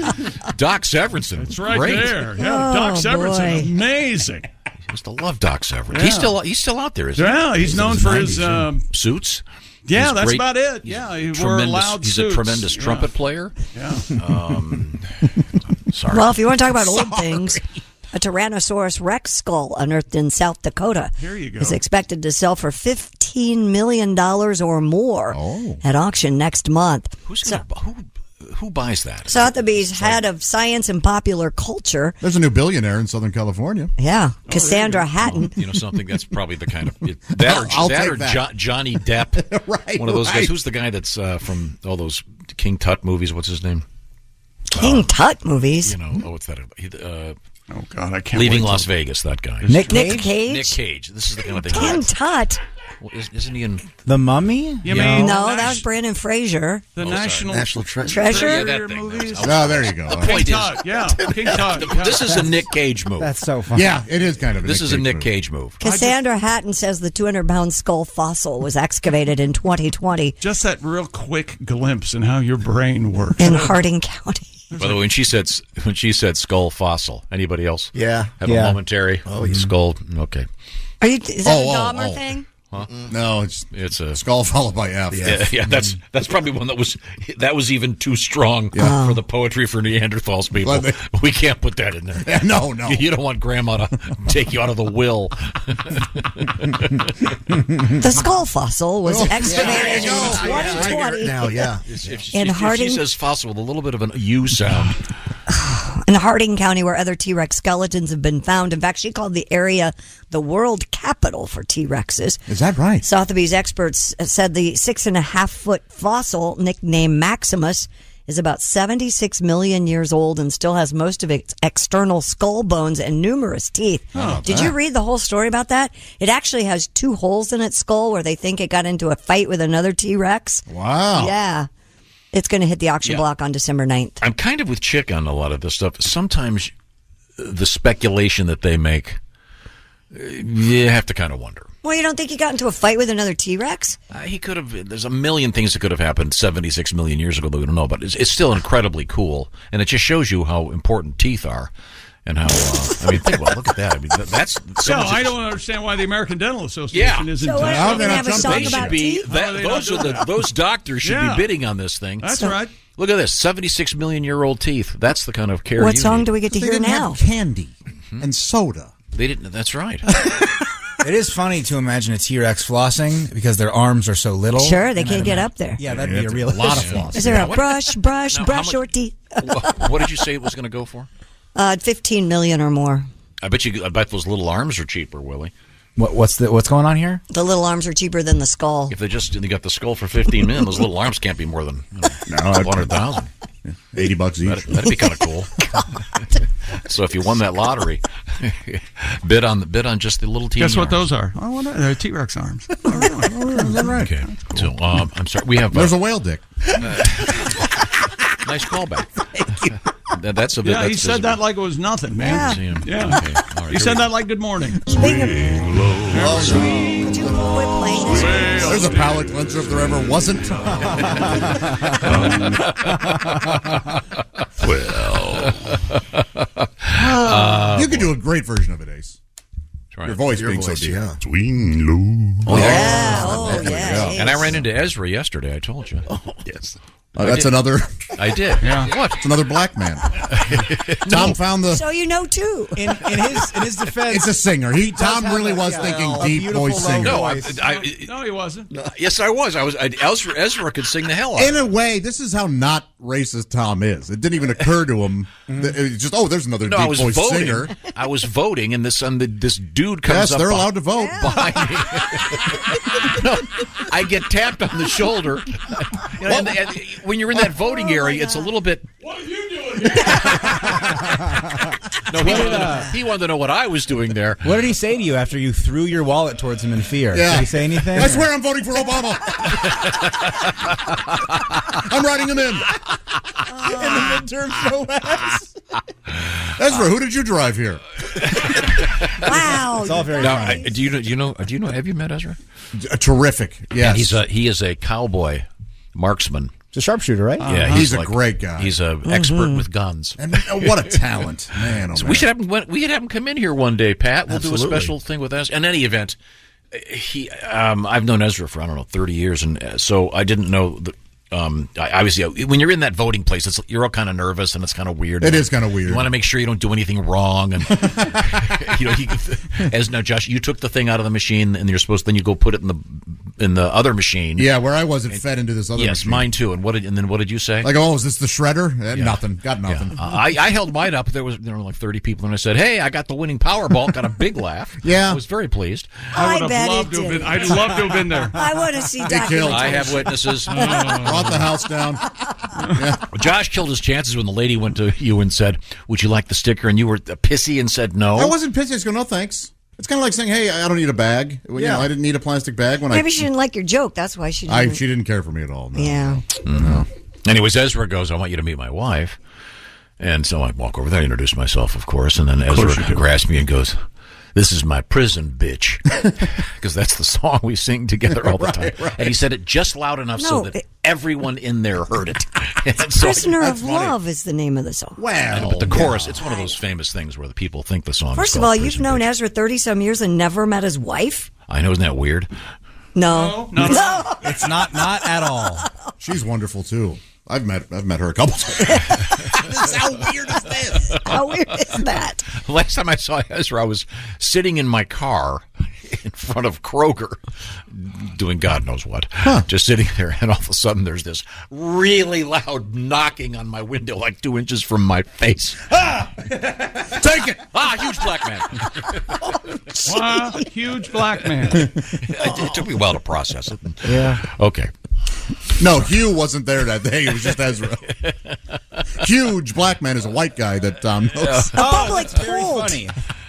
B: Doc Severinsen. It's
A: right there.
E: Oh,
A: Yeah, Doc Severinsen, amazing.
B: Used to love Doc Severinsen.
A: Yeah.
B: He's still he's still out there, isn't
A: Yeah,
B: he?
A: he's known
B: in
A: for his,
B: 90s, yeah.
A: um,
B: suits.
A: Yeah,
B: He's
A: that's
B: great-
A: about it.
B: he's
A: Yeah,
B: a
A: he wore
B: tremendous-
A: loud
B: He's a
A: suits.
B: tremendous
A: Yeah.
B: trumpet player.
A: Yeah.
B: Um, sorry.
F: Well, if you want to talk about old things, a Tyrannosaurus Rex skull unearthed in South Dakota
A: Here you go.
F: is expected to sell for $15 million or more at auction next month.
B: Who's gonna, who who buys that?
F: Sotheby's head of science and popular culture,
D: There's a new billionaire in Southern California.
F: yeah, Cassandra Hatton.
B: You know something that's probably the kind of it- that or
D: I'll- I'll
B: that
D: take
B: or
D: that.
B: Jo- Johnny Depp,
D: Right,
B: One of those guys.
D: right.
B: Who's the guy that's uh, from all those King Tut movies? What's his name?
F: King Tut movies.
B: You know, oh, what's that? He, uh,
A: oh God, I can't.
B: Leaving
A: wait
B: Las
A: till-
B: Vegas, that guy.
E: Nick
F: Nick Cage?
B: Nick Cage. This is the kind of thing.
F: King Tut.
B: Well, is- isn't he in?
E: The Mummy.
B: You mean-
F: no,
B: Nash-
F: that was Brandon Fraser.
A: The National
G: National Treasure.
F: Treasure?
B: Yeah, that thing.
A: movies.
D: Oh, there you go.
B: The point is,
A: Tut, yeah, King Tut. yeah.
B: this is a Nick Cage move.
E: That's so funny.
D: Yeah, it is kind of.
B: This
D: Nick
B: is a
D: Cage
B: Nick
D: movie.
B: Cage move.
F: Cassandra Hatton says the 200 pound skull fossil was excavated in 2020
A: just that real quick glimpse in how your brain works.
F: in Harding County.
B: By the way, when she said when she said skull fossil, anybody else?
G: Yeah.
B: have a
G: Yeah.
B: momentary. Oh, skull. Okay.
F: Are you? Is that
B: Oh, oh,
F: a Dahmer
B: oh.
F: thing?
B: huh?
D: No, it's
B: it's a
D: skull followed by F. Mm-hmm.
B: Yeah, yeah, that's that's probably one that was that was even too strong
D: Yeah.
F: Oh.
B: for the poetry for Neanderthals people.
D: Glad they-
B: we can't put that in there.
D: Yeah, no, no.
B: You, you don't want grandma to take you out of the will.
F: The skull fossil
D: Oh,
F: was excavated
B: Yeah,
F: in
B: yeah, yeah.
F: 2020
B: If- if she-
F: in
B: if she
F: Harding
B: says fossil with a little bit of an U sound.
F: in Harding County, where other T Rex skeletons have been found. In fact, she called the area the world capital for T Rexes.
D: Is that right?
F: Sotheby's experts said the six and a half foot fossil, nicknamed Maximus, is about 76 million years old and still has most of its external skull bones and numerous teeth.
S: Oh,
F: Did
S: that.
F: you read the whole story about that? It actually has two holes in its skull where they think it got into a fight with another T Rex.
D: Wow.
F: Yeah. It's going to hit the auction
B: Yeah.
F: block on December 9th.
B: I'm kind of with Chick on a lot of this stuff. Sometimes the speculation that they make, uh, you have to kind of wonder.
F: Well, you don't think he got into a fight with another T Rex?
B: Uh, he could have. There's a million things that could have happened 76 million years ago that we don't know, but it's, it's still incredibly cool, and it just shows you how important teeth are, and how. Uh, I mean, think about look at that. I mean, that, that's
A: no,
B: so much-
A: I don't understand why the American Dental Association
B: Yeah.
A: isn't.
B: So what,
A: uh,
B: we're gonna have a song They should about be- teeth? that-
A: How Oh, they not
B: those are
A: doing
B: the-
A: that?
B: those doctors should
A: Yeah.
B: be bidding on this thing.
A: That's
B: So-
A: right.
B: Look at this 76 million year old teeth. That's the kind of care.
F: What
B: you
F: song
B: need.
F: do we get to
D: They
F: hear
D: didn't have
F: now?
D: candy
B: Mm-hmm.
D: and soda.
B: They didn't. That's right.
E: it is funny to imagine a T Rex flossing because their arms are so little.
F: Sure, they
E: And
F: can't
E: I'd
F: get
E: imagine-
F: up there.
E: Yeah, that'd be a real issue.
F: Is there a
B: What-
F: brush, brush,
B: Now, how
F: brush
B: much-
F: your teeth?
B: What, what did you say it was going to go for?
F: Uh, 15 million or more.
B: I bet you. I bet those little arms are cheaper, Willie.
E: What, what's the what's going on here?
F: The little arms are cheaper than the skull.
B: If they just they got the skull for 15 million, those little arms can't be more than you know,
D: I'd-
B: 100,000.
D: 80 bucks each.
B: That'd, that'd be kind of cool. so if you won that lottery, bid on the bid on just the little teeny
A: Guess what
B: arms.
A: those are? I wonder. They're T Rex arms. Oh, right.
B: Okay. So um, I'm sorry. We have
A: There's
D: a whale dick.
B: nice callback. That- that's a bit.
A: yeah, he
B: that's
A: said that like it was nothing, man.
B: Yeah.
A: Yeah.
B: Okay, all right,
A: he
B: here
A: said
B: we
A: that like good morning.
F: Swing
A: low.
D: There's a palate cleanser if there ever wasn't. Um,
B: well, Uh,
D: you could do a great version of it, Ace.
B: Try
D: Your
B: it.
D: voice
B: Your
D: being
B: voice,
D: so deep.
B: yeah.
D: Swing low.
B: Oh,
D: yeah.
B: Oh,
D: yeah.
B: And I ran into Ezra yesterday. I told you. Oh, yes.
D: Uh, that's another.
B: I did. What?
D: It's another black man. Tom found the.
F: So you know too.
E: In, in his in his defense,
D: It's a singer. He
E: does
D: Tom
E: have
D: really
E: a-
D: was
E: yeah,
D: thinking
E: a
D: deep
E: beautiful
D: voice
E: low
D: singer.
B: No, I-
E: voice.
B: I-
A: No, he wasn't.
B: Yes, I was. I was. I, Ezra, Ezra could sing the hell out. of
D: In a way, this is how not racist Tom is. It didn't even occur to him.
E: Mm-hmm.
D: that it was just oh, there's another
B: No, I
D: deep
B: was
D: voice
B: voting.
D: singer.
B: I was voting, and this and the, this dude comes
D: Yes,
B: up.
D: they're
B: beh-
D: allowed to vote.
B: Behind me. No, I get tapped on the shoulder. You know, and- and when you're in
A: Oh
B: that voting area, it's a little bit. What are you doing? no, he wanted, to, he wanted to know what I was doing there.
E: What did he say to you after you threw your wallet towards him in fear? Did he say anything?
D: I swear I'm voting for Obama. I'm writing him in.
F: Ah.
E: in the midterm show last.
D: Ezra, who did you drive here?
F: Wow.
E: It's all very
B: Now, I, do you know? Do you know? Do you know? Have you met Ezra?
D: uh, terrific. Yes.
B: And he's a he is a cowboy marksman.
E: It's a sharpshooter, right?
B: Yeah,
D: Uh-huh. he's a
B: like-
D: great guy. Mm-hmm.
B: He's an expert
E: Mm-hmm.
B: with guns.
D: And uh, what a talent, man! Oh,
B: So
D: man.
B: we should have him, we could have him come in here one day, Pat. We'll do
D: Absolutely.
B: a special thing with us. In any event, uh, he um, I've known Ezra for I don't know thirty years, and uh, so I didn't know that. Um, I, obviously, uh, when you're in that voting place, it's, you're all kind of nervous and it's kind of weird.
D: It is kinda weird.
B: You want to make sure you don't do anything wrong, and you know, he, as now, Josh, you took the thing out of the machine, and you're supposed then you go put it in the in the other machine.
D: yeah, where I was, it fed into this other.
B: yes,
D: machine.
B: mine too. And what did and then what did you say?
D: Like, oh, is this the shredder? Eh, Nothing. Got
B: Uh,
D: nothing.
B: I, I held mine up. There was there were like thirty people, and I said, "Hey, I got the winning Powerball." Got a big laugh.
D: Yeah.
B: I was very pleased.
F: I would have bet loved it to have did. been- I'd love to have been
B: there.
F: I want to see
D: They killed.
B: I
F: documentation.
B: have witnesses.
D: Brought the house down.
B: Josh killed his chances when the lady went to you and said, "Would you like the sticker?" And you were uh, pissy and said no.
D: I wasn't pissed. I just go, no thanks. It's kind of like saying, hey, I don't need a bag. Well, you
F: Yeah.
D: know, I didn't need a plastic bag when
F: Maybe
D: I.
F: she didn't like your joke. That's why she didn't.
D: I, she didn't care for me at all. No.
F: yeah.
B: Mm-hmm. Anyways, Ezra goes, I want you to meet my wife. And so I walk over there, introduce myself, of course, and then Ezra grabs me and goes, This is my prison, bitch. Because that's the song we sing together all the time.
U: Right, right.
B: And he said it just loud enough so
F: No,
B: that
F: it-
B: everyone in there heard it. And so-
F: Prisoner of Love is the name of the song.
B: And- but the chorus, it's one of those famous things where the people think the song
F: First
B: is
F: of
B: called
F: all, you've
B: Prison
F: known Ezra 30 some years and never met his wife?
B: Bitch. I know, isn't that weird?
F: No.
B: No, no,
F: It's
E: not not at all.
D: She's wonderful too. I've met I've met her a couple times.
F: How weird is this? How weird is that?
B: Last time I saw Ezra, I was sitting in my car in front of Kroger doing God knows what. Just sitting there, and all of a sudden there's this really loud knocking on my window, like two inches from my face. Ah! Take it! Ah, huge black man.
F: Oh,
A: Wow, huge black man.
B: it, it took me a while to process it. Yeah. Okay.
D: No, Hugh wasn't there that day. It was just Ezra. Huge black man is a white guy that um, Tom knows.
F: A public poll.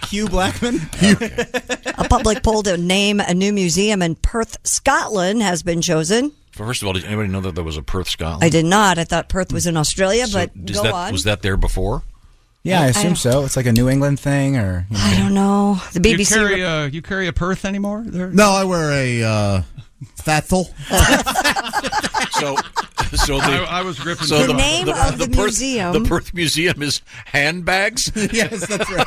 E: Hugh Blackman.
F: A public poll to name a new museum in Perth, Scotland has been chosen.
B: First of all, did anybody know that there was a Perth, Scotland?
F: I did not. I thought Perth was in Australia,
B: So
F: but
B: does
F: go
B: that-
F: on.
B: Was that there before?
E: Yeah, I assume
F: I-
E: so. It's like a New England thing, or you know.
F: I don't know. The
A: you
F: BBC.
A: carry a you carry a Perth anymore? There?
D: No, I wear a uh, fathel.
B: So, so the,
A: I- I was ripping
B: So
A: through The name
F: of the
B: Perth,
F: museum-
B: The Perth Museum is handbags.
D: yes, that's right.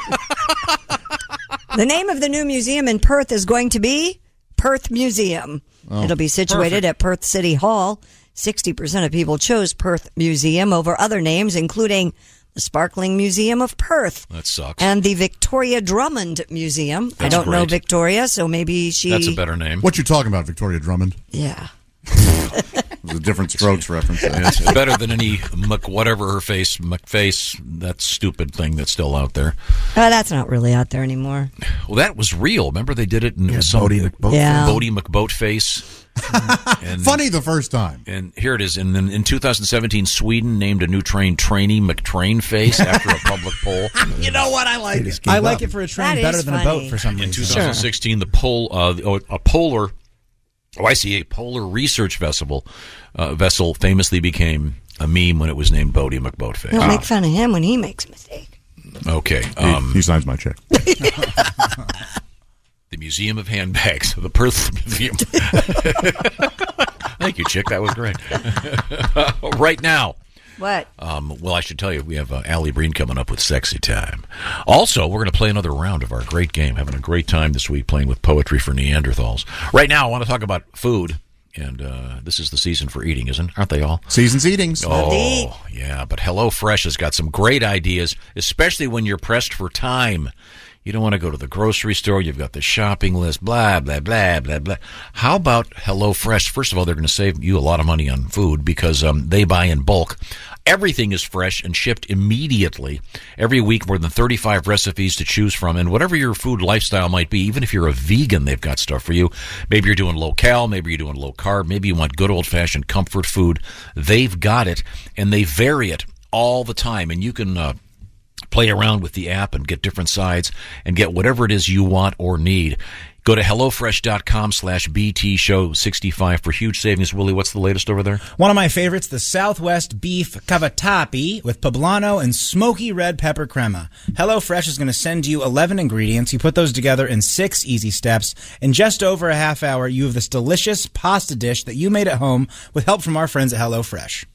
F: the name of the new museum in Perth is going to be Perth Museum.
N: Oh.
F: It'll be situated
N: Perfect.
F: at Perth City Hall. 60% of people chose Perth Museum over other names, including the Sparkling Museum of Perth.
B: That sucks.
F: And the Victoria Drummond Museum. I
D: That's
F: don't know
D: great.
F: Victoria, so maybe she.
B: name.
D: What you talking about, Victoria Drummond?
F: Yeah.
D: It was a different Strokes reference.
B: It's better than any Mc whatever her face McFace that stupid thing that's still out there.
F: Oh, that's not really out there anymore.
B: Well, that was real. Remember they did it in some
G: Bodie McBoatface.
F: Yeah.
B: Bodie McBoatface. and,
D: Funny the first time.
B: And here it is. And then in 2017, Sweden named a new train Trainee McTrainface after a public poll.
E: You know what? I like it. I like it for a train better than a boat for some reason.
B: In 2016, the pol uh, the- oh, a polar, oh, I see, a polar research vessel, uh, vessel famously became a meme when it was named Bodie McBoatface.
F: Don't make fun of him when he makes mistakes.
B: Okay. Um,
D: he, he signs my check.
B: the Museum of Handbags, the Perth Museum. Thank you, Chick. That was great. right now.
F: What?
B: Um, well, I should tell you, we have uh, Allie Breen coming up with Sexy Time. Also, we're going to play another round of our great game. Having a great time this week playing with Poetry for Neanderthals. Right now, I want to talk about food. And uh, this is the season for eating, isn't it? Aren't they all?
D: Season's eatings.
B: Oh, yeah. But HelloFresh has got some great ideas, especially when you're pressed for time. You don't want to go to the grocery store. You've got the shopping list, blah, blah, blah, blah, blah. How about HelloFresh? First of all, they're going to save you a lot of money on food because um, they buy in bulk. Everything is fresh and shipped immediately. Every week, more than 35 recipes to choose from. And whatever your food lifestyle might be, even if you're a vegan, they've got stuff for you. Maybe you're doing low cal, maybe you're doing low carb, maybe you want good old fashioned comfort food. They've got it, and they vary it all the time. And you can. Uh, play around with the app and get different sides and get whatever it is you want or need. Go to HelloFresh.com slash BT Show 65 for huge savings. Willie, what's the latest over there?
E: One of my favorites, the Southwest Beef Cavatappi with poblano and smoky red pepper crema. HelloFresh is going to send you 11 ingredients. You put those together in six easy steps. In just over a half hour, you have this delicious pasta dish that you made at home with help from our friends at HelloFresh.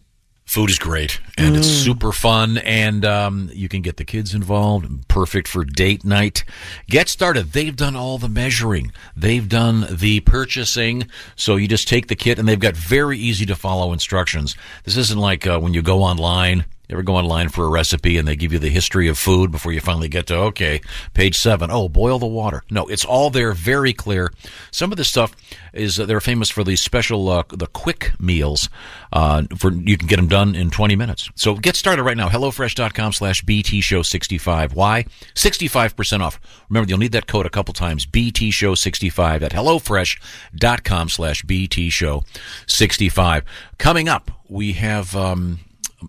B: Food is great and it's
E: Mm.
B: super fun, and um, you can get the kids involved. Perfect for date night. Get started. They've done all the measuring, they've done the purchasing. So you just take the kit, and they've got very easy to follow instructions. This isn't like uh, when you go online. You ever go online for a recipe and they give you the history of food before you finally get to, okay, page seven. Oh, boil the water. No, it's all there, very clear. Some of this stuff is, uh, they're famous for these special, uh, the quick meals. Uh, for You can get them done in 20 minutes. So get started right now. HelloFresh.com slash BT Show 65. Why? 65% off. Remember, you'll need that code a couple times. BT Show 65 at HelloFresh.com slash BT Show 65. Coming up, we have, um,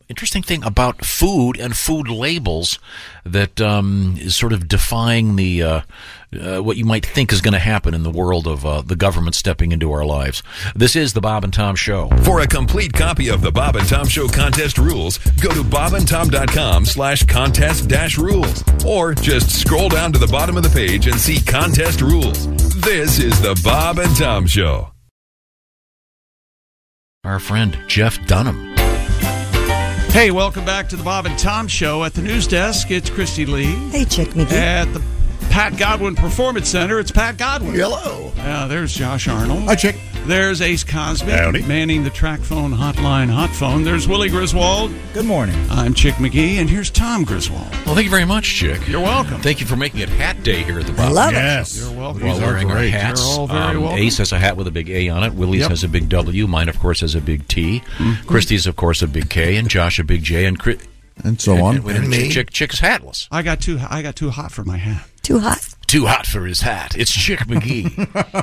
B: interesting thing about food and food labels that um, is sort of defying the uh, uh, what you might think is going to happen in the world of uh, the government stepping into our lives. This is the Bob and Tom Show.
M: For a complete copy of the Bob and Tom Show contest rules, go to bobandtom.com slash contest dash rules. Or just scroll down to the bottom of the page and see contest rules. This is the Bob and Tom Show.
B: Our friend Jeff Dunham.
A: Hey, welcome back to the Bob and Tom Show. At the news desk, it's Christy Lee.
F: Hey, Chick McGee.
A: At the Pat Godwin Performance Center, it's Pat Godwin.
G: Hello.
A: there's Josh Arnold. Hi, Chick. There's Ace Cosby. Manning the track phone hotline hot phone. There's Willie Griswold.
E: Good morning.
A: I'm Chick McGee, and here's Tom Griswold.
B: Well, thank you very much, Chick.
A: You're welcome.
B: Thank you for making it Hat Day here at the Bob.
A: love it. Yes. You're welcome.
B: While
A: These are
B: wearing our
A: great.
B: hats, um,
A: You're all very welcome.
B: Ace has a hat with a big A on it. Willie's
A: Yep. Mm-hmm.
B: has a big W. Mine, of course, has a big T. Christie's, of course, a big K, and Josh a big J, and Chris.
D: And so on.
B: And, Chick, Chick, Chick is hatless.
A: I got too I got too hot for my hat.
F: Too hot.
B: Too hot for his hat. It's Chick McGee.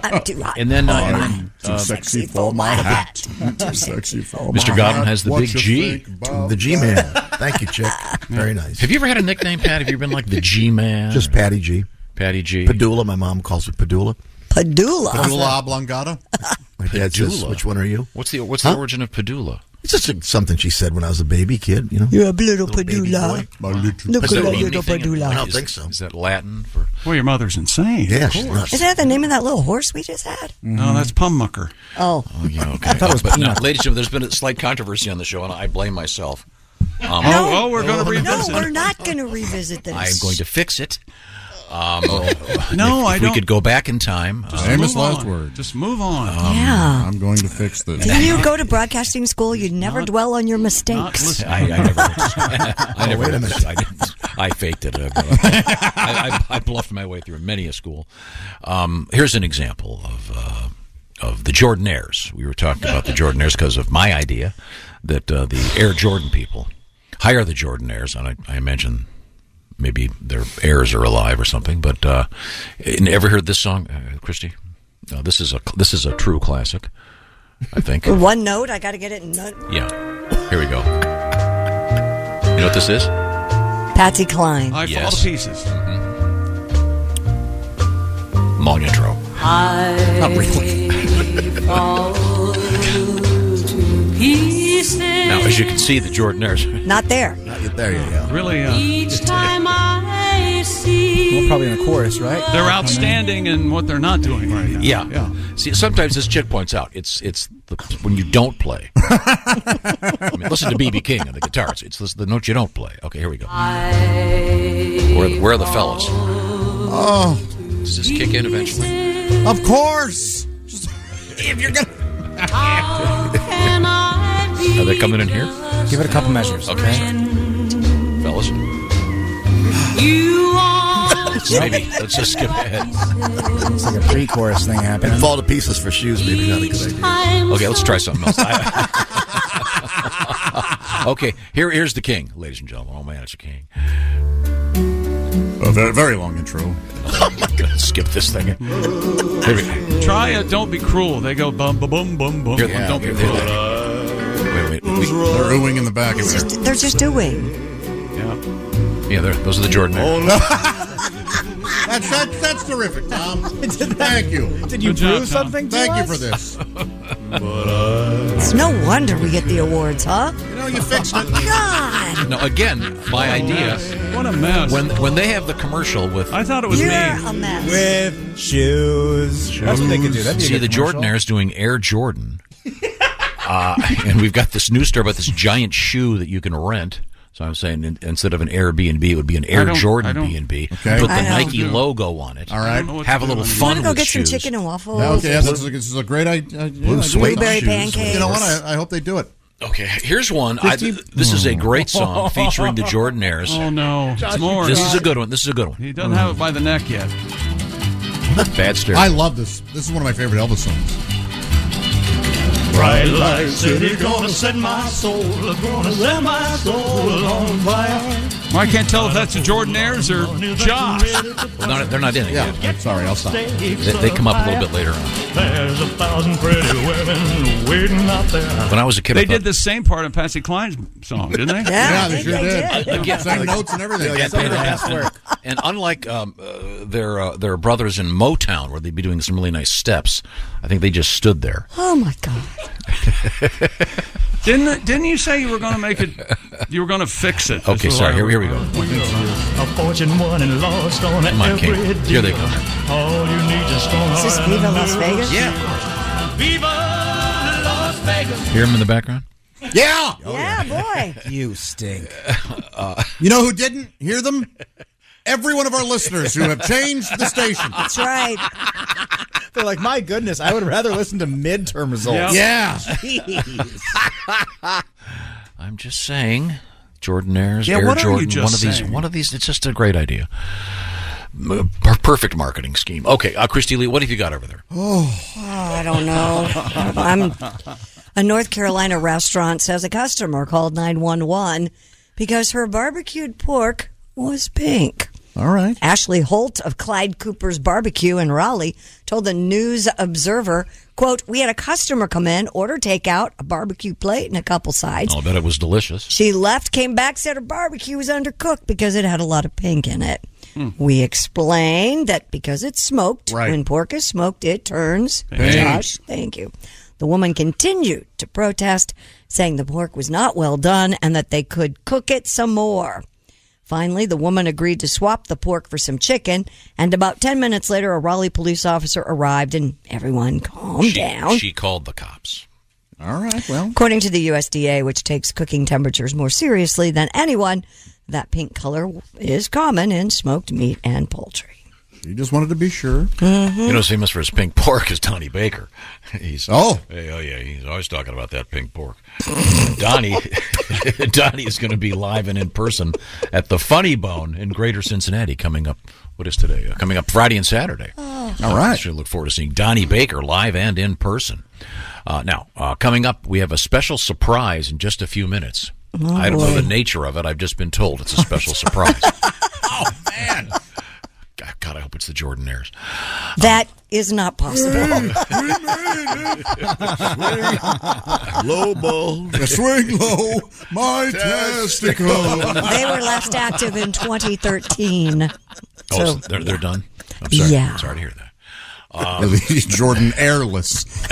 F: I'm too hot.
B: And then, uh, and then,
D: Too
B: uh,
D: sexy for my hat. Too sexy for my
B: Mr. Godwin
D: hat.
B: has the
D: What
B: big
D: you
B: G.
D: think about
G: The G
D: that?
G: man. Thank you, Chick. Very nice.
B: Have you ever had a nickname, Pat? Have you been like the G Man?
G: Just Patty G.
B: Patty G.
G: Padula. My mom calls it Padula.
F: Padula.
D: Padula oblongata.
G: My dad says,
B: Padula?
G: "Which one are you?"
B: What's the What's
G: Huh?
B: the origin of Padula?
G: It's just a, something she said when I was a baby kid. You know,
F: you're a little,
G: baby
F: Padula.
G: boy. My little
F: Look
B: Does
F: at
B: that
F: the
B: mean
F: little
B: anything?
F: Padula.
B: I don't think so. Is that Latin for?
A: Well, your mother's insane.
G: Yeah,
A: Of
G: she's
A: course.
F: Isn't that the name of that little horse we just had?
A: No, that's Pummucker.
F: Oh,
B: Mm-hmm. Oh, yeah, okay.
F: thought it was
B: but no,
F: peanut.
B: ladies and gentlemen, there's been a slight controversy on the show, and I blame myself. Um,
A: No. Oh, oh, we're gonna
F: no,
A: revisit
F: we're
A: it.
F: not going to revisit this.
B: I am going to fix it. Um,
A: No,
B: if,
A: I
B: if
A: don't-
B: We could go back in time.
A: Just
B: um,
A: move
D: last
A: on.
D: word.
A: Just move on.
F: Yeah.
D: Um, I'm going to fix this.
F: Didn't you go to broadcasting school? You'd never dwell on your mistakes.
B: Uh, I, I never. I
D: Oh,
B: never
G: wait a minute.
B: I, didn't- I faked it. I, I, I bluffed my way through many a school. Um, here's an example of uh, of the Jordanaires. We were talking about the Jordanaires because of my idea that uh, the Air Jordan people hire the Jordanaires, and I, I imagine maybe their heirs are alive or something. But uh, and ever heard this song, uh, Christy? Uh, this is a this is a true classic. I think.
F: One note, I got to get it. in none-
B: Yeah. Here we go. You know what this is?
F: Patsy Cline.
A: I
B: Yes.
A: fall to pieces.
B: Long intro.
T: I fall to pieces.
B: Now, as you can see, the Jordanaires.
F: Not there.
G: There you go.
A: Really, uh,
T: Each time I see.
E: Well, probably in a chorus, right?
A: they're outstanding in what they're not doing right now.
B: Yeah.
A: Yeah.
B: See, sometimes, as Chick points out, it's it's the, when you don't play. I mean, listen to BB King on the guitar. It's, it's the note you don't play. Okay, here we go. Where, where are the fellas?
D: Oh,
B: Does this kick in eventually?
D: of course. Just, if you're gonna.
B: Are they coming in here?
E: Give it a couple measures.
B: Okay, sorry. Fellas?
T: You are
B: Maybe. Let's just skip ahead.
E: It's like a pre-chorus thing happening.
G: Fall to pieces for shoes. Maybe not a good idea.
T: time.
B: Okay, let's try something else. okay, here here's the king, ladies and gentlemen. Oh man, it's a king.
D: A very, very long intro.
B: Oh my god, skip this thing. Here we go.
A: Try it. Don't be cruel. They go bum bum bum bum bum.
B: Here,
A: don't be
B: here,
A: cruel.
B: there- Wait, wait. we-
D: They're oohing in the back.
F: It's just, they're just doing.
A: Yeah.
B: yeah, there, those are the Jordan. Air.
D: That's that's that's terrific, Tom. Thank you.
E: Did you
A: Good job,
E: prove
A: Tom.
E: something? To
D: Thank you
E: us?
D: for this.
F: It's no wonder we get the awards, huh?
D: You know, you fixed it.
F: God,
B: Now again, my idea
A: What a mess.
B: when when they have the commercial with
A: I thought it was
F: you're
A: me.
F: a mess.
E: With shoes. That's what they could do. That'd be a
B: see
E: good
B: the
E: commercial.
B: Jordanaires doing Air Jordan, uh, and we've got this news story about this giant shoe that you can rent. So I'm saying in, instead of an Airbnb, it would be an Air
A: don't- I
B: Jordan
A: don't-
B: B and B. Put
D: Okay.
B: the
F: I know.
B: Nike logo on it.
D: All right. I don't know
A: what
B: Have
A: to
B: a
A: do
B: little
A: on it.
B: fun
F: I'm gonna go
B: with
F: get
B: shoes.
F: some chicken and waffles.
D: Yeah, okay, yes, this is, a, this is a great idea. Blue
F: Blueberry pancakes.
D: You know what? I, I hope they do it.
B: Okay, here's one. I, this is a great song featuring the Jordanaires.
A: Oh no. It's more.
B: This is a good one. This is a good one.
A: He doesn't have it by the neck yet.
B: Bad stare.
D: I love this. This is one of my favorite Elvis songs.
C: Bright lights, city, gonna set my soul, gonna set my soul on fire.
A: Well, I can't tell if that's the Jordanaires or Josh.
B: Well, no, they're not in it
A: Yeah,
B: yet.
D: Sorry, I'll
A: stop.
B: They, they come up a little bit later on.
H: There's a thousand pretty women waiting out there.
B: When I was a kid, I
A: they
B: thought-
A: did the same part in Patsy Klein's song, didn't they?
B: Yeah, Yeah, they they sure
D: did. did.
B: Again,
D: Same
B: like-
D: notes and everything.
B: Yeah,
D: Yeah, some
B: and-
D: of the best
B: and,
D: work.
B: and unlike um, uh, their uh, their brothers in Motown, where they'd be doing some really nice steps, I think they just stood there.
F: Oh my God!
A: Didn't Didn't you say you were going to make it? You were going to fix it.
B: Okay, sorry. Here, here we go.
H: A fortune won and lost on
B: Come on, King.
H: every
B: Here they go.
H: All you need just one
F: Is this
H: heart
F: Viva
H: and a
F: Las
H: little
F: Vegas?
H: seed. Viva Las Vegas.
B: Hear them in the background.
D: Yeah.
F: yeah, boy.
D: You stink.
B: Uh.
D: you know who didn't hear them? Every one of our listeners who have changed the station.
F: That's right.
E: They're like, my goodness, I would rather listen to midterm results.
D: Yeah.
E: Jeez.
B: I'm just saying, Jordanaires,
E: Yeah,
B: Air
E: what are you
B: Jordan,
E: just
B: one of these,
E: saying?
B: one of these. It's just a great idea. M- uh, per- Perfect marketing scheme. Okay, uh, Christy Lee, what have you got over there?
F: Oh, I don't know. I'm a North Carolina restaurant says a customer called 911 because her barbecued pork was pink.
D: All right.
F: Ashley Holt of Clyde Cooper's Barbecue in Raleigh told the News Observer, quote, "We had a customer come in, order takeout, a barbecue plate and a couple sides.
B: I'll bet it was delicious.
F: She left, came back, said her barbecue was undercooked because it had a lot of pink in it." We explained that because it's smoked,
N: Right.
F: when pork is smoked, it turns.
N: Pink.
F: Josh, thank you. The woman continued to protest, saying the pork was not well done and that they could cook it some more. Finally, the woman agreed to swap the pork for some chicken, and about 10 minutes later, a Raleigh police officer arrived and everyone calmed
B: she,
F: down.
B: She called the cops.
D: All right. Well,
F: According to the USDA, which takes cooking temperatures more seriously than anyone, that pink color is common in smoked meat and poultry.
D: You just wanted to be sure.
B: You know, who's famous for his pink pork is Donnie Baker. He's
D: Oh.
B: Hey, oh yeah, he's always talking about that pink pork. Donnie, Donnie is going to be live and in person at the Funny Bone in Greater Cincinnati coming up. What is today? Uh, coming up Friday and Saturday.
N: Oh.
B: All right. Should look forward to seeing Donnie Baker live and in person. Uh, now, uh, coming up, we have a special surprise in just a few minutes.
N: Oh,
B: I don't know
N: boy.
B: the nature of it. I've just been told it's a special surprise. oh man. God, I hope it's the Jordanaires.
F: That is not possible.
B: low ball.
D: Swing low, my testicles.
F: they were last active in 2013.
B: Oh,
F: So,
B: so they're, they're done. I'm sorry.
F: Yeah.
B: Sorry to hear that.
D: Jordan airless.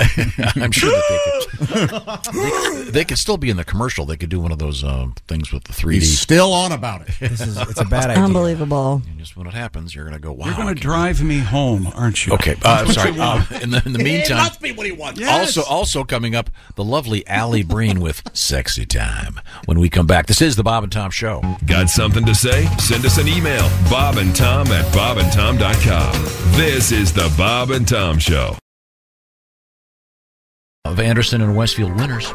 B: I'm sure that they could. They, they could still be in the commercial. They could do one of those um, things with the 3D.
D: He's still on about it.
B: This is- it's a
F: it's
B: bad idea.
F: unbelievable.
B: And just when it happens, you're going to go, wow.
A: You're going to drive me home, aren't you?
B: Okay, uh, sorry. Uh, in the in the
A: He
B: meantime,
A: must be what he wants.
B: Also, also coming up, the lovely Allie Breen with "Sexy Time." When we come back, this is the Bob and Tom Show.
M: Got something to say? Send us an email, Bob and Tom at bobandtom.com. This is the Bob and Tom Show.
B: Of Anderson and Westfield winners.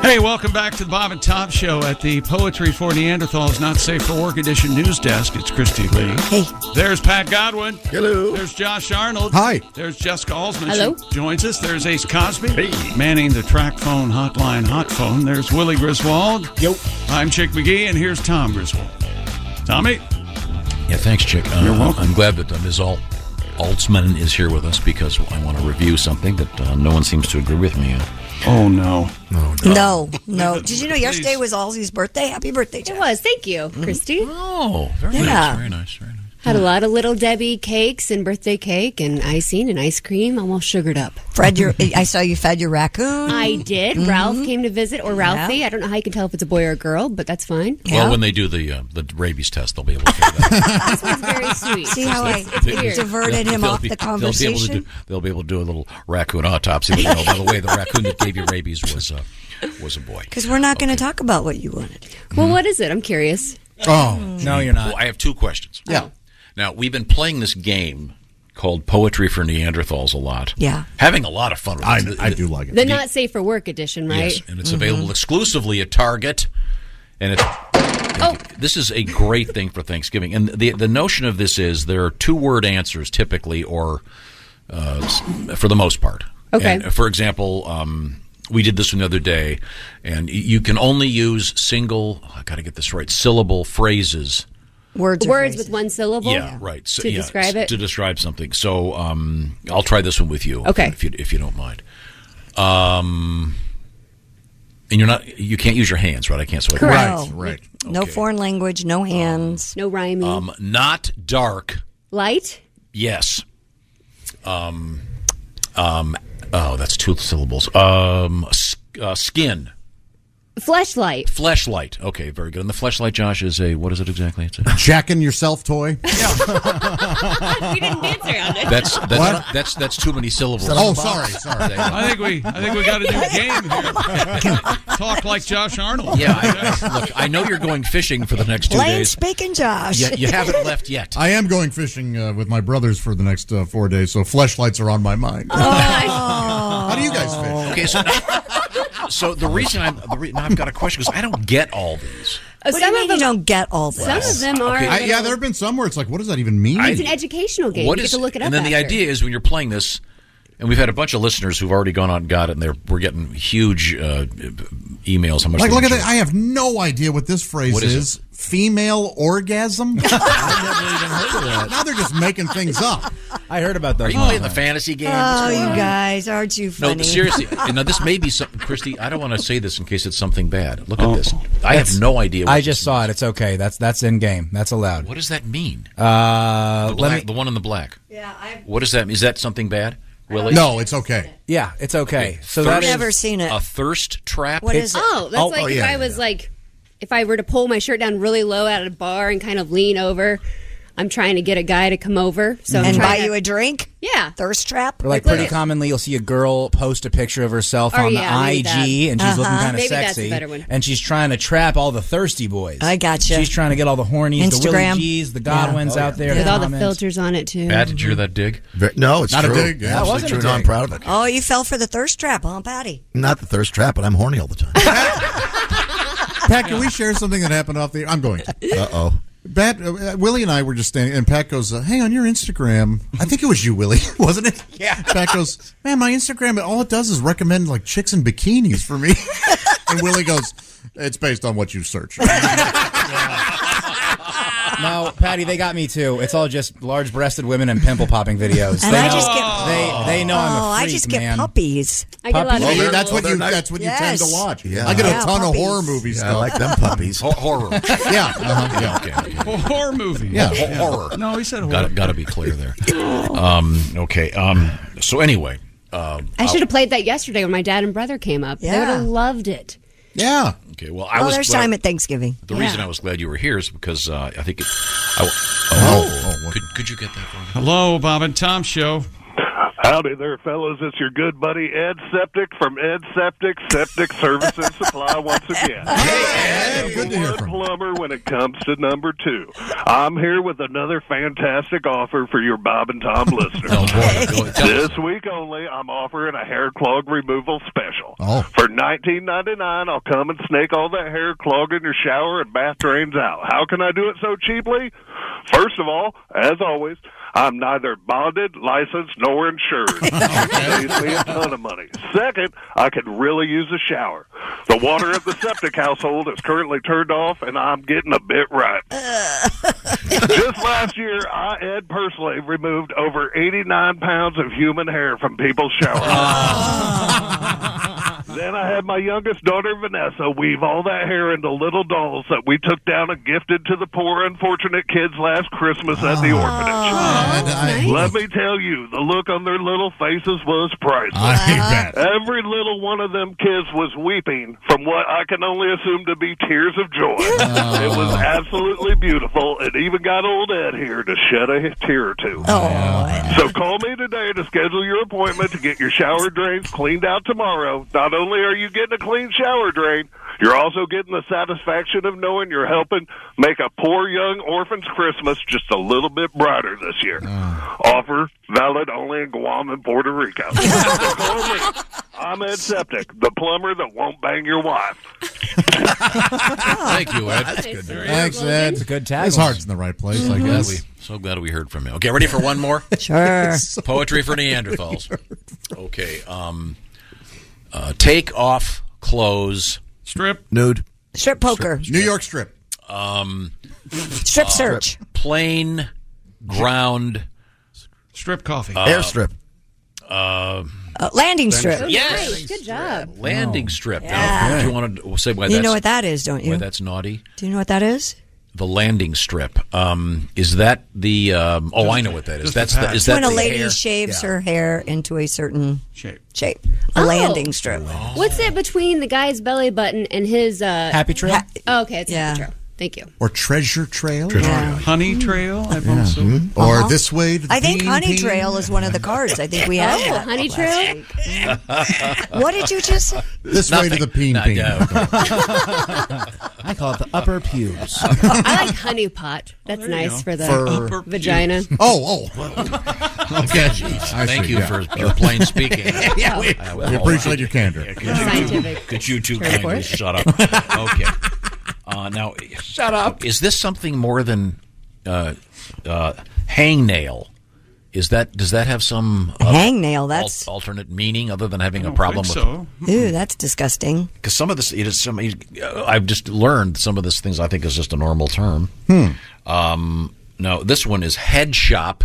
A: Hey, welcome back to the Bob and Tom Show at the Poetry for Neanderthals Not Safe for Work Edition News Desk. It's Christy Lee.
F: Hey.
A: There's Pat Godwin.
G: Hello.
A: There's Josh Arnold.
D: Hi.
A: There's Jessica Alsman.
V: Hello.
A: She joins us. There's Ace Cosby. Hey. Manning the track phone hotline hot phone. There's Willie Griswold. Yep. I'm Chick McGee, and here's Tom Griswold. Tommy.
B: Yeah, thanks, Chick. Uh,
A: You're welcome.
B: I'm glad that uh, Ms. Alt Altsman is here with us because I want to review something that uh, no one seems to agree with me on.
A: Oh no!
B: Oh
F: No, no. Did you know yesterday was Halsey's birthday? Happy birthday, Mm-hmm. Jeff. It
W: was. Thank you, Christy.
B: Oh, very
W: Yeah.
B: nice. Very nice. Very nice.
W: Had a lot of little Debbie cakes and birthday cake and icing and ice cream, almost sugared up.
F: Fred, your, I saw you fed your raccoon.
W: I did.
F: Mhm.
W: Ralph came to visit, or Ralphie.
F: Yeah.
W: I don't know how you can tell if it's a boy or a girl, but that's fine.
B: Well, when they do the uh, the rabies test, they'll be able to figure that out.
W: this one's very sweet.
F: See how I
W: It's- it's weird.
F: diverted him
B: They'll
F: off
B: be-
F: the
B: They'll be,
F: conversation?
B: able to do, they'll be able to do a little raccoon autopsy. But, you know, by the way, the raccoon that gave you rabies was uh, was a boy.
F: Because we're not going to talk about what you Mm. wanted.
W: Well, what is it? I'm curious.
B: Oh, no, you're not. Well, I have two questions.
F: Yeah.
B: Now we've been playing this game called Poetry for Neanderthals a lot.
W: Yeah.
B: Having a lot of fun. With I I do like
W: The not safe for work edition, right? Mm-hmm.
B: Yes, and it's
F: Mm-hmm.
B: available exclusively at Target, and it's.
W: Oh.
B: This is a great thing for Thanksgiving, and the the notion of this is there are two word answers typically, or uh, s- for the most part.
W: Okay.
B: And for example, um, we did this another day, and y- you can only use single. I got to get this right. Syllable phrases.
W: Words, words with one syllable.
B: Yeah, right. So,
W: to
B: yeah,
W: describe
B: s-
W: it,
B: To describe something. So um, I'll try this one with you.
W: Okay.
B: If you if you don't mind. Um, and you're not you can't use your hands, right? I can't. So I-
F: Correct.
B: Right.
F: No foreign language, no hands,
W: no rhyming.
B: Um, not dark.
W: light,
B: Yes. Um, um, oh, that's two syllables. Um, s- uh, skin.
W: flashlight.
B: Fleshlight. Okay, very good. And the fleshlight, Josh, is a what is it exactly? It's a
L: Jacking yourself toy.
W: we didn't dance around it.
B: that's that's
L: What?
B: that's that's too many syllables.
L: Oh, sorry, sorry.
A: I think we I think we got to do a game
D: Oh
A: here. Talk like Josh Arnold.
B: Yeah, I, look, I know you're going fishing for the next two
F: plain
B: days.
F: speaking Josh.
B: Yeah, you haven't left yet.
D: I am going fishing uh, with my brothers for the next uh, four days, so fleshlights are on my mind.
B: Oh.
F: Oh,
B: How do you guys
W: Oh.
B: fish? Okay, so so the reason I'm the re- now I've got a question because I don't get all these.
W: Uh,
F: what do you mean you don't get all this?
W: some of them are.
D: I- yeah,
W: little-
D: there have been some where it's like, what does that even mean?
W: it's an educational game.
B: What
W: you
B: is-
W: get to look it up.
B: And then the
W: after.
B: idea is when you're playing this, and we've had a bunch of listeners who've already gone out and got it, and they're we're getting huge uh, emails. How much?
D: like,
B: they
D: look at
B: enjoy
D: that. I have no idea what this phrase
B: What is
D: is. Female orgasm? now they're just making things up.
E: I heard about
B: Are you playing the fantasy game?
F: Oh,
B: What's going
F: you
B: on?
F: guys, aren't you
B: No,
F: funny?
B: seriously. Now this may be something, Christy. I don't want to say this in case it's something bad. Look at
E: Oh.
B: this. I have no idea. What
E: I just saw it. It's okay. That's that's in game. That's allowed.
B: What does that mean?
E: Uh,
B: the,
E: let
B: black,
E: me.
B: the one in the black. Yeah. I, what is that? Is that something bad? Really?
D: No, it's okay.
E: Yeah, it's okay. So that is-
B: A thirst trap.
W: Oh, that's like if I was like, if I were to pull my shirt down really low at a bar and kind of lean over, I'm trying to get a guy to come over. So
F: and
W: I'm
F: buy
W: trying
F: you
W: to,
F: a drink?
W: Yeah.
F: Thirst trap?
E: Or like
W: Look
E: pretty
W: at-
E: commonly, you'll see a girl post a picture of herself
W: Oh,
E: on
W: yeah,
E: the
W: maybe
E: IG,
W: that.
E: and she's looking
W: Uh-huh.
E: kind of
W: Maybe that's a
E: sexy,
W: better one.
E: and she's trying to trap all the thirsty boys.
F: I gotcha.
E: She's trying to get all the hornies, the
F: Instagram.
E: Willie G's, the Godwins
F: Yeah. Oh,
E: out there.
W: with
E: the
W: all the
E: comments.
W: filters on it too.
B: Bad. Did you hear that dig?
G: No, it's
E: Not a
G: true.
E: dig.
G: Yeah,
E: That
G: absolutely
E: wasn't a
G: true. No, I'm
E: dig.
G: proud of it.
F: Oh, you fell for the thirst trap, huh, Patty?
G: Not the thirst trap, but I'm horny all the time.
D: Pat, can we share something that happened off the I'm going to.
G: Uh-oh.
D: Pat, uh, Willie and I were just standing, and Pat goes, uh, "Hey, on your Instagram, I think it was you, Willie, wasn't it?" Yeah. Pat goes, "Man, my Instagram, all it does is recommend like chicks in bikinis for me." and Willie goes, "It's based on what you search."
E: No, Patty, they got me too. It's all just large-breasted women and pimple-popping videos.
F: And
E: they
F: I
E: know,
F: just get-
E: they they know I'm
F: Oh,
E: a
F: I
E: freak,
F: just get
E: man.
F: puppies.
W: I get a lot of
D: Well,
W: Well,
D: that's what
G: they're
D: you
G: nice.
D: that's what
F: Yes.
D: you tend to watch.
G: Yeah.
D: I get a
F: Yeah,
D: ton of
F: puppies.
D: horror movies.
G: Yeah, I like them puppies.
B: horror.
D: Yeah. uh-huh, yeah.
A: Horror movie.
D: Yeah.
B: Horror.
A: No, he said
B: Got
A: horror.
B: to got to be clear there. Um, okay. Um, so anyway, um,
W: I should have played that yesterday when my dad and brother came up. They
F: Yeah.
W: would have loved it.
D: Yeah.
B: Okay. Well, I
F: Well,
B: was
F: there's
B: glad-
F: time at Thanksgiving.
B: The reason I was glad you were here is because uh, I think it. I, oh, could, could you get that for me?
A: Hello, Bob and Tom show.
Q: Howdy there, fellas. It's your good buddy Ed Septic from Ed Septic Septic Service and Supply once again. Hey, Ed. Good to hear from plumber when it comes to number two. I'm here with another fantastic offer for your Bob and Tom listeners. this week only, I'm offering a hair clog removal special.
O: Oh.
Q: For nineteen ninety nine, I'll come and snake all that hair clog in your shower and bath drains out. How can I do it so cheaply? First of all, as always, I'm neither bonded, licensed, nor insured. It saves me a ton of money. Second, I could really use a shower. The water at the septic household is currently turned off, and I'm getting a bit ripe. Just last year, I, Ed, personally removed over 89 pounds of human hair from people's showers. Then I had my youngest daughter, Vanessa, weave all that hair into little dolls that we took down and gifted to the poor, unfortunate kids last Christmas at the orphanage. Let me tell you, the look on their little faces was priceless. Every little one of them kids was weeping from what I can only assume to be tears of joy. It was absolutely beautiful, and even got old Ed here to shed a tear or two. So call me today to schedule your appointment to get your shower drains cleaned out tomorrow. Not only are you getting a clean shower drain, you're also getting the satisfaction of knowing you're helping make a poor young orphan's Christmas just a little bit brighter this year. Offer valid only in Guam and Puerto Rico. Call me. I'm Ed Septic, the plumber that won't bang your wife.
B: Thank you, Ed.
Q: That's good.
D: Thanks, Ed. It's a
E: good
D: His heart's in the right place, I
F: Mm-hmm.
B: Glad
D: guess.
B: we- so glad we heard from you. Okay, ready for one more?
F: Sure.
B: Poetry for Neanderthals. Okay. Um, uh, take off clothes,
A: strip,
G: nude,
F: strip poker,
D: New York strip,
B: um,
F: Strip search.
B: plain ground,
A: strip coffee,
B: Air
G: strip,
B: uh,
F: Uh, landing strip.
B: yes,
W: Good job.
B: landing
D: Oh.
B: strip. Now,
F: Yeah.
B: do you want to say why?
F: You
B: that's-
F: know what that is, don't you?
B: Why that's naughty.
F: Do you know what that is?
B: The landing strip. Um, is that the? Um, oh, I know what that is. That's the, is
F: It's
B: that
F: when a
B: the
F: lady
B: hair?
F: shaves her hair into a certain
A: shape.
F: Shape. A
W: Oh.
F: landing strip.
B: Oh.
W: What's it between the guy's belly button and his uh,
D: Happy trail? Ha-
W: oh, okay, it's happy trail. Thank you.
D: or treasure trail, Mm-hmm.
A: honey trail. I've also
D: or
F: Uh-huh.
D: this way. To
F: I think
D: Bean
F: Honey
D: Bean.
F: Trail is one of the cards. I think we have
W: Oh,
F: that
W: honey
F: last
W: trail?
F: week. What did you just say?
D: This way to the peen peen.
K: I call it the upper pubes.
W: I like honey pot. That's
K: you
W: nice
K: go.
W: for the
K: For-
W: vagina.
D: Oh, oh.
B: Okay. Thank you for your plain speaking. Uh,
W: Yeah, we-
B: I
D: we
B: will-
D: appreciate your candor.
B: Yeah,
W: Scientific
B: Could you two
W: term for
B: kindly
W: it.
B: shut up? Okay. Uh, now, shut up. Is this something more than uh, uh, hangnail? Is that does that have some uh,
F: Hangnail, that's-
B: al- alternate meaning other than having a
F: don't
B: problem
F: think
B: with? Hmm.
F: so. Ew, that's disgusting.
B: Because some of this, it is some. uh, I've just learned some of these things. I think is just a normal term.
F: Hmm.
B: Um, no, this one is Head Shop.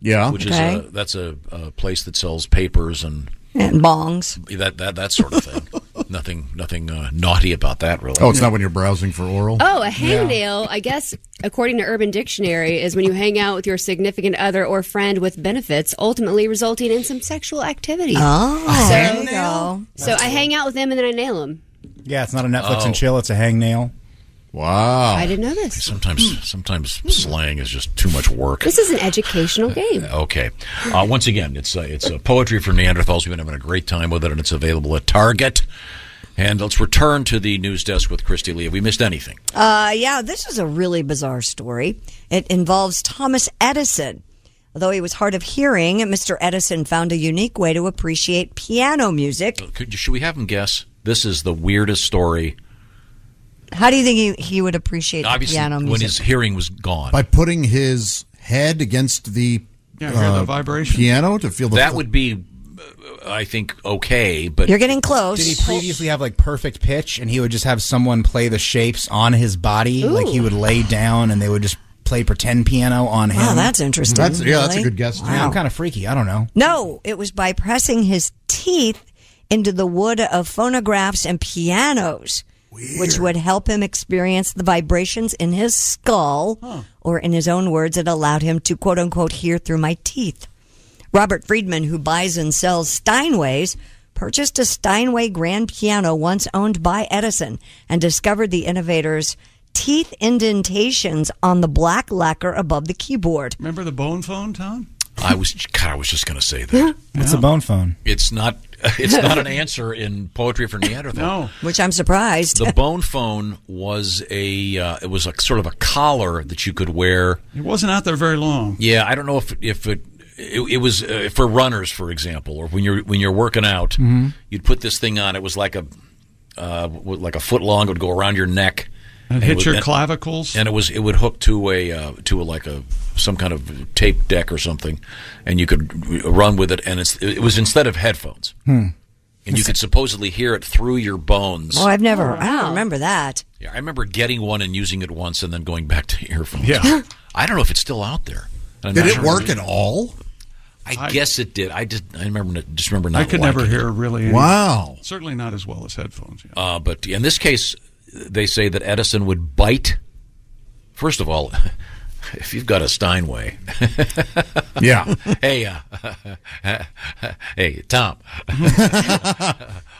D: Yeah,
B: which
F: Okay.
B: is a, that's a, a place that sells papers and
F: And bongs.
B: that that that sort of thing. nothing nothing uh, naughty about that, really.
D: Oh, it's not when you're browsing for oral.
W: Oh, a hangnail, I guess, according to Urban Dictionary, is when you hang out with your significant other or friend with benefits, ultimately resulting in some sexual activity.
F: Oh,
W: so,
F: there you go.
W: So I hang out with them and then I nail them.
E: Yeah, it's not a Netflix
B: Oh.
E: and chill. It's a hangnail.
D: Wow.
W: I didn't know this. Hmm.
B: Sometimes sometimes slang is just too much work.
W: This is an educational game.
B: Okay. Uh, once again, it's uh, it's uh, poetry for Neanderthals. We've been having a great time with it, and it's available at Target. And let's return to the news desk with Christy Lee. Have we missed anything?
F: Uh, yeah, this is a really bizarre story. It involves Thomas Edison. Although he was hard of hearing, Mr. Edison found a unique way to appreciate piano music.
B: Could, should we have him guess? This is the weirdest story.
F: How do you think he, he would appreciate the
B: Obviously,
F: piano
B: when
F: music?
B: his hearing was gone.
D: by putting his head against the uh,
A: Yeah, hear the vibration.
D: piano to feel the
B: that would be, uh, I think, okay, but
E: Did he previously have like perfect pitch, and he would just have someone play the shapes on his body? Like he would lay down, and they would just play pretend piano on him.
F: Wow, that's interesting. That's- yeah, that's a Really? good guess, too.
E: I'm kind of freaky. I don't know.
F: No, it was by pressing his teeth into the wood of phonographs and pianos, which would help him experience the vibrations in his skull, or in his own words, it allowed him to quote unquote hear through my teeth. Robert Friedman, who buys and sells Steinways, purchased a Steinway grand piano once owned by Edison and discovered the innovator's teeth indentations on the black lacquer above the keyboard.
A: Remember the bone phone, Tom?
B: I was God, I was just going to say that.
E: What's a bone phone?
B: It's not. It's not an answer in poetry for Neanderthal.
F: Which I'm surprised.
B: The bone phone was a. Uh, it was a sort of a collar that you could wear.
A: It wasn't out there very long.
B: Yeah, I don't know if if it. It, it was uh, for runners, for example, or when you're when you're working out,
A: Mhm.
B: you'd put this thing on. It was like a uh, w- like a foot long. It would go around your neck.
A: And
B: it
A: hit
B: would-
A: your clavicles.
B: And it was it would hook to a uh, to a, like a some kind of tape deck or something, and you could r- run with it. And it's it was instead of headphones,
E: Hmm.
B: and you could supposedly hear it through your bones.
F: Well, Oh, I've
B: Oh,
F: never,
A: Oh.
F: I don't remember that.
B: Yeah, I remember getting one and using it once, and then going back to earphones.
F: Yeah.
B: I don't know if it's still out there. I'm
D: Did
B: not
D: it
B: sure.
D: work at all?
B: I, guess it did. I just I remember not- just remember not.
A: I could never
B: liking it.
A: hear really. any-
B: Wow.
A: Certainly not as well as headphones.
B: Uh, but in this case, they say that Edison would bite. First of all, if you've got a Steinway,
D: Yeah.
B: hey, uh, hey, Tom.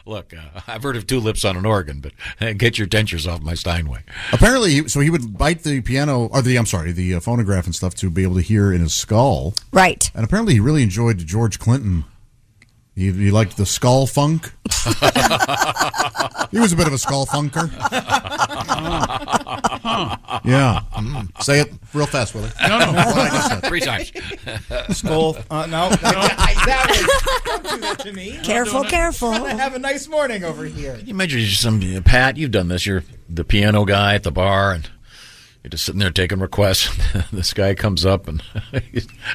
B: Look, uh, I've heard of two lips on an organ, but uh, get your dentures off my Steinway.
D: Apparently, he- so he would bite the piano or the I'm sorry, the uh, phonograph and stuff to be able to hear in his skull.
F: Right.
D: And apparently, he really enjoyed George Clinton. He, he liked the skull funk. he was a bit of a skull funker. Yeah. Mm. Say it real fast, Willie.
E: No, no.
D: What I just said.
B: Three times.
E: Skull. Uh, no. that was, don't do that to me.
F: Careful, careful.
E: Have a nice morning over here.
B: Can you imagine you're some Pat? You've done this. You're the piano guy at the bar, and You're just sitting there taking requests. this guy comes up and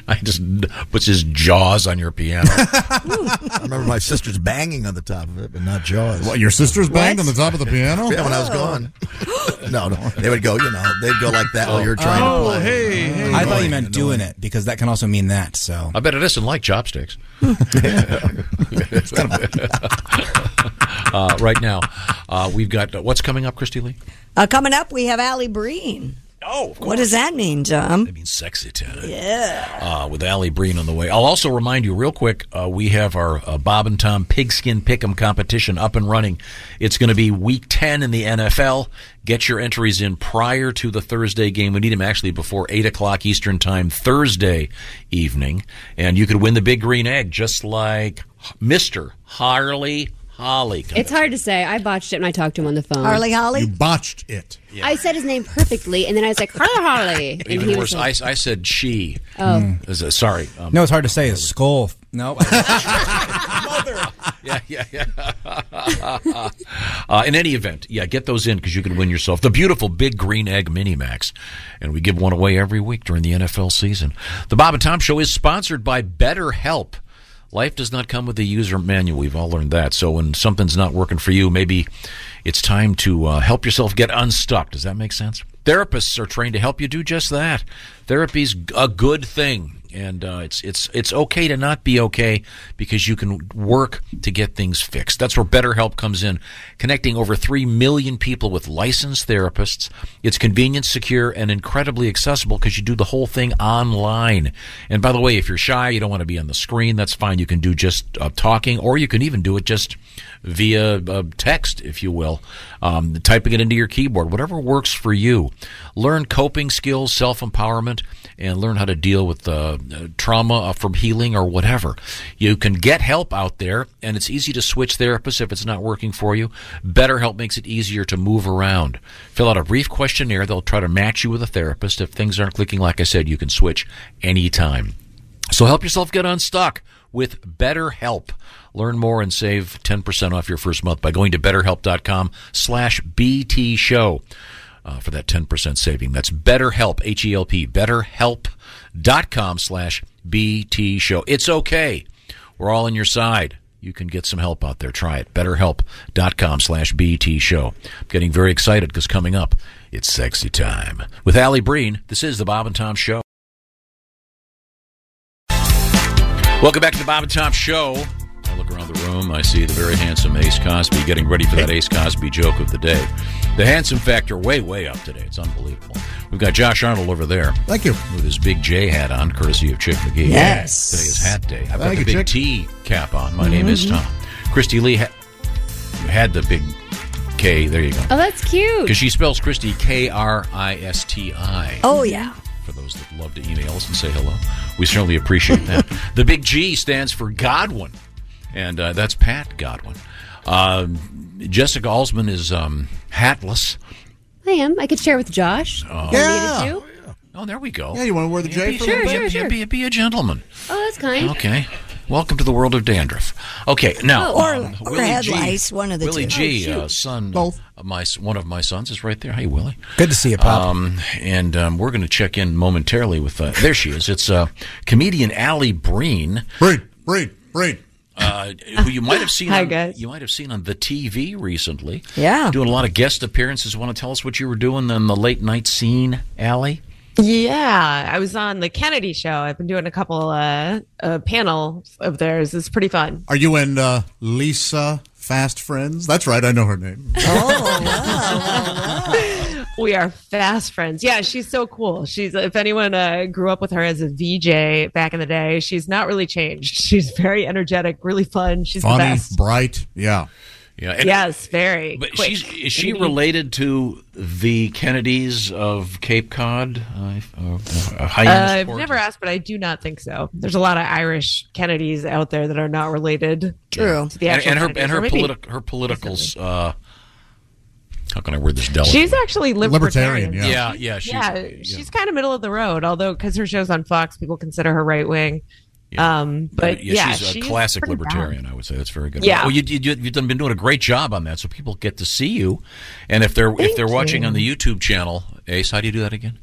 B: I just puts his jaws on your piano.
G: I remember my sister's banging on the top of it, but not Jaws.
D: What, your sister's banged on the top of the piano?
G: Yeah, when I was gone.
F: Oh.
G: no, no. They would go, you know, they'd go like that while you're trying
E: Oh,
G: to play.
E: hey, hey. I thought you meant doing it because that can also mean that. So
B: I bet it isn't like chopsticks. uh, right now, uh, we've got uh, what's coming up, Christy Lee?
F: Uh, coming up, we have Allie Breen.
B: Oh,
F: what does that mean, Tom?
B: That means sexy time.
F: Yeah.
B: uh, with Allie Breen on the way. I'll also remind you, real quick, uh, we have our uh, Bob and Tom Pigskin Pick'em competition up and running. It's going to be Week Ten in the NFL. Get your entries in prior to the Thursday game. We need them actually before eight o'clock Eastern time Thursday evening, and you could win the big green egg, just like Mister Harley Holly.
W: It's hard to say. I botched it when I talked to him on the phone.
F: Harley Holly? You
B: botched it.
W: I said his name perfectly, and then I was like, Harley Harley. And
B: Even
W: he was
B: worse,
W: like,
B: I, I said she.
W: Oh.
B: Is it- sorry. Um,
E: no, it's hard to say. It's skull. No,
B: yeah, yeah, yeah. uh, in any event, yeah, get those in because you can win yourself the beautiful big green egg mini max, and we give one away every week during the NFL season. The Bob and Tom Show is sponsored by BetterHelp. Life does not come with a user manual. We've all learned that. So when something's not working for you, maybe it's time to uh, help yourself get unstuck. Does that make sense? Therapists are trained to help you do just that. Therapy's a good thing and uh, it's it's it's okay to not be okay because you can work to get things fixed. That's where BetterHelp comes in, connecting over three million people with licensed therapists. It's convenient, secure, and incredibly accessible because you do the whole thing online. And by the way, if you're shy, you don't want to be on the screen. That's fine. You can do just uh, talking, or you can even do it just via uh, text, if you will, um, typing it into your keyboard, whatever works for you. Learn coping skills, self empowerment, and learn how to deal with uh, uh, trauma from healing or whatever. You can get help out there, and it's easy to switch therapists if it's not working for you. BetterHelp makes it easier to move around. Fill out a brief questionnaire, they'll try to match you with a therapist. If things aren't clicking, like I said, you can switch anytime. So help yourself get unstuck with BetterHelp. Learn more and save 10% off your first month by going to betterhelp.com slash BT show uh, for that 10% saving. That's BetterHelp, E H-E-L-P, betterhelp.com slash BT show. It's okay. We're all on your side. You can get some help out there. Try it. BetterHelp.com slash BT show. I'm getting very excited because coming up, it's sexy time. With Allie Breen, this is the Bob and Tom Show. Welcome back to the Bob and Tom Show. I look around the room. I see the very handsome Ace Cosby getting ready for that Ace Cosby joke of the day. The handsome factor way, way up today. It's unbelievable. We've got Josh Arnold over there. Thank you. With his big J hat on, courtesy of Chick McGee.
J: Yes.
B: Today is hat day. I've got
J: Thank
B: the
J: you,
B: big
J: Chick.
B: T E cap on. My name is
J: Mhm.
F: Mm-hmm.
B: Tom. Christy Lee ha- you had the big K. There you go.
W: oh, that's cute.
B: Because she spells Christy K R I S T I
F: Oh, yeah.
B: for those that love to email us and say hello. We certainly appreciate that. the big G stands for Godwin, and uh, that's Pat Godwin. Um, Jessica Alsman is um, hatless.
W: I am. I could share with Josh.
B: Oh.
W: If I needed to.
B: Oh, there we go.
D: Yeah, you want to wear the J
B: Be-
D: for a
W: Sure,
D: little
W: sure,
D: bit?
W: sure.
B: Be, be a gentleman.
W: Oh, that's kind.
B: Okay. Welcome to the world of dandruff. Okay, now
F: Oh, or-
B: um,
F: or
B: Willie
F: head
B: G,
F: lice, one of the
B: Willie
F: two.
B: G,
F: Oh, shoot.
B: uh, son, Of my one of my sons is right there. Hey, Willie,
E: Good to see you, Pop.
B: Um, and um, we're going to check in momentarily with. Uh, there she is. It's uh, comedian Allie Breen. Breen, Breen, Breen. Uh, who you might have seen?
J: Hi,
B: on,
J: guys.
B: You might have seen on the TV recently.
J: Yeah.
B: doing a lot of guest appearances. Want to tell us what you were doing on the late night scene, Allie?
J: Yeah, I was on the Kennedy show. I've been doing a couple uh, uh panel of theirs. It's pretty fun.
D: Are you and uh, Lisa fast friends? That's right. I know her name.
T: Oh,
J: we are fast friends. Yeah, she's so cool. She's if anyone uh, grew up with her as a VJ back in the day, she's not really changed. She's very energetic, really fun. She's the
D: Funny,
J: best.
D: bright. Yeah.
B: Yeah. and-
J: yes, very.
B: But
J: quick.
B: she's is she related to the Kennedys of Cape Cod? Uh, uh, uh,
J: Uh,
B: high-end
J: I've
B: sport?
J: never asked, but I do not think so. There's a lot of Irish Kennedys out there that are not related. To the
B: and,
J: actual
B: and her
J: Kennedys,
B: and her,
J: or maybe-
B: politi- her political. Uh, how can I word this delicately?
J: She's actually libertarian.
B: Uh, Yeah, yeah. She's,
J: yeah, she's kind of middle of the road, although because her show's on Fox, people consider her right wing. Um, but yeah,
B: she's a
J: she's
B: classic
J: pretty bad.
B: libertarian. I would say that's very good.
J: Yeah.
B: Well, you, you, you've done- been doing a great job on that, so people get to see you. And if they're if
J: Thank
B: they're watching
J: you.
B: on the YouTube channel, Ace, how do you do that again?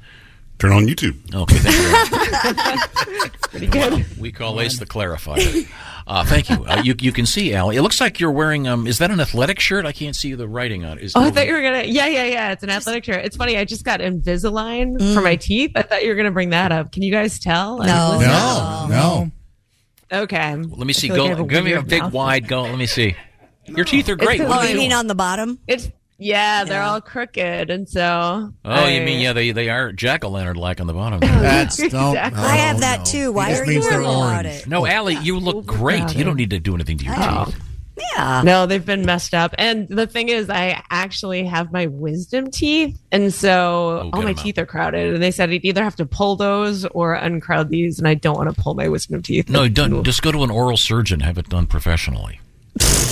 O: Turn on YouTube.
B: Okay, thank you.
J: Pretty good.
B: We call Ace the clarifier. Uh, thank you. Uh, you. You can see, Al. It looks like you're wearing. Um, is that an athletic shirt? I can't see the writing on it. Is
J: Oh, I thought you were gonna. Yeah, yeah, yeah. It's an athletic shirt. It's funny. I just got Invisalign
F: Mm.
J: for my teeth. I thought you were gonna bring that up. Can you guys tell? No,
D: No, no.
J: Okay.
B: Let me see.
J: I feel
B: Go.
J: like I have a
B: give me a
J: weird
B: big
J: mouth.
B: wide go. Let me see. Your teeth are great.
J: It's
B: What are
J: a Oh,
B: they
J: you
B: doing?
J: mean
F: on the bottom?
J: It's yeah, they're all crooked, and so.
B: Oh, you mean yeah? They they are jack o' lantern like on the bottom.
J: That's- don't- Exactly.
F: I have that too. Why are you worried about it?
B: No, Allie, you look great. You don't need to do anything to your
J: Oh.
B: teeth.
J: No, they've been messed up. And the thing is, I actually have my wisdom teeth. And so all my teeth are crowded. And they said I'd either have to pull those or uncrowd these. And I don't want to pull my wisdom teeth.
B: No, don't. Just go to an oral surgeon. Have it done professionally.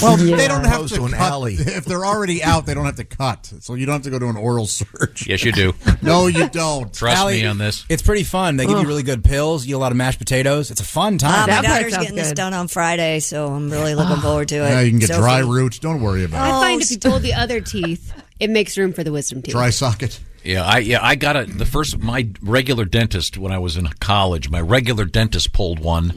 D: Well, they
J: Yeah.
D: don't have
J: Opposed
D: to
J: to an
D: cut.
B: alley.
D: If they're already out, they don't have to cut. So you don't have to go to an oral search.
B: Yes, you do.
D: No, you don't.
B: Trust
E: Allie,
B: me on this.
E: It's pretty fun. They give
F: Ugh.
E: you really good pills. You eat a lot of mashed potatoes. It's a fun
F: Uh,
E: time.
F: my daughter's getting this done on Friday, so I'm really looking forward to it.
D: Yeah, you can get
F: Sophie.
D: dry roots. Don't worry about
F: Oh,
D: it.
W: I find if you pull the other teeth, it makes room for the wisdom teeth.
D: Dry socket.
B: Yeah, I yeah I got it. The first my regular dentist when I was in college, my regular dentist pulled one,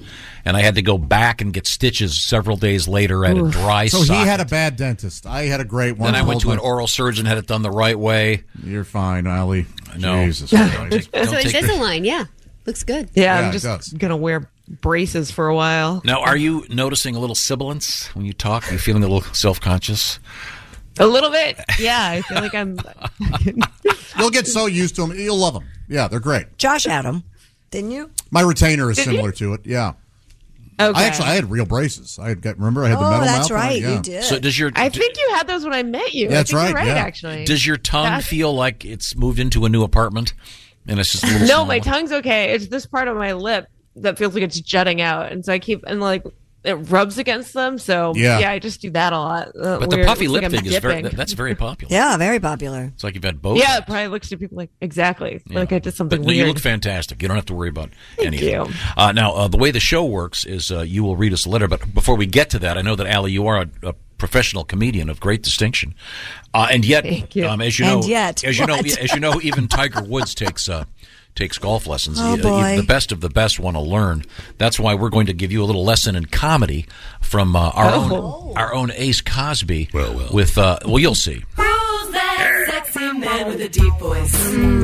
B: and I had to go back and get stitches several days later at a dry
D: so
B: socket.
D: he had a bad dentist. I had a great one.
B: then I went
D: Hold
B: to
D: on.
B: an oral surgeon, had it done the right way.
D: You're fine, Allie.
B: No,
D: Jesus Christ.
B: Don't
W: That's what
B: take the-
W: Invisalign. Yeah, looks good.
J: Yeah,
B: Yeah, it
J: I'm
B: does.
J: just going to wear braces for a while.
B: Now, are you noticing a little sibilance when you talk? Are you feeling a little self conscious?
J: A little bit. Yeah, I feel like I'm.
D: You'll get so used to them. You'll love them. Yeah, they're great.
F: Josh had them, didn't you?
D: My retainer is
F: Did you?
D: similar to it. Yeah.
J: Okay.
D: I actually I had real braces. I had got, remember I had the
J: Oh,
D: metal
J: that's
D: mouth. on it?
J: right, you
D: Yeah.
J: did.
B: So does your
J: I think you had those when I met you. I
B: That's
J: think you're
B: right, yeah.
J: actually.
B: does your tongue
J: That's-
B: feel like it's moved into a new apartment? And it's just a little
J: no,
B: small?
J: my tongue's okay. It's this part of my lip that feels like it's jutting out, and so I keep and like it rubs against them. So
B: Yeah.
J: yeah, I just do that a lot. Uh,
B: But the
J: weird.
B: puffy
J: It's
B: lip
J: like I'm
B: thing is very
J: dipping.
B: that- that's very popular.
F: Yeah, very popular.
B: It's like you've had both.
J: Yeah, it probably looks to people like exactly like I did something
B: But no,
J: weird.
B: you look fantastic. You don't have to worry about anything.
J: you.
B: Uh, now, uh, the way the show works is uh, you will read us a letter. But before we get to that, I know that Allie, you are a, a professional comedian of great distinction, uh, and yet, Um, as you
F: And
B: know,
F: yet,
B: as you know,
F: what?
B: as you know, even Tiger Woods takes. Uh, Takes golf lessons.
F: Oh,
B: You- you-
F: boy.
B: The best of the best want to learn. That's why we're going to give you a little lesson in comedy from uh, our
J: Oh.
B: own our own Ace Cosby. Well, well. With uh, well, you'll see.
V: Who's that sexy man with a deep voice?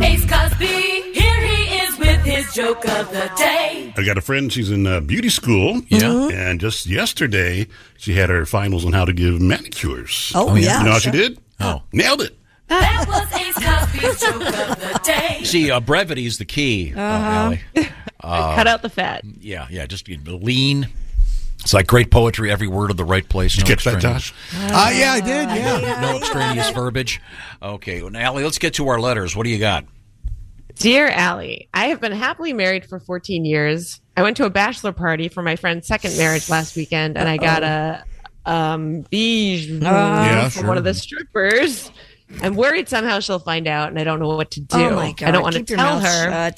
V: Ace Cosby, here he is with his joke of the day.
O: I got a friend. She's in uh, beauty school. Yeah. And just yesterday, she had her finals on how to give manicures.
V: Oh, Oh, yeah. yeah.
O: You know how
V: Sure.
O: she did?
B: Oh.
O: Nailed it.
V: That was Ace Cosby's joke of the day.
B: See, uh, brevity is the key, uh,
V: Uh-huh.
B: Allie. Uh,
J: Cut out the fat.
B: Yeah, yeah, just you know, lean. It's like great poetry, every word of the right place. Did no
O: you catch that,
B: extraneous-
O: Josh?
D: Uh, yeah, I did. Yeah.
B: No extraneous verbiage. Okay, well, Allie, let's get to our letters. What do you got?
J: Dear Allie, I have been happily married for 14 years. I went to a bachelor party for my friend's second marriage last weekend, and I got a um beige
V: Ah, Yeah,
J: from one
V: sure.
J: of the strippers. I'm worried somehow she'll find out, and I don't know what to do.
V: Oh my
J: I
V: God,
J: don't want
V: keep
J: to
V: your
J: tell
V: mouth
J: her.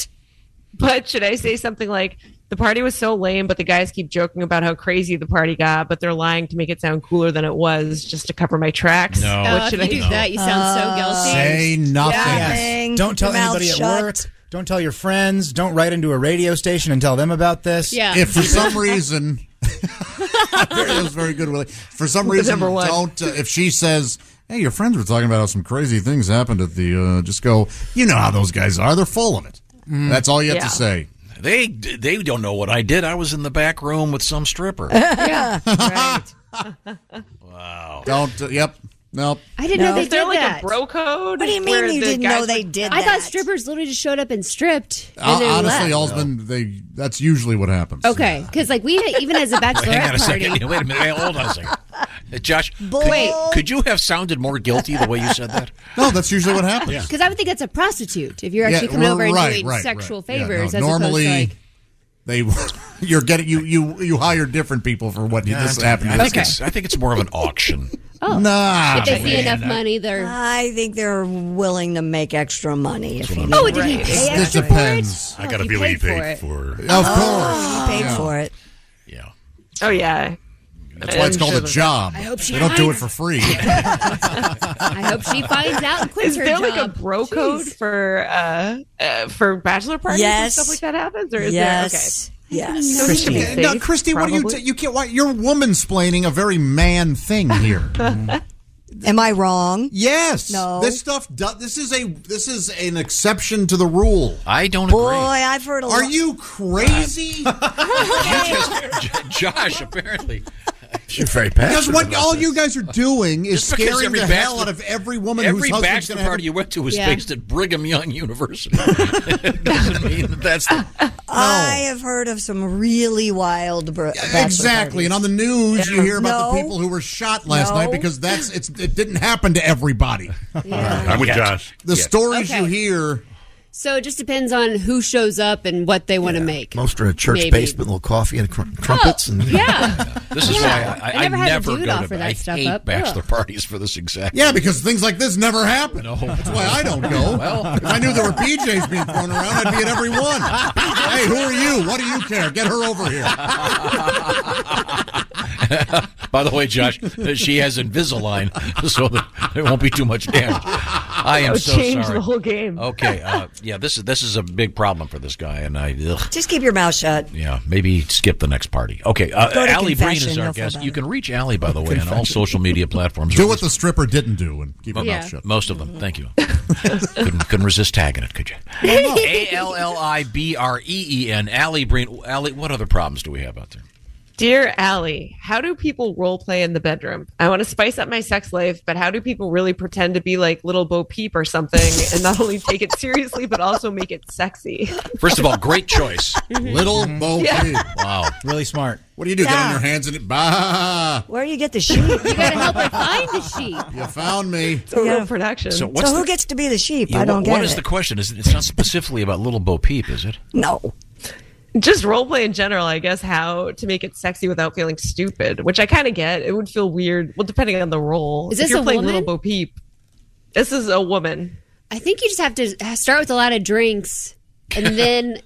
J: But should I say something like, "The party was so lame, but the guys keep joking about how crazy the party got, but they're lying to make it sound cooler than it was, just to cover my tracks."
D: No. Oh,
J: What
D: if
J: should
D: you
J: I
D: do that,
V: you sound so guilty.
D: Say nothing.
E: Yes. Don't tell
V: Your mouth
E: anybody
V: shut.
E: at work. Don't tell your friends. Don't write into a radio station and tell them about this.
V: Yeah.
D: If for some reason, that was very good, Willie. For some
E: The
D: reason,
E: number one.
D: don't. Uh, if she says, "Hey, your friends were talking about how some crazy things happened at the," uh, just go. You know how those guys are. They're full of it. That's all you have
B: Yeah.
D: to say.
B: They they don't know what I did. I was in the back room with some stripper. Oh.
V: Yeah,
B: wow.
D: Don't. Uh, yep. Nope.
V: I
J: didn't know they
D: Is
J: did
D: there like a
J: that. bro code?
V: What do you mean
J: where
V: you
J: the
V: didn't
J: guys
V: know they
J: were-
V: did
W: I thought strippers literally just showed up and stripped. And then
D: Uh, honestly,
W: left.
D: all's been they. That's usually what happens.
W: Okay, because like we even as a
B: Hang on a
W: bachelorette party.
B: second. Wait a minute. Hey, Hold on a second. Uh, Josh,
W: Boy.
B: could,
W: Wait.
B: you, could you have sounded more guilty the way you said that?
D: No, that's usually what happens.
W: Because I would think that's a prostitute if you're actually coming
D: we're-
W: over and
D: right,
W: doing
D: right,
W: sexual
D: right. Yeah, no,
W: favors. as
D: normally,
W: opposed to
D: they you're getting you you you hire different people for what you this happened.
B: I
D: to
B: think
D: this
B: it's I think it's more of an auction.
W: like, Oh,
F: Nah,
W: if they see
F: man,
W: enough
F: that-
W: money, they're
F: I think they're willing to make extra money. If you
W: Oh,
F: need
W: did he
F: it.
W: pay
O: It depends. I
W: Oh,
O: gotta
F: he
B: E
O: believe he
F: paid
O: paid for.
F: Of course. Oh, he paid
O: Yeah.
F: for it.
J: Oh yeah.
D: That's why it's called a job.
W: I hope she
D: they don't do it
W: finds-
D: for free.
W: I hope she finds out and quits
J: Is
W: her
J: there
W: job.
J: like a bro code for uh, uh for bachelor parties
W: Yes.
J: and stuff like that happens, or is
F: Yes.
J: there? Okay.
F: Yes.
J: So he should be
D: Okay, now,
J: safe,
D: Christy, what do you
J: probably.
D: t- you can't? Why, you're womansplaining a very man thing here.
F: Am I wrong?
D: Yes.
F: No.
D: This stuff. Do- this is a. This is an exception to the rule.
B: I don't
F: Boy, I've heard a lot.
D: Are you crazy?
B: Josh, apparently.
G: You're very
D: Because what all you guys are doing is
B: Just because
D: scaring
B: every
D: the hell
B: bachelor-
D: out of every woman
B: Every
D: whose husband's
B: bachelor
D: going to have
B: party you went to was
F: Yeah.
B: based at Brigham Young University. It doesn't mean that that's the
F: I have heard of some really wild br- bachelor
D: Exactly, and on
F: parties.
D: the news you hear about the
F: No.
D: people who were shot last
F: No.
D: night because that's it's, it didn't happen to everybody.
O: I'm with Josh.
D: The
O: Yes.
D: stories you
W: Okay.
D: hear.
W: So it just depends on who shows up and what they want to make.
G: Most are in a church
W: Maybe. Oh,
G: basement, little coffee and cr- trumpets, and
W: Yeah.
B: This is
W: Yeah.
B: why I,
W: I
B: I
W: never had a
B: never
W: dude
B: go
W: offer
B: to.
W: that
B: I
W: stuff
B: hate
W: up.
B: bachelor
W: Ugh.
B: parties for this exact.
D: Yeah, because things like this never happen. That's why I don't go.
B: Well.
D: if I knew there were PJs being thrown around, I'd be at every one. hey, who are you? What do you care? Get her over here.
B: By the way, Josh, she has Invisalign, so that there won't be too much damage. I am
J: It'll
B: so
J: change
B: sorry.
J: the whole game.
B: Okay, uh, yeah, this is this is a big problem for this guy, and I. Ugh.
F: Just keep your mouth shut.
B: Yeah, maybe skip the next party. Okay, uh,
F: Go to
B: Allie Breen is
F: confession,
B: our
F: you'll feel
B: guest.
F: better.
B: You can reach Allie, by the way, on all
D: Confession.
B: social media platforms.
D: Do what the stripper didn't do and keep
B: Mo-
D: her mouth shut.
B: Most of them. Thank you. couldn't, couldn't resist tagging it, could you? A L L I B R E E N. Allie Breen. Allie, what other problems do we have out there?
J: Dear Allie, how do people role play in the bedroom? I want to spice up my sex life, but how do people really pretend to be like little Bo Peep or something and not only take it seriously, but also make it sexy?
B: First of all, great choice. Mhm.
D: Little Bo
J: Yeah.
D: Peep.
B: Wow.
E: Really smart.
D: What do you do? Get on
F: Yeah.
D: your hands and it. Bah!
F: Where do you get the sheep? you
W: gotta help her find the sheep.
D: You found me.
J: It's a real production.
B: So
F: So,
B: what's
F: who
B: the-
F: gets to be the sheep?
B: Yeah,
F: I don't
B: what-
F: get
B: What
F: it.
B: is the question? Is it, It's not specifically about Little Bo Peep, is it?
F: no.
J: Just role play in general, I guess, how to make it sexy without feeling stupid, which I kind of get. It would feel weird. Well, depending on the role.
W: Is
J: If
W: this
J: you're
W: a
J: playing
W: woman?
J: Little Bo Peep, this is a woman.
W: I think you just have to start with a lot of drinks and then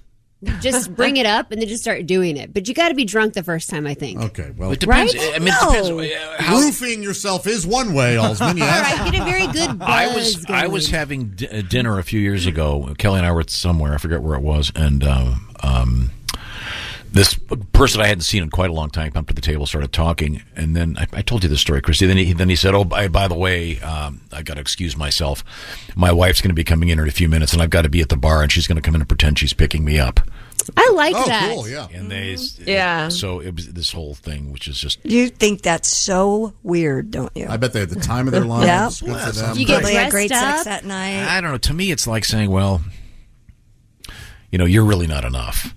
W: just bring it up and then just start doing it. But you got to be drunk the first time, I think.
D: Okay, well,
B: It depends.
W: Right?
B: I mean, it depends. uh, how-
D: roofing yourself is one way, Alsman.
W: All
D: Yes.
W: right, get a very good buzz
B: I was
W: going.
B: I was having d- uh, dinner a few years ago. Kelly and I were somewhere. I forget where it was, and um, um, this person I hadn't seen in quite a long time come to the table, started talking, and then I, I told you this story, Christy. Then he then he said, "Oh, by, by the way, um, I got to excuse myself. My wife's going to be coming in in a few minutes, and I've got to be at the bar, and she's going to come in and pretend she's picking me up."
W: I like
D: Oh,
G: Oh,
W: that.
D: yeah.
B: And they
J: Yeah.
B: so it was this whole thing, which is just
F: You think that's so weird, don't you?
D: I bet they had the time of their lives.
F: Yeah.
D: Good for them.
W: You get
F: Probably had
W: dressed
F: great
W: up.
F: sex that night.
B: I don't know. To me, it's like saying, well, you know, you're really not enough.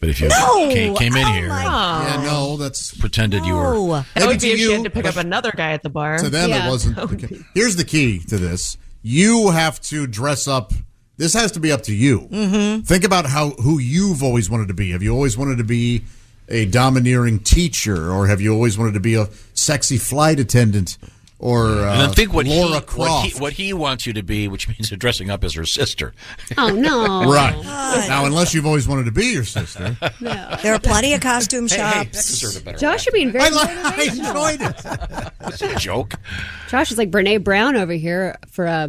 B: But if you
F: No!
B: came, came in
F: Oh
B: here,
F: my
B: and
J: Oh,
D: Yeah, no, that's
B: pretended you were.
J: that
D: Maybe
J: would be
D: to
J: if she
D: you,
J: had to pick up another guy at the bar.
D: To them,
W: Oh. Yeah.
D: it wasn't. the ca- Here's the key to this: you have to dress up. This has to be up to you. Mm-hmm. Think about how who you've always wanted to be. Have you always wanted to be a domineering teacher, or have you always wanted to be a sexy flight attendant, or uh,
B: And then think what
D: Laura
B: he, what,
D: Croft?
B: he, what he wants you to be, which means you're dressing up as her sister.
W: Oh, no.
D: right now, unless you've always wanted to be your sister,
F: There are plenty of costume
B: Hey,
F: shops.
B: that deserved a better
W: Josh, you're being very
D: I, li- I
W: motivational.
D: enjoyed it.
B: joke.
W: Josh is like Brene Brown over here for uh,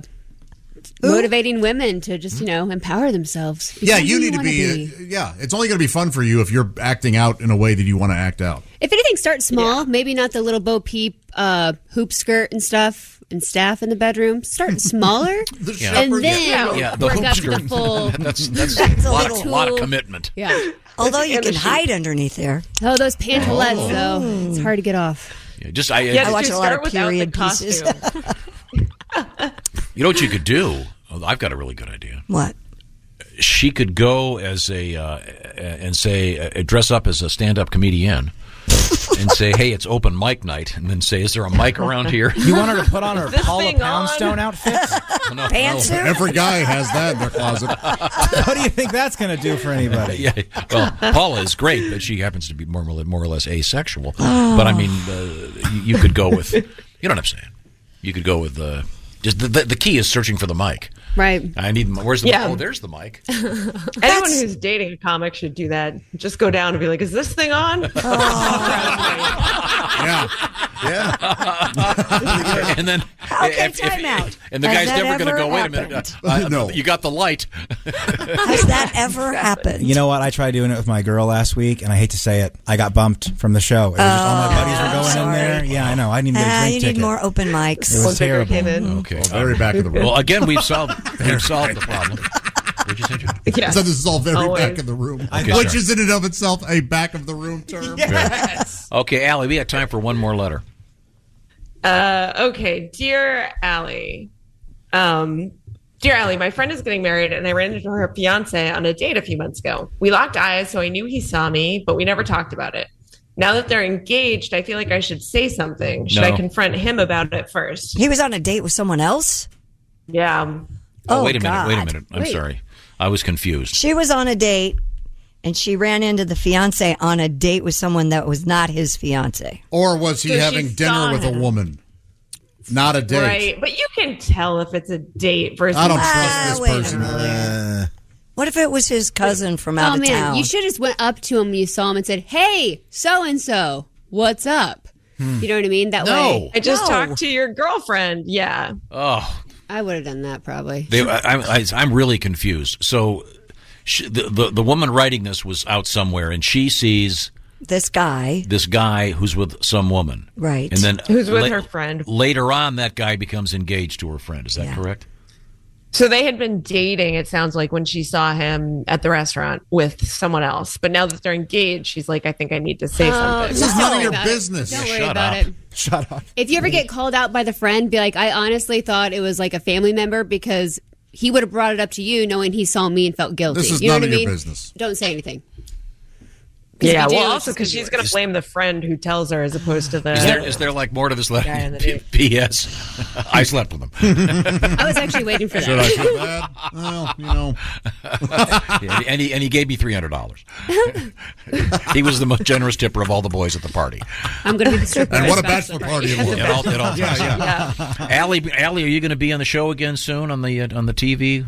W: motivating women to just, you know, empower themselves. Be
D: Yeah,
W: something
D: you need to
W: wanna
D: be. uh, yeah, it's only going to be fun for you if you're acting out in a way that you want to act out.
W: If anything, start small. Maybe not the little Bo Peep uh, hoop skirt and stuff and staff in the bedroom. Start smaller, and
D: shepherd-
W: then
J: Yeah.
B: Yeah, the
W: work
B: hoop
W: up
B: skirt.
W: to the full.
B: That's, that's,
F: That's
B: a,
F: a
B: lot of,
F: little-
B: lot of commitment.
W: Yeah.
F: Although you can hide underneath there.
W: Oh, those pantalettes though. It's hard to get off.
B: Yeah, just I,
J: Yeah,
F: I watch
J: Oh. to
F: a lot
J: start
F: of
J: without the
F: period pieces.
J: costume.
B: You know what you could do? Oh, I've got a really good idea.
F: What?
B: She could go as a uh, and say uh, dress up as a stand-up comedian. and say, "Hey, it's open mic night," and then say, "Is there a mic around here?"
E: You want her to put on her
B: Is this
E: Paula
B: thing
E: Poundstone outfit?
B: Pantsuit? Every guy
D: has that in their closet.
E: what do you think that's going to do for anybody?
B: yeah. Well, Paula is great, but she happens to be more, more or less asexual. But I mean, uh, you, you could go with, you know what I'm saying? You could go with uh, just the, the the key is searching for the mic.
W: Right.
B: I need. Where's the?
J: Yeah.
B: Oh, there's the mic.
J: Anyone who's dating a comic should do that. Just go down and be like, "Is this thing on?" Oh.
D: yeah.
B: Yeah. and then
F: Okay,
B: if- if-
F: time out.
B: And the
F: Has
B: guy's
F: that
B: never going to
F: ever
B: go. Wait a minute. Uh, no, you got the light.
F: Has that ever happened?
E: You know what? I tried doing it with my girl last week, and I hate to say it, I got bumped from the show. It was just all my buddies were going in there. Yeah, I know. I didn't even get a
F: Oh. Ah,
E: drink
F: Uh, you
E: ticket.
F: need more open mics.
E: It was One bigger terrible. cannon.
B: Okay.
D: Oh, Very back of the room.
B: Well, again, we've solved we've solved the problem. What'd you say, Jim?
D: So this is all very back of the room,
B: Okay,
D: which
B: sorry.
D: is in and of itself a back of the room term.
B: Okay, Allie, we got time for one more letter.
J: Uh, okay, dear Allie. Um, dear Allie, my friend is getting married, and I ran into her fiance on a date a few months ago. We locked eyes, so I knew he saw me, but we never talked about it. Now that they're engaged, I feel like I should say something. Should I
F: No.
J: confront him about it first?
F: He was on a date with someone else.
J: Yeah.
B: Oh,
F: Oh,
B: wait a minute. Wait a
F: God.
B: minute. I'm
F: Wait.
B: sorry. I was confused.
F: She was on a date, and she ran into the fiance on a date with someone that was not his fiance.
D: Or was he
J: So she
D: having
J: saw
D: dinner with
J: him.
D: a woman? Not a date.
J: Right. But you can tell if it's a date versus
D: I don't trust this person.
F: Uh. What if it was his cousin from
W: oh
F: out of
W: man,
F: town?
W: you should just went up to him, you saw him, and said, "Hey, so and so, what's up?"
J: Hmm.
B: Hmm.
W: You know what I mean? That way,
J: I just
W: No.
J: talked to your girlfriend. Yeah.
B: Oh,
W: I would have done that probably.
B: they, I, I, I'm really confused. So, she, the, the the woman writing this was out somewhere, and she sees
F: this guy,
B: this guy who's with some woman,
F: right?
B: and then
J: Who's with
B: la-
J: her friend.
B: Later on, that guy becomes engaged to her friend. Is that correct?
J: So they had been dating, it sounds like, when she saw him at the restaurant with someone else. But now that they're engaged, she's like, I think I need to say
W: Oh,
J: something.
W: This is none of your Don't worry about it. business. Don't worry Shut about up. it.
E: Shut up.
W: If you ever get called out by the friend, be like, "I honestly thought it was like a family member because he would have brought it up to you, knowing he saw me and felt guilty."
D: This is
W: you know
D: none
W: what
D: of
W: I
D: your
W: mean?
D: business.
W: Don't say anything.
J: Yeah,
W: If you
J: well,
W: do,
J: also
W: it's
J: because
W: gonna be
J: she's going to blame the friend who tells her as opposed to the.
B: Is there is there like more to this letter?
J: Guy in the
B: P-
J: nude.
B: P.S. I slept with him.
W: I was actually waiting for that.
B: Should I feel
D: bad? Well, you know.
B: Yeah, and he and he gave me three hundred dollars. he was the most generous tipper of all the boys at the party.
W: I'm going to be the stripper.
B: And
W: at
B: what a
W: the bachelor
B: bachelor party it
W: At the
B: was. It all- it all
W: bachelor
B: ties
W: party.
B: up. Allie, Allie, are you going to be on the show again soon on the uh, on the TV?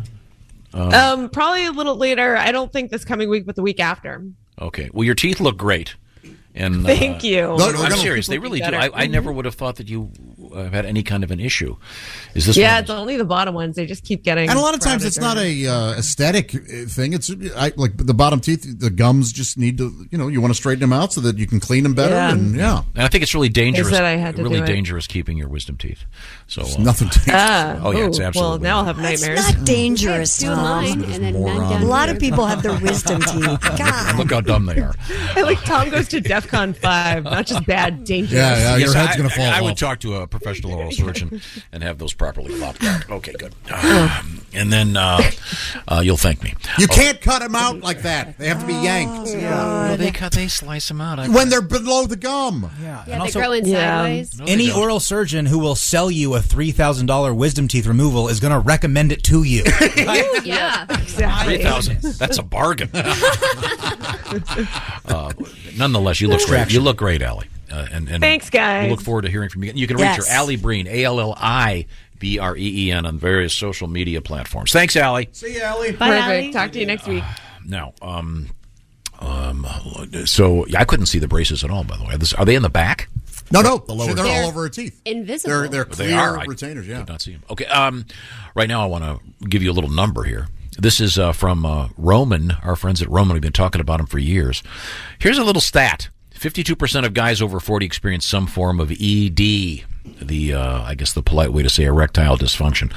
B: Uh,
J: Um, probably a little later. I don't think this coming week, but the week after.
B: okay. Well, your teeth look great. And uh,
J: Thank you. No,
B: I'm
J: we're gonna-
B: serious. They really do.
J: Better. Mm-hmm.
B: I, I never would have thought that you uh, had any kind of an issue. Is this?
J: yeah,
B: one-
J: it's only the bottom ones. They just keep getting.
D: And a lot of times
J: crowded
D: it's not
J: there.
D: a uh, aesthetic uh, thing. It's uh, I, like the bottom teeth, the gums just need to, you know, you want to straighten them out so that you can clean them better.
J: Yeah.
D: And yeah,
B: And I think it's really dangerous.
J: said I had to
B: really
J: do it.
B: dangerous keeping your wisdom teeth. So uh,
D: nothing.
J: Ah,
B: Oh, yeah, it's
J: ooh, Well,
B: absolutely-
J: now I'll have
F: That's
J: nightmares.
F: not dangerous,
W: Do
F: Tom.
W: mine and then none
F: A
W: down
F: lot
W: here.
F: of people have their wisdom teeth. God.
B: Look how dumb they are.
J: I like Tom goes to DEF CON 5, not just bad, dangerous.
B: Yes, I-
D: gonna fall
B: I, I
D: off.
B: would talk to a professional oral surgeon and have those properly lopped out. Okay, good.
D: Oh.
B: and then uh, uh, you'll thank me.
D: you
B: Oh,
D: can't cut them out like that. They have to be
W: Oh,
D: yanked.
B: well, they cut, they slice them out. I-
D: When they're below the gum.
E: Yeah,
W: Yeah, they grow in
J: Yeah.
W: sideways.
E: Any oral surgeon who will sell you a three thousand dollar wisdom teeth removal is going to recommend it to you.
W: Ooh, yeah.
B: three thousand. That's a bargain. uh, nonetheless, you look great. You look great, Allie. Uh, and, and
J: Thanks, guys.
B: We look forward to hearing from you. You can reach
J: Yes.
B: her, Allie Breen, A L L I B R E E N, on various social media platforms. Thanks, Allie.
D: See you, Ellie.
J: Perfect. Talk to you next week.
B: Now, um, um, so yeah, I couldn't see the braces at all. By the way, This- are they in the back?
D: No, no, they're
B: teeth.
D: all over her teeth.
W: Invisible.
D: They're they're
B: They
D: clear
B: are. I
D: retainers. Yeah,
B: Did not see them. Okay. Um, right now, I want to give you a little number here. This is uh, from uh, Roman. Our friends at Roman. We've been talking about them for years. Here's a little stat: fifty-two percent of guys over forty experience some form of ED. The uh, I guess the polite way to say erectile dysfunction,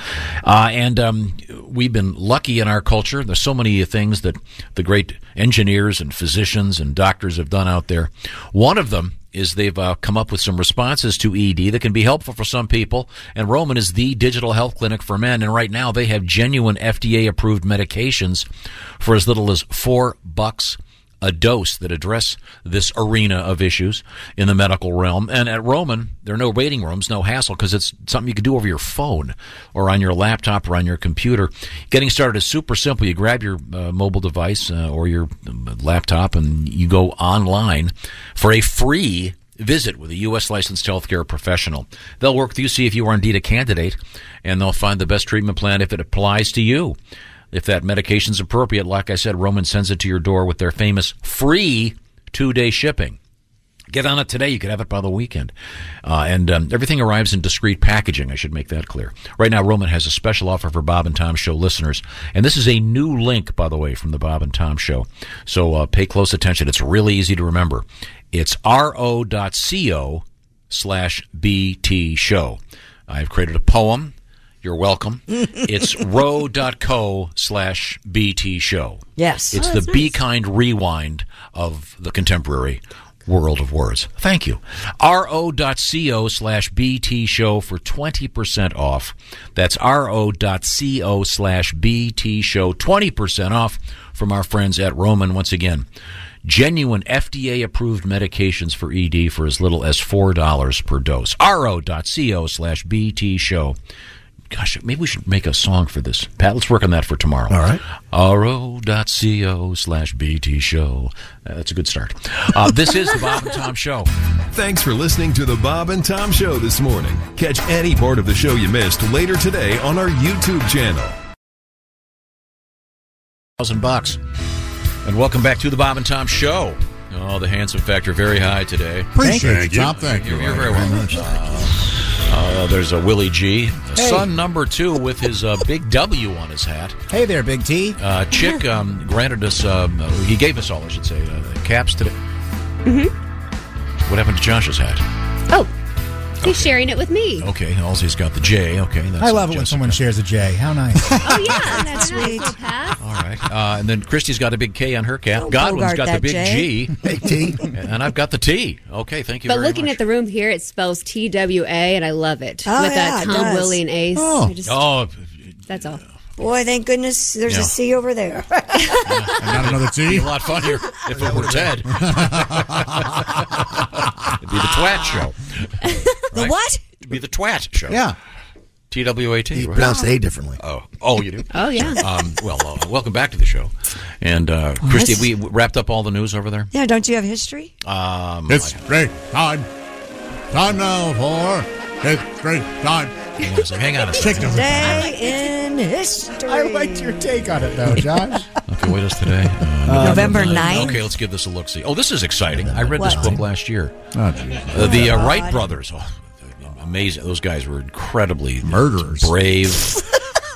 B: uh, and um, we've been lucky in our culture. There's so many things that the great engineers and physicians and doctors have done out there. One of them is they've uh, come up with some responses to ED that can be helpful for some people. And Roman is the digital health clinic for men. And right now they have genuine FDA approved medications for as little as four bucks a dose that address this arena of issues in the medical realm. And at Roman, there are no waiting rooms, no hassle, because it's something you can do over your phone or on your laptop or on your computer. Getting started is super simple. You grab your uh, mobile device uh, or your um, laptop and you go online for a free visit with a U.S. licensed healthcare professional. They'll work with you, see if you are indeed a candidate, and they'll find the best treatment plan if it applies to you. If that medication's appropriate, like I said, Roman sends it to your door with their famous free two day shipping. Get on it today. You could have it by the weekend. Uh, and um, everything arrives in discreet packaging. I should make that clear. Right now, Roman has a special offer for Bob and Tom Show listeners. And this is a new link, by the way, from the Bob and Tom Show. So uh, pay close attention. It's really easy to remember. It's ro.co slash BT show. I've created a poem. You're welcome. It's ro.co slash BT show.
F: Yes.
B: It's
F: Oh,
B: the
F: that's
B: Be
F: nice.
B: Kind rewind of the contemporary world of words. Thank you. ro.co slash BT show for 20% off. That's ro.co slash BT show. 20% off from our friends at Roman once again. Genuine FDA approved medications for ED for as little as $4 per dose. ro.co slash BT show. Gosh, maybe we should make a song for this. Pat, let's work on that for tomorrow. All right. ro.co slash BT show. Uh, that's a good start. Uh, this is the Bob and Tom Show.
M: Thanks for listening to the Bob and Tom Show this morning. Catch any part of the show you missed later today on our YouTube channel.
B: Thousand bucks. And welcome back to the Bob and Tom Show. Oh, the handsome factor very high today.
D: Appreciate Thank you, you. Tom. Thank you.
B: You're, you're very welcome. Uh, uh, there's a Willie G,
E: Hey.
B: son number two, with his uh, big W on his hat.
E: Hey there, Big T.
B: Uh, Chick um, granted us, um, uh, he gave us all, I should say, uh, the caps today.
W: Mm-hmm.
B: What happened to Josh's hat?
W: Oh, He's sharing it with me.
B: Okay, Halsey's got the J. Okay, that's
E: I love it when someone shares a J. How nice.
W: Oh yeah,
F: that's sweet.
B: All right. Uh, and then Christy's got a big K on her cap.
W: Don't
B: Godwin's
W: bogart
B: got the
W: that,
B: big
W: Jay.
B: G. Big T. And I've got the T. Okay, thank you
W: But
B: very
W: looking
B: much.
W: at the room here, it spells T W A, and I love it.
F: Oh,
W: With
F: yeah,
W: that
F: it
W: Tom,
F: does.
W: Willie, and Ace.
F: Oh.
W: I just-
B: Oh,
W: that's all.
F: Boy, thank goodness there's
B: Yeah.
F: a C over there.
B: not another T. Be a lot funnier if it were Ted. It'd be the twat show.
F: The what?
B: It'd be the twat show.
F: Yeah.
B: T W A T. You
G: pronounce A differently.
B: Oh, oh, you do.
W: Oh, yeah.
B: Um, well, uh, welcome back to the show, and uh, Christy,
F: that's-
B: we wrapped up all the news over there.
F: Yeah, don't you have history?
B: Um,
D: It's great time. Time now for it's great time.
B: hang on a
D: second.
F: Day in history. I liked your
E: take on it, though, Josh.
B: Okay, wait us today.
F: Uh, November 9th.
B: Okay, let's give this a look. See. Oh, this is exciting. I read this
F: What?
B: book last year.
D: Oh,
B: Uh, the uh, Wright brothers. Oh, amazing. Those guys were incredibly murderers, brave.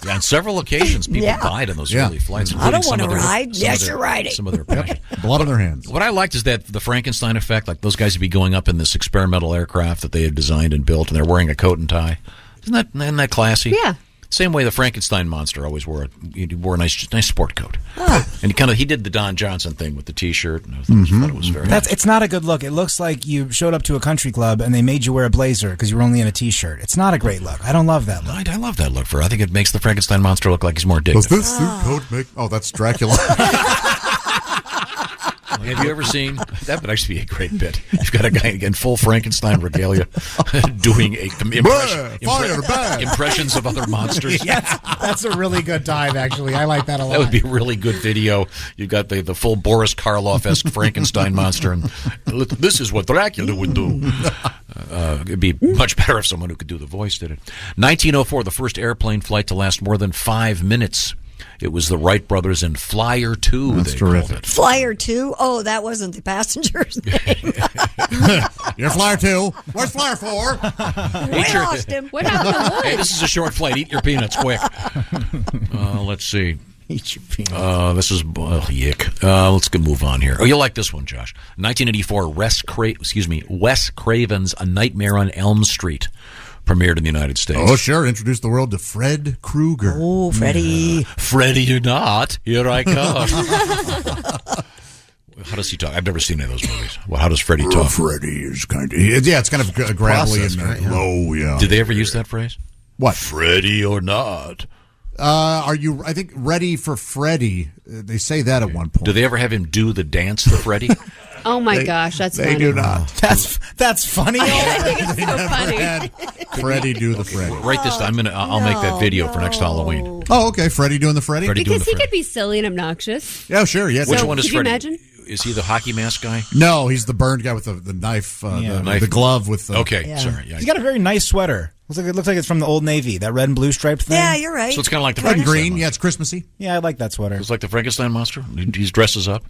B: Yeah, on several occasions, people
F: Yeah.
B: died on those
D: Yeah.
B: early flights.
F: I
B: including
F: don't
B: some
F: wanna
B: of their-
F: ride.
B: some of
F: Yes,
B: their-
F: you're riding.
B: Some of their passion.
D: Blood on their hands.
B: What I liked is that the Frankenstein effect, like those guys would be going up in this experimental aircraft that they had designed and built, and they're wearing a coat and tie. Isn't that isn't that classy? Yeah. Same way the Frankenstein monster always wore it. He wore a nice nice sport coat, and he kind of he did the Don Johnson thing with the T-shirt. And I thought it was- thought it was very
E: That's it's not a good look. It looks like you showed up to a country club and they made you wear a blazer because you were only in a t-shirt. It's not a great look. I don't love that look.
B: I, I love that look for. I think it makes the Frankenstein monster look like he's more
D: Does
B: dignified.
D: this suit coat make? Oh, that's Dracula.
B: Have you ever seen that? Would actually be a great bit. You've got a guy in full Frankenstein regalia doing a com- impression,
E: Bruh, fire,
B: impre-
E: bruh.
B: impressions of other monsters.
E: yes, that's a really good dive. Actually, I like that a lot.
B: That would be a really good video. You got the, the full Boris Karloff esque Frankenstein monster, and look, this is what Dracula would do. Uh, it'd be much better if someone who could do the voice did it. 1904, the first airplane flight to last more than five minutes. It was the Wright brothers in Flyer 2. That's they terrific. Called it.
F: Flyer 2? Oh, that wasn't the passenger's name.
D: You're Flyer 2. Where's Flyer 4?
F: We lost him. What happened to
B: Hey, this is a short flight. Eat your peanuts quick. Uh, let's see.
E: Eat your peanuts.
B: Uh, this is oh, yick. Uh, let's go move on here. Oh, you'll like this one, Josh. 1984. Wes Cra- excuse me, Wes Craven's A Nightmare on Elm Street premiered in the United States.
D: Oh, sure. Introduce the world to Fred Krueger.
F: Oh, Freddy.
B: Freddy, you're not. Here I come. how does he talk? I've never seen any of those movies. Well, how does Freddy talk?
D: Oh, Freddy is kind of yeah, it's kind of gra- gravelly and uh, low. Yeah.
B: Did they ever use that phrase?
D: What?
B: Freddy or not?
D: Uh, are you? I think ready for Freddy. Uh, They say that at one point.
B: Do they ever have him do the dance, the Freddy?
W: Oh my gosh, that's
D: they
W: funny.
D: do not.
E: That's that's funny.
W: I think it's so funny.
D: Freddy do the Freddy.
B: Write this. I'm gonna. I'll make that video for next Halloween.
D: Oh, okay. Freddy doing the Freddy.
B: Freddy doing
W: Because he could be silly and obnoxious.
D: Yeah, sure. Yeah.
B: Which one is
W: could you
B: Freddy?
W: imagine?
B: Is he the hockey mask guy?
D: No, he's the burned guy with the, the knife, uh,
E: Yeah.
D: the,
E: Knife.
D: the glove with the.
B: Okay,
E: Yeah.
B: sorry. Yeah.
E: He's got a very nice sweater. Looks like it looks like it's from the old navy. That red and blue striped thing.
F: Yeah, you're right.
B: So it's kind of like the
E: Red and
B: Frankenstein
E: green.
B: monster.
D: Yeah, it's Christmassy.
E: Yeah, I like that sweater.
B: It's like the Frankenstein monster.
W: Oh
B: He he dresses up.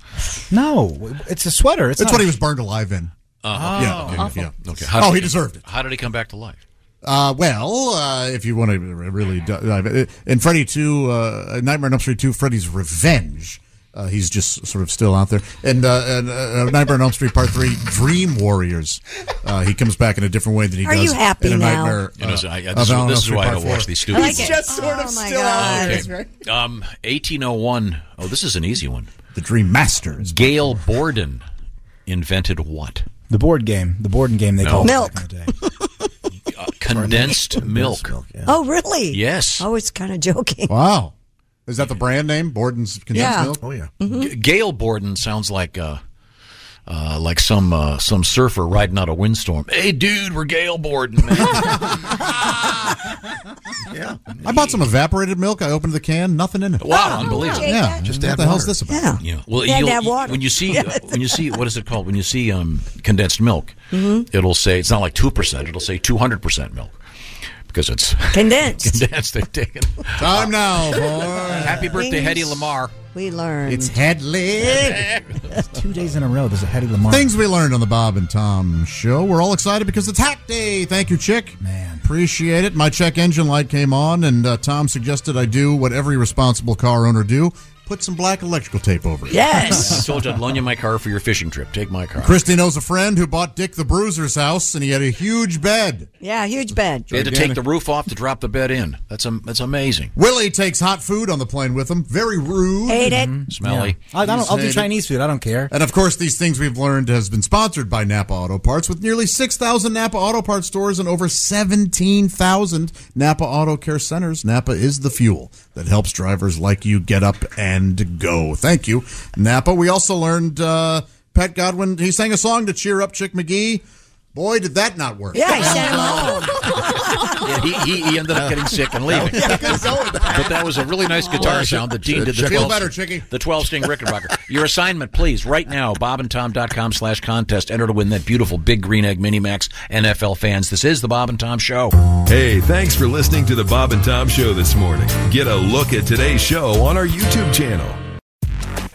E: No, it's a Oh, sweater. It's,
D: That's
E: not-
D: what he was burned alive in.
B: Uh,
D: Yeah,
B: okay,
D: yeah,
B: okay,
D: yeah.
B: Okay.
D: Oh,
B: did
D: he deserved it.
B: How did he come back to life?
D: Uh, well, uh, if you want to really dive in, Freddy 2, uh, Nightmare on Elm Street 2, Freddy's Revenge. Uh, he's just sort of still out there. And, uh, and uh, Nightmare on Elm Street Part 3, Dream Warriors. Uh, he comes back in a different way than he
F: Are
D: does
F: you happy
D: in a
F: now?
D: Nightmare. uh,
B: You know, so I- I-
D: of
B: this is-
D: Elm
B: this is
D: Street
B: why I
D: Part
B: don't watch
D: 4.
B: these stupid I like it.
E: just sort of still out there.
B: Okay. Um, 1801. Oh, this is an easy one.
D: The Dream Master.
B: Gail Borden invented what?
E: The board game. The board game they
B: No.
E: call
B: Milk.
E: It.
B: Uh, condensed milk.
F: Oh, really?
B: Yes.
F: I was kind of joking.
D: Wow. Is that the brand name? Borden's Condensed
F: Yeah.
D: Milk?
F: Oh, yeah.
W: Mm-hmm.
B: G- Gail Borden sounds like uh, uh, like some uh, some surfer riding out a windstorm. Hey, dude, we're Gail Borden, man.
G: yeah.
D: I bought some evaporated milk. I opened the can, nothing in it.
B: Wow, unbelievable.
D: Yeah.
G: Just
D: what
G: add
D: the hell's
G: water.
D: this about?
F: Oh, Yeah.
B: Yeah. Well,
F: Yeah,
B: you'll-
F: to have water.
B: when you see
F: Yes.
B: when you see what is it called? When you see um, condensed milk,
F: Mm-hmm.
B: it'll say it's not like two percent. It'll say two hundred percent milk because it's
F: Condensed.
B: condensed. They've taken.
D: Time now for
B: Happy birthday,
F: Things
B: Hedy Lamar.
F: We learned.
D: It's Headley.
E: Two days in a row, there's a Hedy Lamar.
D: Things we learned on the Bob and Tom show. We're all excited because it's Hack Day. Thank you, Chick. Man. Appreciate it. My check engine light came on, and uh, Tom suggested I do what every responsible car owner do put some black electrical tape over it.
B: I told you I'd loan you my car for your fishing trip. Take my car.
D: Christy knows a friend who bought Dick the Bruiser's house, and he had a huge bed.
F: Yeah, huge bed.
B: They had to take the roof off to drop the bed in. That's um, that's amazing.
D: Willie takes hot food on the plane with him. Very rude. Mm-hmm.
F: Ate it.
B: Smelly.
E: I, I don't, I'll
D: Hate
E: do
D: it.
E: Chinese food. I don't care.
D: And of course, these things we've learned has been sponsored by Napa Auto Parts, with nearly 6,000 Napa Auto Parts stores and over 17,000 Napa Auto Care centers. Napa is the fuel that helps drivers like you get up and go. Thank you, Napa. We also learned uh, Pat Godwin, he sang a song to cheer up Chick McGee. Boy, did that not work.
F: Yeah, I sent him home.
B: Yeah, he, he, he ended up getting sick and leaving. but that was a really nice
D: Oh,
B: guitar sound that Dean did the
D: Feel
B: 12,
D: better, Chicky.
B: the 12 string Rickenbacker. Your assignment, please, right now, bobandtom.com slash contest. Enter to win that beautiful big green egg mini max NFL fans. This is the Bob and Tom Show.
M: Hey, thanks for listening to the Bob and Tom Show this morning. Get a look at today's show on our YouTube channel.